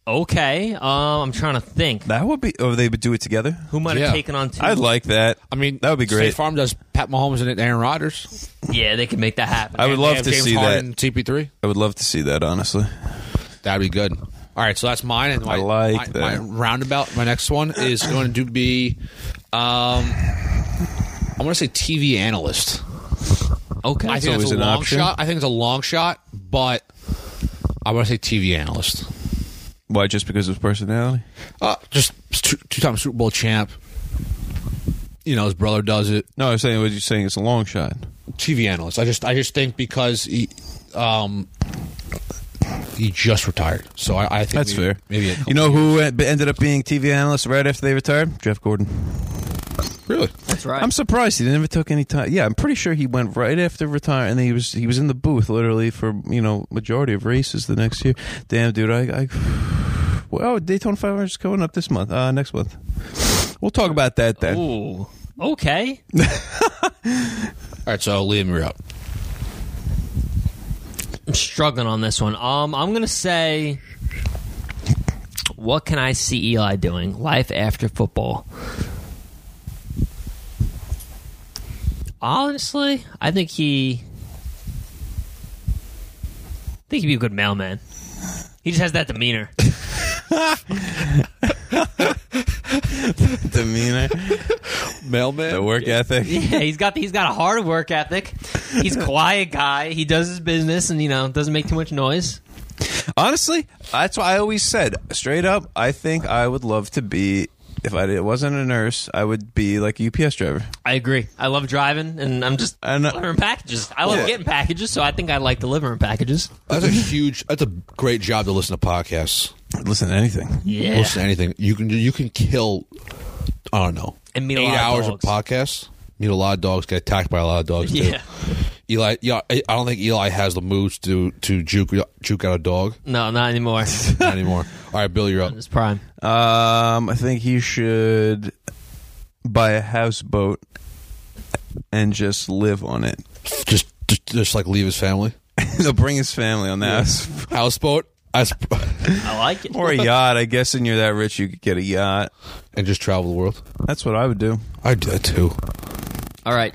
[SPEAKER 4] Okay. Um, I'm trying to think.
[SPEAKER 5] That would be. Oh, they would do it together.
[SPEAKER 4] Who might have
[SPEAKER 3] Yeah.
[SPEAKER 4] taken on two?
[SPEAKER 5] I'd like that.
[SPEAKER 3] I mean,
[SPEAKER 5] that would be
[SPEAKER 3] State
[SPEAKER 5] great.
[SPEAKER 3] Farm does Pat Mahomes and Aaron Rodgers.
[SPEAKER 4] yeah, they could make that happen.
[SPEAKER 5] I would
[SPEAKER 3] They
[SPEAKER 5] love
[SPEAKER 3] have
[SPEAKER 5] to
[SPEAKER 3] James
[SPEAKER 5] see
[SPEAKER 3] Harden
[SPEAKER 5] that.
[SPEAKER 3] and CP3.
[SPEAKER 5] I would love to see that. Honestly,
[SPEAKER 3] That'd be good. All right, so that's mine. And my,
[SPEAKER 5] I like
[SPEAKER 3] my,
[SPEAKER 5] that.
[SPEAKER 3] my roundabout. My next one is going to be, um, I'm going to say TV analyst.
[SPEAKER 4] okay.
[SPEAKER 3] I think
[SPEAKER 5] always
[SPEAKER 3] that's a
[SPEAKER 5] an
[SPEAKER 3] long
[SPEAKER 5] option.
[SPEAKER 3] shot. I think it's a long shot, but I'm going to say TV analyst.
[SPEAKER 5] why? Just because of his personality?
[SPEAKER 3] Uh, just two time Super Bowl champ. You know, his brother does it.
[SPEAKER 5] No, I'm saying what you're saying. It's a long shot.
[SPEAKER 3] TV analyst. I just I just think because he, um, he just retired, so I, I think
[SPEAKER 5] That's
[SPEAKER 3] maybe,
[SPEAKER 5] fair.
[SPEAKER 3] Maybe a
[SPEAKER 5] you
[SPEAKER 3] couple
[SPEAKER 5] know who en- ended up being TV analyst right after they retired? Jeff Gordon.
[SPEAKER 3] really.
[SPEAKER 4] that's right.
[SPEAKER 5] I'm surprised he never took any time. Yeah, I'm pretty sure he went right after retire, and he was he was in the booth literally for you know majority of races the next year. Damn, dude, I, I <sighs> well Daytona 500 is coming up this month, uh, next month. We'll talk about that then.
[SPEAKER 4] Ooh. Okay.
[SPEAKER 3] All right, so Liam, you're up.
[SPEAKER 4] I'm struggling on this one. Um, I'm gonna say, what can I see Eli doing? Life after football. Honestly, I think he. I think he'd be a good mailman. He just has that demeanor.
[SPEAKER 5] <laughs>
[SPEAKER 4] <laughs> <laughs>
[SPEAKER 5] Demeanor,
[SPEAKER 3] Mailman.
[SPEAKER 5] the work ethic.
[SPEAKER 4] Yeah, he's got he's got a hard work ethic. He's a quiet guy. He does his business and you know doesn't make too much noise.
[SPEAKER 5] Honestly, that's what I always said. Straight up, I think I would love to be. If I did- wasn't a nurse, I would be like a UPS driver.
[SPEAKER 4] I agree. I love driving and I'm just
[SPEAKER 5] I know.
[SPEAKER 4] delivering packages. I love
[SPEAKER 5] Yeah.
[SPEAKER 4] getting packages, so I think I like delivering packages.
[SPEAKER 3] That's
[SPEAKER 4] <laughs>
[SPEAKER 3] a huge. That's a great job to listen to podcasts.
[SPEAKER 5] Listen to anything.
[SPEAKER 4] Yeah,
[SPEAKER 3] Listen to anything you can. do. You can kill. I don't know.
[SPEAKER 4] And meet a
[SPEAKER 3] eight
[SPEAKER 4] lot of
[SPEAKER 3] hours
[SPEAKER 4] dogs.
[SPEAKER 3] podcasts. Meet a lot of dogs. Get attacked by a lot of dogs. too.
[SPEAKER 4] Yeah.
[SPEAKER 3] Eli. Yeah. I I don't think Eli has the moves to to juke juke out a
[SPEAKER 4] <laughs>
[SPEAKER 3] dog
[SPEAKER 4] no, not anymore.
[SPEAKER 3] Not anymore. All right, Bill, you're up.
[SPEAKER 4] it's prime.
[SPEAKER 5] Um, I think he should buy a houseboat and just live on it. <laughs>
[SPEAKER 3] Just, just, just like leave his family.
[SPEAKER 5] He'll bring his family on the house
[SPEAKER 3] Houseboat. I sp- <laughs>
[SPEAKER 4] I like it.
[SPEAKER 5] or a yacht. I guess when you're that rich, you could get a yacht.
[SPEAKER 3] and just travel the world.
[SPEAKER 5] That's what I would do.
[SPEAKER 3] I'd do that too.
[SPEAKER 4] All right,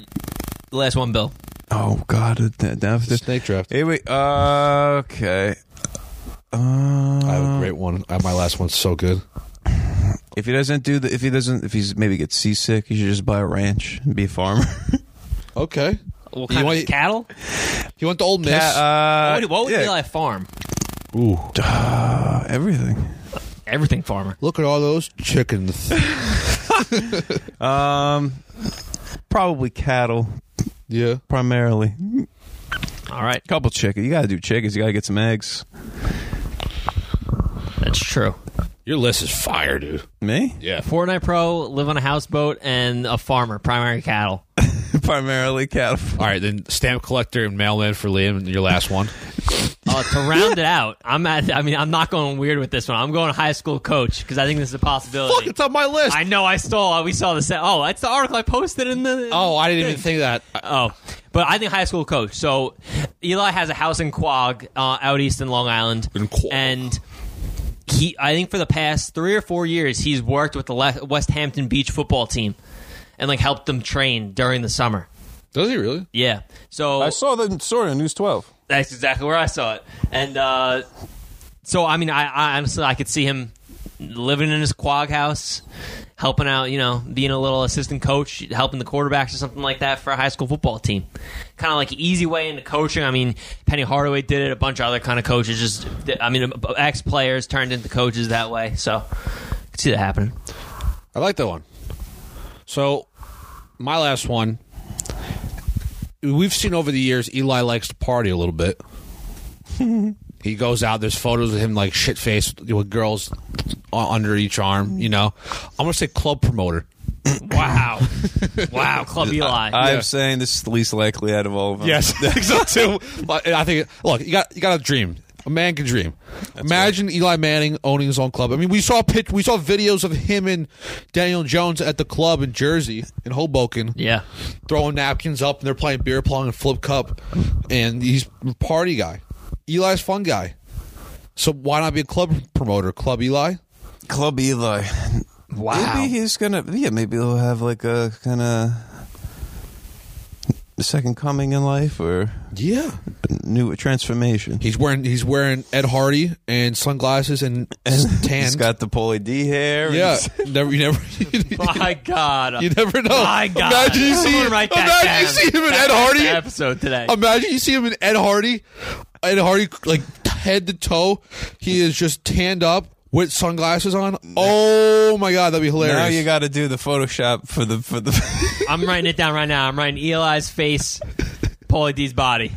[SPEAKER 4] the last one, Bill.
[SPEAKER 5] Oh God, it- that- that- that-
[SPEAKER 3] Snake draft.
[SPEAKER 5] Hey, wait. Uh, okay.
[SPEAKER 3] I have a
[SPEAKER 5] Uh,
[SPEAKER 3] great one. Uh, My last one's so good.
[SPEAKER 5] if he doesn't do the, if he doesn't, if he's maybe gets seasick, he should just buy a ranch and be a farmer.
[SPEAKER 3] Okay.
[SPEAKER 4] What
[SPEAKER 3] You
[SPEAKER 4] kind
[SPEAKER 3] want-
[SPEAKER 4] of cattle?
[SPEAKER 3] You want the old miss?
[SPEAKER 5] <laughs> Yeah, uh,
[SPEAKER 4] what, what would
[SPEAKER 5] yeah,
[SPEAKER 4] be like farm?
[SPEAKER 3] Ooh.
[SPEAKER 5] uh, everything.
[SPEAKER 4] Everything farmer.
[SPEAKER 3] Look at all those
[SPEAKER 4] <laughs>
[SPEAKER 3] chickens.
[SPEAKER 5] Um, probably cattle
[SPEAKER 3] yeah.
[SPEAKER 5] primarily.
[SPEAKER 4] All right,
[SPEAKER 5] Couple chicken. You gotta do chickens. You gotta get some eggs.
[SPEAKER 4] that's true.
[SPEAKER 3] Your list is fire, dude.
[SPEAKER 5] Me
[SPEAKER 3] Yeah.
[SPEAKER 4] Fortnite pro, live on a houseboat, and a farmer, primary cattle.
[SPEAKER 5] <laughs> primarily cattle.
[SPEAKER 3] All right, then stamp collector and mailman for Liam, and your last <laughs> one.
[SPEAKER 4] Uh, to round it out, I'm at. I mean, I'm not going weird with this one. I'm going high school coach because I think this is a possibility.
[SPEAKER 3] on my list.
[SPEAKER 4] I know I stole. We saw the set. Oh, that's the article I posted in the.
[SPEAKER 3] oh, I didn't even think that. I-
[SPEAKER 4] Oh, but I think high school coach. So Eli has a house in Quogue, uh, out east in Long Island,
[SPEAKER 3] In Quogue.
[SPEAKER 4] and he. I think for the past three or four years, he's worked with the Le- West Hampton Beach football team, and like helped them train during the summer.
[SPEAKER 3] Does he really?
[SPEAKER 4] Yeah. So
[SPEAKER 5] saw the story on News Twelve.
[SPEAKER 4] that's exactly where I saw it. And uh, so, I mean, I, I honestly, I could see him living in his quag house, helping out, you know, being a little assistant coach, helping the quarterbacks or something like that for a high school football team. Kind of like easy way into coaching. I mean, Penny Hardaway did it. A bunch of other kind of coaches, just I mean, ex players turned into coaches that way. So, could see that happening.
[SPEAKER 3] I like that one. So, my last one. We've seen over the years Eli likes to party a little <laughs> bit. he goes out. There's photos of him like shit faced with girls u- under each arm. You know, I'm gonna say club promoter.
[SPEAKER 4] Wow, <laughs> wow, Club Eli.
[SPEAKER 5] I'm saying this is the least likely out of all of them.
[SPEAKER 3] Yes, I think so too. But I think look, you got you got to dream. A man can dream. Imagine Eli Manning owning his own club. I mean, we saw pitch, we saw videos of him and Daniel Jones at the club in Jersey in Hoboken,
[SPEAKER 4] yeah,
[SPEAKER 3] throwing napkins up and they're playing beer pong and flip cup, and he's a party guy. Eli's a fun guy. So why not be a club promoter? Club Eli.
[SPEAKER 5] Club Eli.
[SPEAKER 4] Wow.
[SPEAKER 5] Maybe he's gonna. Yeah, maybe he'll have like a kind of second coming in life or
[SPEAKER 3] Yeah,
[SPEAKER 5] a new transformation.
[SPEAKER 3] he's wearing he's wearing Ed Hardy and sunglasses and tan.
[SPEAKER 5] He's got the Pauly D hair. and
[SPEAKER 3] yeah,
[SPEAKER 5] he's-
[SPEAKER 3] never you never <laughs>
[SPEAKER 4] my God,
[SPEAKER 3] You never know.
[SPEAKER 4] Oh My God.
[SPEAKER 3] Imagine you see
[SPEAKER 4] Someone
[SPEAKER 3] him.
[SPEAKER 4] write that
[SPEAKER 3] Imagine you
[SPEAKER 4] down.
[SPEAKER 3] see him in
[SPEAKER 4] That
[SPEAKER 3] Ed
[SPEAKER 4] was
[SPEAKER 3] Hardy.
[SPEAKER 4] the episode today.
[SPEAKER 3] Imagine you see him in Ed Hardy. Ed Hardy, like head to toe, he is just tanned up with sunglasses on. Oh my God, that'd be hilarious.
[SPEAKER 5] Now you got to do the Photoshop for the for the <laughs>
[SPEAKER 4] I'm writing it down right now. I'm writing Eli's face, Paulie D's body.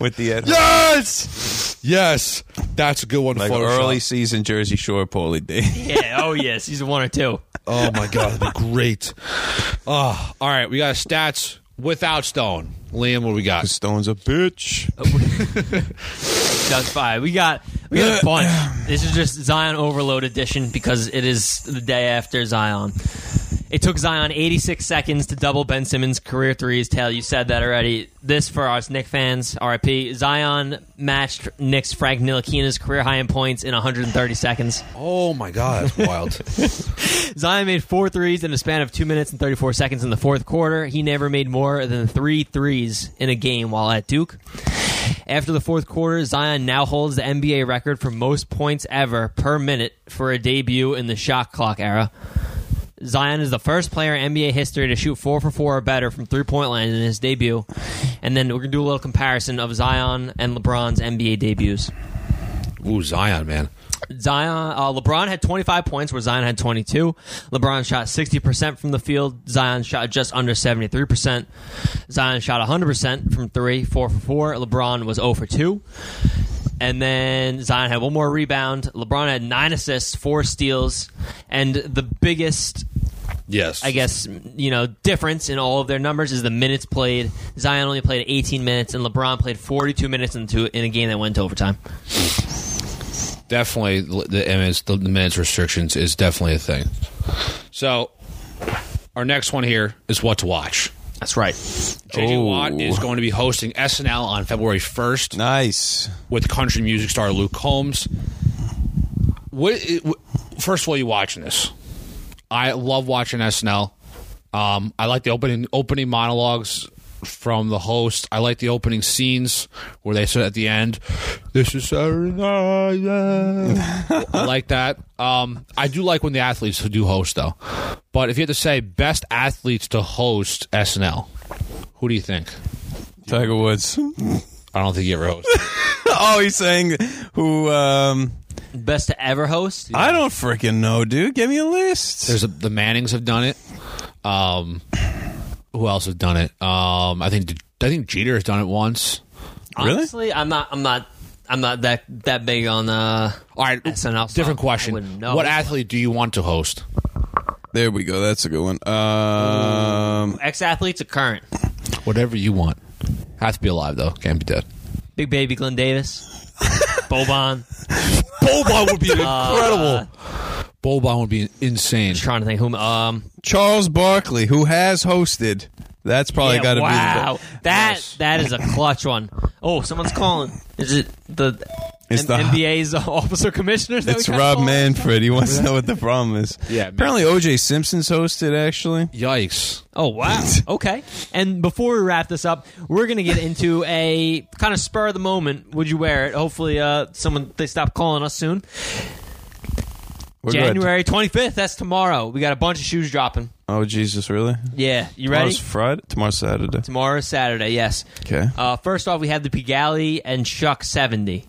[SPEAKER 5] with the uh, Ed
[SPEAKER 3] yes, yes, that's a good one. to
[SPEAKER 5] like
[SPEAKER 3] Photoshop.
[SPEAKER 5] early season Jersey Shore Pauly D.
[SPEAKER 3] <laughs>
[SPEAKER 4] Yeah. Oh yeah. Season one or two.
[SPEAKER 3] Oh my God, that'd be great. Oh, all right, we got stats without Stone. Liam, what we got?
[SPEAKER 5] <laughs> Stone's a bitch.
[SPEAKER 4] That's five. We got
[SPEAKER 3] <clears throat>
[SPEAKER 4] we got a bunch. This is just Zion Overload Edition because it is the day after Zion. It took Zion 86 seconds to double Ben Simmons' career threes. Tail, you said that already. This for us Knicks fans, RIP. Zion matched Knicks Frank Ntilikina's career high in points in 130 seconds.
[SPEAKER 3] Oh my God, that's wild.
[SPEAKER 5] <laughs>
[SPEAKER 4] Zion made four threes in a span of two minutes and 34 seconds in the fourth quarter. He never made more than three threes in a game while at Duke. After the fourth quarter, Zion now holds the NBA record for most points ever per minute for a debut in the shot clock era. Zion is the first player in NBA history to shoot four for four or better from three point line in his debut. And then we're going to do a little comparison of Zion and LeBron's NBA debuts.
[SPEAKER 3] Ooh, Zion, man.
[SPEAKER 4] Zion, uh, LeBron had 25 points where Zion had 22. LeBron shot 60% from the field. Zion shot just under 73%. Zion shot 100% from three, four for four. LeBron was 0 for 2. And then Zion had one more rebound. LeBron had nine assists, four steals. And the biggest
[SPEAKER 3] Yes,
[SPEAKER 4] I guess you know difference in all of their numbers is the minutes played. Zion only played 18 minutes, and LeBron played 42 minutes into in a game that went to overtime.
[SPEAKER 3] definitely the the minutes, the minutes restrictions is definitely a thing. So Our next one here is what to watch.
[SPEAKER 4] That's right.
[SPEAKER 3] JJ Watt is going to be hosting SNL on February 1st
[SPEAKER 5] Nice.
[SPEAKER 3] with country music star Luke Combs. What, it- what- first of all, you watching this? I love watching SNL. Um, I like the opening opening monologues from the host. I like the opening scenes where they said at the end, "This is Saturday Night." Live." I like that. Um, I do like when the athletes who do host though. But if you had to say best athletes to host SNL, who do you think?
[SPEAKER 5] Tiger <laughs> Woods.
[SPEAKER 3] I don't think you ever host.
[SPEAKER 5] oh, he's saying who? um
[SPEAKER 4] Best to ever host.
[SPEAKER 5] I don't freaking know, dude. Give me a list.
[SPEAKER 3] There's a, the Mannings have done it. Um, who else has done it? Um, I think I think Jeter has done it once.
[SPEAKER 5] really?
[SPEAKER 4] Honestly, I'm not. I'm not. I'm not that that big on uh,
[SPEAKER 3] All right,
[SPEAKER 4] SNL. so
[SPEAKER 3] different
[SPEAKER 4] Oh, I
[SPEAKER 3] question.
[SPEAKER 4] wouldn't know.
[SPEAKER 3] What athlete do you want to host?
[SPEAKER 5] there we go. That's a good one. Um,
[SPEAKER 4] ex athletes are current?
[SPEAKER 3] Whatever you want. Has to be alive though. Can't be dead.
[SPEAKER 4] Big baby Glenn Davis,
[SPEAKER 5] <laughs>
[SPEAKER 4] Boban.
[SPEAKER 3] Boban would be
[SPEAKER 4] <laughs> Uh,
[SPEAKER 3] incredible. Boban would be insane.
[SPEAKER 4] Trying to think whom. Um,
[SPEAKER 5] Charles Barkley, who has hosted. That's probably
[SPEAKER 4] yeah,
[SPEAKER 5] got to
[SPEAKER 4] wow,
[SPEAKER 5] Oh, be.
[SPEAKER 4] that that is a clutch one. Oh, someone's calling. Is it the,
[SPEAKER 5] It's
[SPEAKER 4] M-
[SPEAKER 5] the-
[SPEAKER 4] NBA's <laughs> officer commissioner? that
[SPEAKER 5] The,
[SPEAKER 4] we
[SPEAKER 5] <laughs> it's
[SPEAKER 4] kinda
[SPEAKER 5] Rob
[SPEAKER 4] call?
[SPEAKER 5] Manfred. He wants to know what the problem is.
[SPEAKER 3] Yeah, man.
[SPEAKER 5] Apparently, OJ Simpson's hosted. Actually,
[SPEAKER 3] Yikes.
[SPEAKER 4] Oh
[SPEAKER 5] <laughs>
[SPEAKER 4] wow. okay. And before we wrap this up, we're gonna get into a kind of spur of the moment. Would you wear it? Hopefully, uh, someone they stop calling us soon.
[SPEAKER 5] We're good.
[SPEAKER 4] January twenty fifth. That's tomorrow. We got a bunch of shoes dropping.
[SPEAKER 5] Oh Jesus, really?
[SPEAKER 4] Yeah, you ready?
[SPEAKER 5] Tomorrow's Friday. Tomorrow's Saturday.
[SPEAKER 4] Tomorrow's Saturday. Yes.
[SPEAKER 5] Okay.
[SPEAKER 4] Uh, first off, we have the Pigali and Chuck seventy.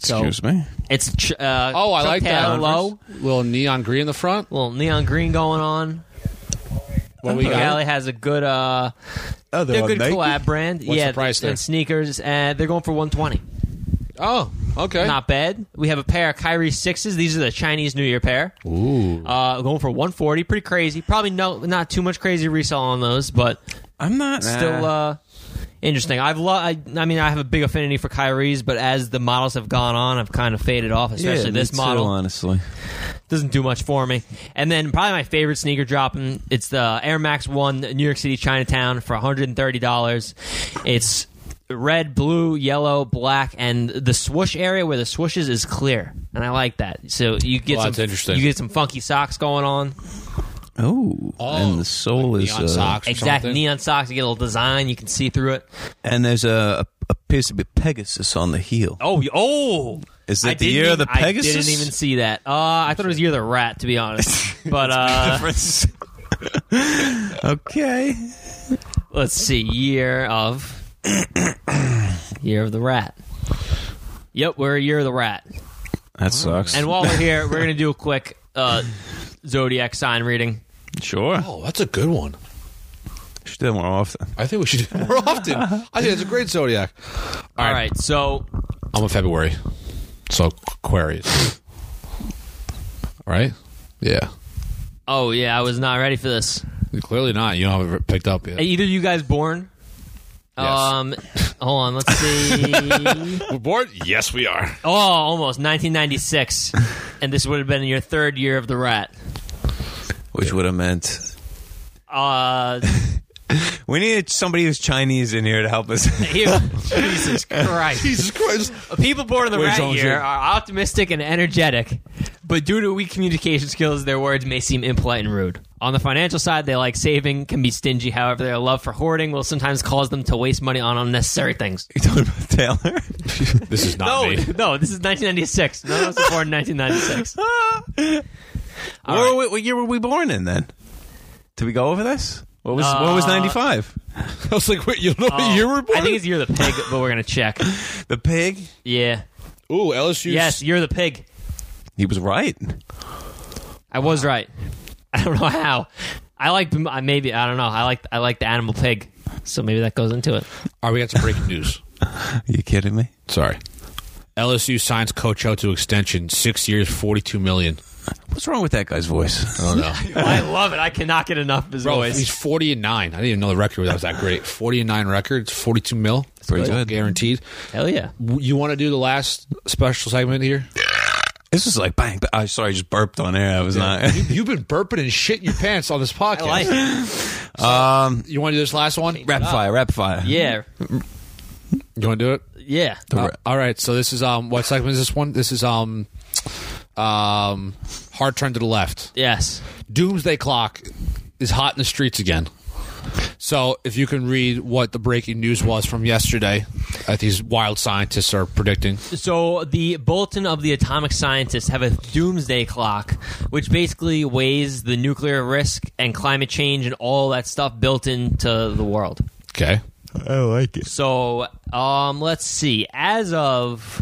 [SPEAKER 4] So
[SPEAKER 5] Excuse me.
[SPEAKER 4] It's ch- uh,
[SPEAKER 3] Oh, I
[SPEAKER 4] Chuck
[SPEAKER 3] like that.
[SPEAKER 4] Taylor Low,
[SPEAKER 3] Little neon green in the front.
[SPEAKER 4] little neon green going on.
[SPEAKER 3] What we got?
[SPEAKER 4] Pigali has a good. Uh,
[SPEAKER 5] Oh,
[SPEAKER 4] they're a good collab brand.
[SPEAKER 3] What's
[SPEAKER 4] yeah,
[SPEAKER 3] the price there?
[SPEAKER 4] and sneakers, and they're going for one twenty.
[SPEAKER 3] Oh, okay.
[SPEAKER 4] Not bad. We have a pair of Kyrie sixes. These are the Chinese New Year pair. Ooh, uh, going for one forty. Pretty crazy. Probably no, not too much crazy resell on those, but
[SPEAKER 5] I'm not
[SPEAKER 4] still uh, interesting. I've lo- I, I mean, I have a big affinity for Kyrie's, but as the models have gone on, I've kind of faded off. Especially this model
[SPEAKER 5] honestly.
[SPEAKER 4] doesn't do much for me. And then probably my favorite sneaker dropping. It's the Air Max One New York City Chinatown for one hundred and thirty dollars. It's red, blue, yellow, black, and the swoosh area where the swooshes is clear, and I like that. So you get
[SPEAKER 3] Well,
[SPEAKER 4] some
[SPEAKER 3] that's interesting.
[SPEAKER 4] You get some funky socks going on.
[SPEAKER 5] Oh, and the soul
[SPEAKER 3] like
[SPEAKER 5] is
[SPEAKER 3] neon
[SPEAKER 5] uh,
[SPEAKER 3] socks. or
[SPEAKER 4] Exact
[SPEAKER 3] something.
[SPEAKER 4] neon socks. You get a little design. You can see through it.
[SPEAKER 5] and there's a, appears to be Pegasus on the heel.
[SPEAKER 4] Oh, y- oh.
[SPEAKER 5] Is that
[SPEAKER 4] I
[SPEAKER 5] the
[SPEAKER 4] didn't
[SPEAKER 5] year of the
[SPEAKER 4] even- I
[SPEAKER 5] Pegasus?
[SPEAKER 4] didn't even see that. Uh, I thought it was year of the rat, to be
[SPEAKER 5] <laughs>
[SPEAKER 4] honest. But uh,
[SPEAKER 5] okay.
[SPEAKER 4] let's see, year
[SPEAKER 5] <coughs>
[SPEAKER 4] of year of the rat. Yep, we're year of the rat.
[SPEAKER 5] That sucks.
[SPEAKER 4] And while we're here, we're gonna do a quick uh, zodiac sign reading.
[SPEAKER 5] sure.
[SPEAKER 3] Oh, that's a good one.
[SPEAKER 5] Should do that more often.
[SPEAKER 3] I think we should do it more often. I think it's a great zodiac.
[SPEAKER 4] All right, so
[SPEAKER 3] I'm a February, so Aquarius. right? Yeah.
[SPEAKER 4] oh yeah, I was not ready for this.
[SPEAKER 3] Clearly not. You don't have it picked up yet.
[SPEAKER 4] Either you guys born?
[SPEAKER 3] Yes.
[SPEAKER 4] Um, hold on, let's
[SPEAKER 5] <laughs>
[SPEAKER 4] see.
[SPEAKER 3] We're bored? Yes, we are.
[SPEAKER 4] Oh, almost 1996, and this would have been your third year of the rat.
[SPEAKER 5] Which would have meant
[SPEAKER 4] Uh,
[SPEAKER 5] we needed somebody who's Chinese in here to help us. <laughs>
[SPEAKER 4] here- Jesus
[SPEAKER 3] <laughs>
[SPEAKER 4] Christ!
[SPEAKER 3] Jesus Christ.
[SPEAKER 4] <laughs> People born in the
[SPEAKER 5] Where's
[SPEAKER 4] rat
[SPEAKER 5] Jones
[SPEAKER 4] year
[SPEAKER 5] at?
[SPEAKER 4] are optimistic and energetic, but due to weak communication skills, their words may seem impolite and rude. On the financial side, they like saving, can be stingy. However, their love for hoarding will sometimes cause them to waste money on unnecessary things.
[SPEAKER 5] you talking about Taylor?
[SPEAKER 3] This is not
[SPEAKER 4] No,
[SPEAKER 3] me.
[SPEAKER 4] no, this is 1996. None of us were born in <laughs> 1996. All
[SPEAKER 5] Where
[SPEAKER 4] right.
[SPEAKER 5] were we- what year were we born in then? Did we go over this? What was what was
[SPEAKER 4] Uh,
[SPEAKER 5] ninety five?
[SPEAKER 3] <laughs> I was like, wait, you know what year we're born?
[SPEAKER 4] Oh, I think it's you're the pig, but we're gonna check.
[SPEAKER 5] The pig.
[SPEAKER 4] Yeah.
[SPEAKER 3] Ooh, LSU.
[SPEAKER 4] Yes, you're the pig.
[SPEAKER 5] He was right.
[SPEAKER 4] I was right. <laughs> I don't know how. I like I- maybe I don't know. I like I like the animal pig, so maybe that goes into it.
[SPEAKER 3] All right, we got some breaking news.
[SPEAKER 5] Are you kidding me?
[SPEAKER 3] Sorry. LSU signs coach out to extension. Six years, $42 million.
[SPEAKER 5] What's wrong with that guy's voice?
[SPEAKER 3] <laughs> Oh, no.
[SPEAKER 4] I love it. I cannot get enough as
[SPEAKER 3] Bro,
[SPEAKER 4] always.
[SPEAKER 3] he's 40 and 9. I didn't even know the record was that great. 40 and 9 record, 42 mil. Pretty
[SPEAKER 5] good.
[SPEAKER 3] Guaranteed.
[SPEAKER 4] Hell yeah!
[SPEAKER 3] W- You want to do the last special segment here?
[SPEAKER 5] This is like bang. bang. I sorry, I just burped on air. I was <laughs> not.
[SPEAKER 3] You've been burping and shitting your pants on this podcast.
[SPEAKER 4] <laughs> I like it.
[SPEAKER 3] you want to do this last one?
[SPEAKER 5] rapid fire, rapid fire.
[SPEAKER 4] Yeah.
[SPEAKER 3] You want to do it?
[SPEAKER 4] Yeah.
[SPEAKER 3] Uh, all right. So this is um. What segment is this one? This is um. Um, hard turn to the left.
[SPEAKER 4] Yes.
[SPEAKER 3] Doomsday Clock is hot in the streets again. So if you can read what the breaking news was from yesterday, that these wild scientists are predicting.
[SPEAKER 4] So the Bulletin of the Atomic Scientists have a doomsday clock, which basically weighs the nuclear risk and climate change and all that stuff built into the world.
[SPEAKER 3] Okay.
[SPEAKER 5] I like it.
[SPEAKER 4] So um, let's see. As of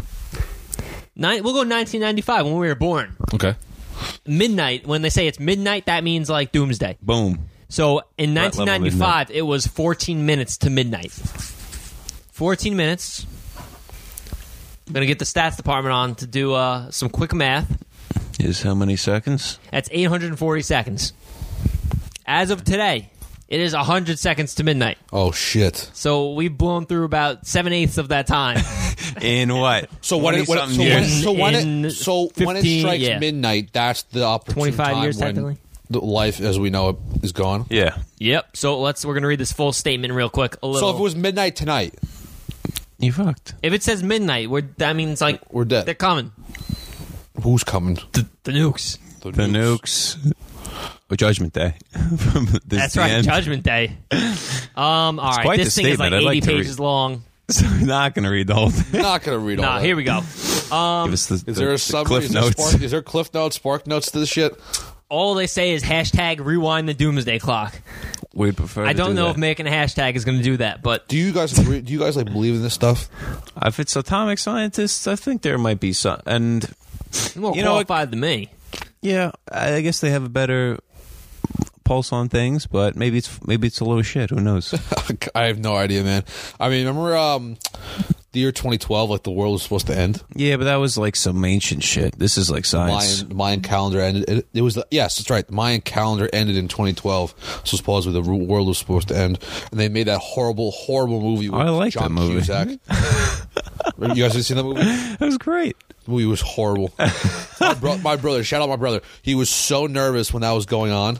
[SPEAKER 4] nine, we'll go 1995 when we were born.
[SPEAKER 3] Okay.
[SPEAKER 4] Midnight. When they say it's midnight, that means like doomsday.
[SPEAKER 5] Boom.
[SPEAKER 4] So in
[SPEAKER 5] Right level
[SPEAKER 4] 1995, it was 14 minutes to midnight. 14 minutes. I'm gonna get the stats department on to do uh, some quick math.
[SPEAKER 5] Is how many seconds?
[SPEAKER 4] That's 840 seconds. As of today, it is 100 seconds to midnight.
[SPEAKER 3] Oh shit.
[SPEAKER 4] So we've blown through about seven eighths of that time.
[SPEAKER 5] <laughs> In what?
[SPEAKER 3] So when it, when, so,
[SPEAKER 5] 20-something
[SPEAKER 3] when,
[SPEAKER 5] years.
[SPEAKER 3] so when
[SPEAKER 4] In
[SPEAKER 3] it so when it
[SPEAKER 4] 15
[SPEAKER 3] strikes
[SPEAKER 4] yeah.
[SPEAKER 3] midnight, that's the opportune
[SPEAKER 4] 25
[SPEAKER 3] time
[SPEAKER 4] years,
[SPEAKER 3] when
[SPEAKER 4] technically.
[SPEAKER 3] the life as we know it is gone.
[SPEAKER 5] Yeah.
[SPEAKER 4] yep. So let's we're gonna read this full statement real quick. A little.
[SPEAKER 3] So if it was midnight tonight,
[SPEAKER 5] You fucked.
[SPEAKER 4] If it says midnight, we're that means like
[SPEAKER 3] We're dead.
[SPEAKER 4] They're coming.
[SPEAKER 3] who's
[SPEAKER 4] <laughs>
[SPEAKER 3] coming?
[SPEAKER 4] The, the nukes.
[SPEAKER 5] The nukes. Or Judgment Day. <laughs> This
[SPEAKER 4] That's
[SPEAKER 5] the
[SPEAKER 4] right.
[SPEAKER 5] end.
[SPEAKER 4] Judgment Day. Um. All right.
[SPEAKER 5] quite
[SPEAKER 4] This
[SPEAKER 5] the
[SPEAKER 4] thing is like
[SPEAKER 5] statement. I'd
[SPEAKER 4] 80
[SPEAKER 5] like to read.
[SPEAKER 4] pages long.
[SPEAKER 5] <laughs> So we're not going to read the whole thing.
[SPEAKER 3] Not gonna read all.
[SPEAKER 4] Nah.
[SPEAKER 3] that.
[SPEAKER 4] Here we go.
[SPEAKER 5] Give us the,
[SPEAKER 3] Is there a summary?
[SPEAKER 5] cliff
[SPEAKER 3] Is there,
[SPEAKER 5] notes.
[SPEAKER 3] spark, is there cliff notes, spark notes to this shit?
[SPEAKER 4] All they say is hashtag rewind the doomsday clock.
[SPEAKER 5] <laughs> We prefer.
[SPEAKER 4] I
[SPEAKER 5] to
[SPEAKER 4] don't
[SPEAKER 5] do
[SPEAKER 4] know
[SPEAKER 5] that.
[SPEAKER 4] if making a hashtag is going to do that, but
[SPEAKER 3] Do you guys agree, do you guys like believe in this stuff? <laughs>
[SPEAKER 5] If it's atomic scientists, I think there might be some. And
[SPEAKER 4] more
[SPEAKER 5] You know what-
[SPEAKER 4] qualified than me.
[SPEAKER 5] yeah, I I guess they have a better pulse on things, but maybe it's maybe it's a little shit. Who knows?
[SPEAKER 3] I have no idea, man. I mean, remember um, the year 2012, like the world was supposed to end.
[SPEAKER 5] yeah, but that was like some ancient shit. This is like science.
[SPEAKER 3] Mayan, Mayan calendar ended. It, it was the, yes, that's right. The Mayan calendar ended in 2012, so supposedly the ru- world was supposed to end, and they made that horrible, horrible movie. With
[SPEAKER 5] I like
[SPEAKER 3] John
[SPEAKER 5] that movie. <laughs>
[SPEAKER 3] Cusack. you guys have seen that movie? The
[SPEAKER 5] That was great.
[SPEAKER 3] movie was horrible. my, bro- my brother, shout out my brother. He was so nervous when that was going on.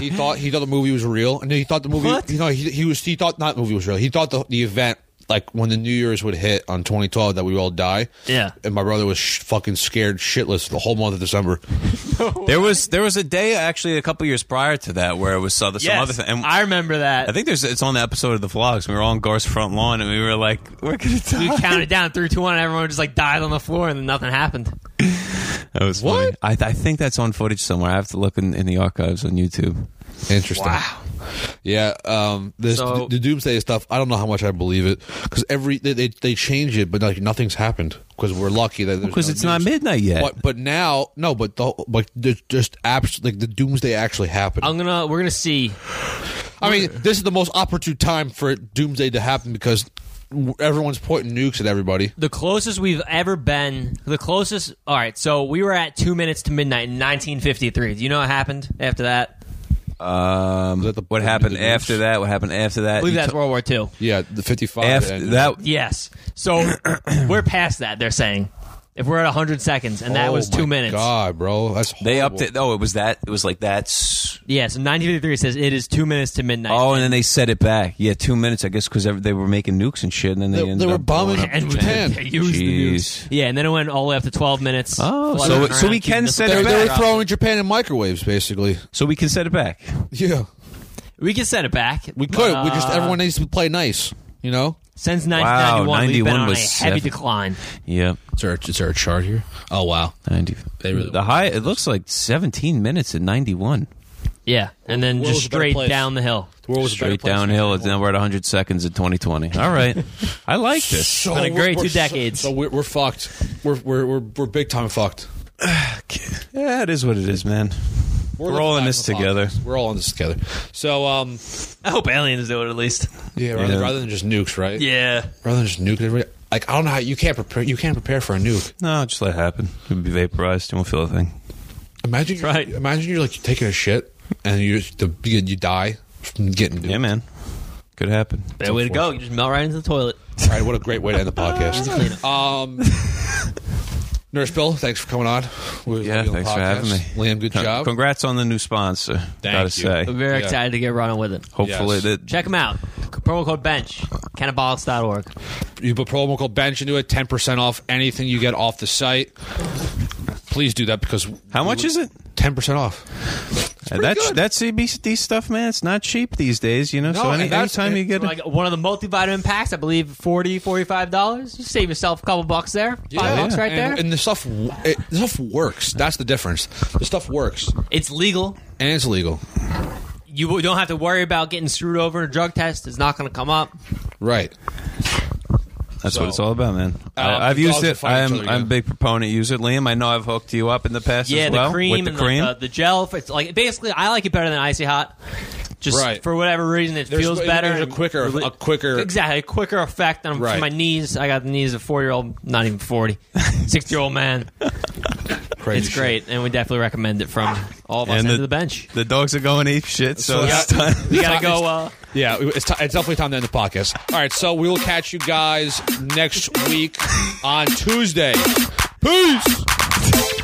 [SPEAKER 3] he thought he thought the movie was real, and he thought the movie. You know, he, he was he thought not the movie was real. He thought the the event. Like when the New Year's would hit on 2012, that we would all die.
[SPEAKER 4] Yeah.
[SPEAKER 3] and my brother was sh- fucking scared shitless the whole month of December.
[SPEAKER 5] There was there was a day actually a couple years prior to that where it was some, some
[SPEAKER 4] Yes,
[SPEAKER 5] other thing. And
[SPEAKER 4] I remember that.
[SPEAKER 5] I think there's it's on the episode of the vlogs. We were all on Gar's front lawn and we were like, we're gonna
[SPEAKER 4] we
[SPEAKER 5] <laughs> die.
[SPEAKER 4] counted down three, two, one, and everyone just like died on the floor, and then nothing happened.
[SPEAKER 5] That was funny. I, I think that's on footage somewhere. I have to look in, in the archives on YouTube.
[SPEAKER 3] Interesting. Wow. Yeah. Um. This
[SPEAKER 4] So-
[SPEAKER 3] the, the doomsday stuff. I don't know how much I believe it because every they, they they change it, but like nothing's happened because we're lucky that
[SPEAKER 5] Because it's not midnight yet.
[SPEAKER 3] But but now no, but the like there's just abs- like the doomsday actually happened.
[SPEAKER 4] I'm gonna. We're gonna see.
[SPEAKER 3] I mean, this is the most opportune time for doomsday to happen because w- everyone's pointing nukes at everybody.
[SPEAKER 4] The closest we've ever been. The closest. All right. So we were at two minutes to midnight in 1953. Do you know what happened after that?
[SPEAKER 5] Um,
[SPEAKER 3] that the-
[SPEAKER 5] what
[SPEAKER 3] the-
[SPEAKER 5] happened
[SPEAKER 3] the
[SPEAKER 5] after
[SPEAKER 3] news?
[SPEAKER 5] that? What happened after that?
[SPEAKER 4] I believe
[SPEAKER 5] You
[SPEAKER 4] that's
[SPEAKER 5] t-
[SPEAKER 4] World War II.
[SPEAKER 3] Yeah, the fifty-five.
[SPEAKER 5] after
[SPEAKER 3] and- oh
[SPEAKER 5] that.
[SPEAKER 4] Yes.
[SPEAKER 3] <clears throat>
[SPEAKER 4] So we're past that. They're saying if we're at 100 seconds, and that
[SPEAKER 3] Oh
[SPEAKER 4] was two
[SPEAKER 3] my
[SPEAKER 4] minutes.
[SPEAKER 3] God, bro, that's
[SPEAKER 5] They
[SPEAKER 3] horrible.
[SPEAKER 5] upped it. Oh, it was that. It was like that's.
[SPEAKER 4] Yeah. So 1953 says it is two minutes to midnight.
[SPEAKER 5] Oh, and then they set it back. Yeah, two minutes, I guess, because they were making nukes and shit, and then they,
[SPEAKER 3] They-
[SPEAKER 5] ended
[SPEAKER 3] they were
[SPEAKER 5] up blowing
[SPEAKER 3] bombing-
[SPEAKER 5] up.
[SPEAKER 4] and we
[SPEAKER 3] Japan.
[SPEAKER 4] <laughs> they
[SPEAKER 5] <laughs>
[SPEAKER 4] used the news.
[SPEAKER 5] Jeez.
[SPEAKER 4] Yeah, and then it went all the way up to 12 minutes.
[SPEAKER 5] Oh,
[SPEAKER 4] Flooded
[SPEAKER 5] so-
[SPEAKER 4] around,
[SPEAKER 5] so we
[SPEAKER 4] keeping
[SPEAKER 5] can
[SPEAKER 4] us-
[SPEAKER 5] set it
[SPEAKER 3] They, they were
[SPEAKER 5] back.
[SPEAKER 3] throwing Japan in microwaves, basically. <laughs>
[SPEAKER 5] So we can set it back.
[SPEAKER 3] Yeah.
[SPEAKER 4] We can set it back. Uh,
[SPEAKER 3] We could. we just everyone needs to play nice. You know.
[SPEAKER 4] Since 1991, we've been
[SPEAKER 5] 91
[SPEAKER 4] on a heavy
[SPEAKER 5] was seven.
[SPEAKER 4] decline.
[SPEAKER 5] Yeah,
[SPEAKER 3] Is there, a, is there a chart here? Oh wow.
[SPEAKER 5] ninety.
[SPEAKER 3] They really-
[SPEAKER 5] the high. It looks like seventeen minutes at ninety-one.
[SPEAKER 4] Yeah, and then
[SPEAKER 3] World
[SPEAKER 4] just
[SPEAKER 3] was a better
[SPEAKER 4] straight
[SPEAKER 3] place.
[SPEAKER 4] down the hill.
[SPEAKER 3] The world was a better
[SPEAKER 5] Straight
[SPEAKER 3] place than
[SPEAKER 5] downhill.
[SPEAKER 3] it
[SPEAKER 5] It's now we're at hundred seconds at twenty twenty.
[SPEAKER 3] <laughs>
[SPEAKER 5] All right, I like
[SPEAKER 3] was.
[SPEAKER 5] this.
[SPEAKER 3] So
[SPEAKER 4] Been a
[SPEAKER 3] we're-
[SPEAKER 4] great
[SPEAKER 3] Oh, we're
[SPEAKER 4] two decades.
[SPEAKER 3] So, so we're, we're fucked. We're, we're we're we're big time fucked.
[SPEAKER 5] Yeah, it is what it is, man. We're, all in
[SPEAKER 3] looking
[SPEAKER 5] this
[SPEAKER 3] back on the
[SPEAKER 5] together.
[SPEAKER 3] podcast. We're all in this together. So um
[SPEAKER 4] I hope aliens do it at least.
[SPEAKER 3] <laughs> yeah, rather,
[SPEAKER 5] Yeah.
[SPEAKER 3] rather than just nukes, right?
[SPEAKER 4] Yeah.
[SPEAKER 3] Rather than just nuke everybody. Like I don't know how you can't prepare. You can't prepare for a nuke.
[SPEAKER 5] No, just let it happen. You'll be vaporized. You won't feel a thing.
[SPEAKER 3] Imagine. You're,
[SPEAKER 4] right.
[SPEAKER 3] Imagine you're like taking a shit and you just the, you you die from getting nuked.
[SPEAKER 5] Yeah, man. Could happen.
[SPEAKER 4] Better way to go. You just melt right into the toilet.
[SPEAKER 5] <laughs>
[SPEAKER 3] All right, what a great way to end the podcast. Um, Nurse Bill, thanks for coming on. We-
[SPEAKER 5] Yeah,
[SPEAKER 3] we on the
[SPEAKER 5] thanks for having
[SPEAKER 3] podcast.
[SPEAKER 5] me.
[SPEAKER 3] Liam, good
[SPEAKER 5] Con-
[SPEAKER 3] job.
[SPEAKER 5] Congrats on the new sponsor. gotta
[SPEAKER 3] you.
[SPEAKER 4] I'm
[SPEAKER 5] say.
[SPEAKER 3] <laughs>
[SPEAKER 4] very
[SPEAKER 3] Yeah.
[SPEAKER 4] excited to get running with it.
[SPEAKER 5] Hopefully
[SPEAKER 3] Yes.
[SPEAKER 5] that
[SPEAKER 4] Check them out. Promo code bench, cannabolics.org.
[SPEAKER 3] You put promo code bench into it, ten percent off anything you get off the site. Please do that because
[SPEAKER 5] How much is it?
[SPEAKER 3] Ten percent off.
[SPEAKER 5] And that's
[SPEAKER 3] good.
[SPEAKER 5] that's CBD stuff, man. It's not cheap these days, you know.
[SPEAKER 3] No,
[SPEAKER 5] so
[SPEAKER 3] and
[SPEAKER 5] any,
[SPEAKER 3] that's-
[SPEAKER 5] anytime you get it,
[SPEAKER 4] Like one of the multivitamin packs, I believe $40, $45. You save yourself a couple bucks there. Five bucks right
[SPEAKER 3] and,
[SPEAKER 4] there.
[SPEAKER 3] And the stuff, w- it, the stuff works. That's the difference. The stuff works,
[SPEAKER 4] it's legal.
[SPEAKER 3] and it's legal.
[SPEAKER 4] You don't have to worry about getting screwed over in a drug test. It's not going to come up.
[SPEAKER 3] Right.
[SPEAKER 5] that's
[SPEAKER 3] so-
[SPEAKER 5] what it's all about, man.
[SPEAKER 3] Um,
[SPEAKER 5] I, I've
[SPEAKER 3] the
[SPEAKER 5] used
[SPEAKER 3] dogs will
[SPEAKER 5] it.
[SPEAKER 3] find each
[SPEAKER 5] I'm
[SPEAKER 3] other
[SPEAKER 5] I'm a
[SPEAKER 3] again.
[SPEAKER 5] big proponent. Use it, Liam. I know I've hooked you up in the past
[SPEAKER 4] Yeah,
[SPEAKER 5] as well
[SPEAKER 4] the cream
[SPEAKER 5] with the
[SPEAKER 4] and
[SPEAKER 5] cream.
[SPEAKER 4] The, the, the gel. It's like basically, I like it better than icy hot. Just
[SPEAKER 3] Right.
[SPEAKER 4] for whatever reason, it
[SPEAKER 3] There's-
[SPEAKER 4] feels
[SPEAKER 3] there's
[SPEAKER 4] better.
[SPEAKER 3] a
[SPEAKER 4] and
[SPEAKER 3] quicker-
[SPEAKER 4] rela-
[SPEAKER 3] a quicker-
[SPEAKER 4] exactly a quicker effect on
[SPEAKER 3] Right.
[SPEAKER 4] my knees. I got the knees of four year old, not even forty, <laughs> six year old man.
[SPEAKER 3] Crazy.
[SPEAKER 4] It's
[SPEAKER 3] shit.
[SPEAKER 4] great, and we definitely recommend it from all of us
[SPEAKER 5] And
[SPEAKER 4] end
[SPEAKER 5] the-
[SPEAKER 4] of the bench.
[SPEAKER 5] The dogs are going ape shit, so
[SPEAKER 3] yeah.
[SPEAKER 5] it's time.
[SPEAKER 3] <laughs>
[SPEAKER 4] We gotta go. Uh,
[SPEAKER 3] Yeah, it's, ti it's definitely time to end the podcast. All right, so we will catch you guys next week on Tuesday. Peace.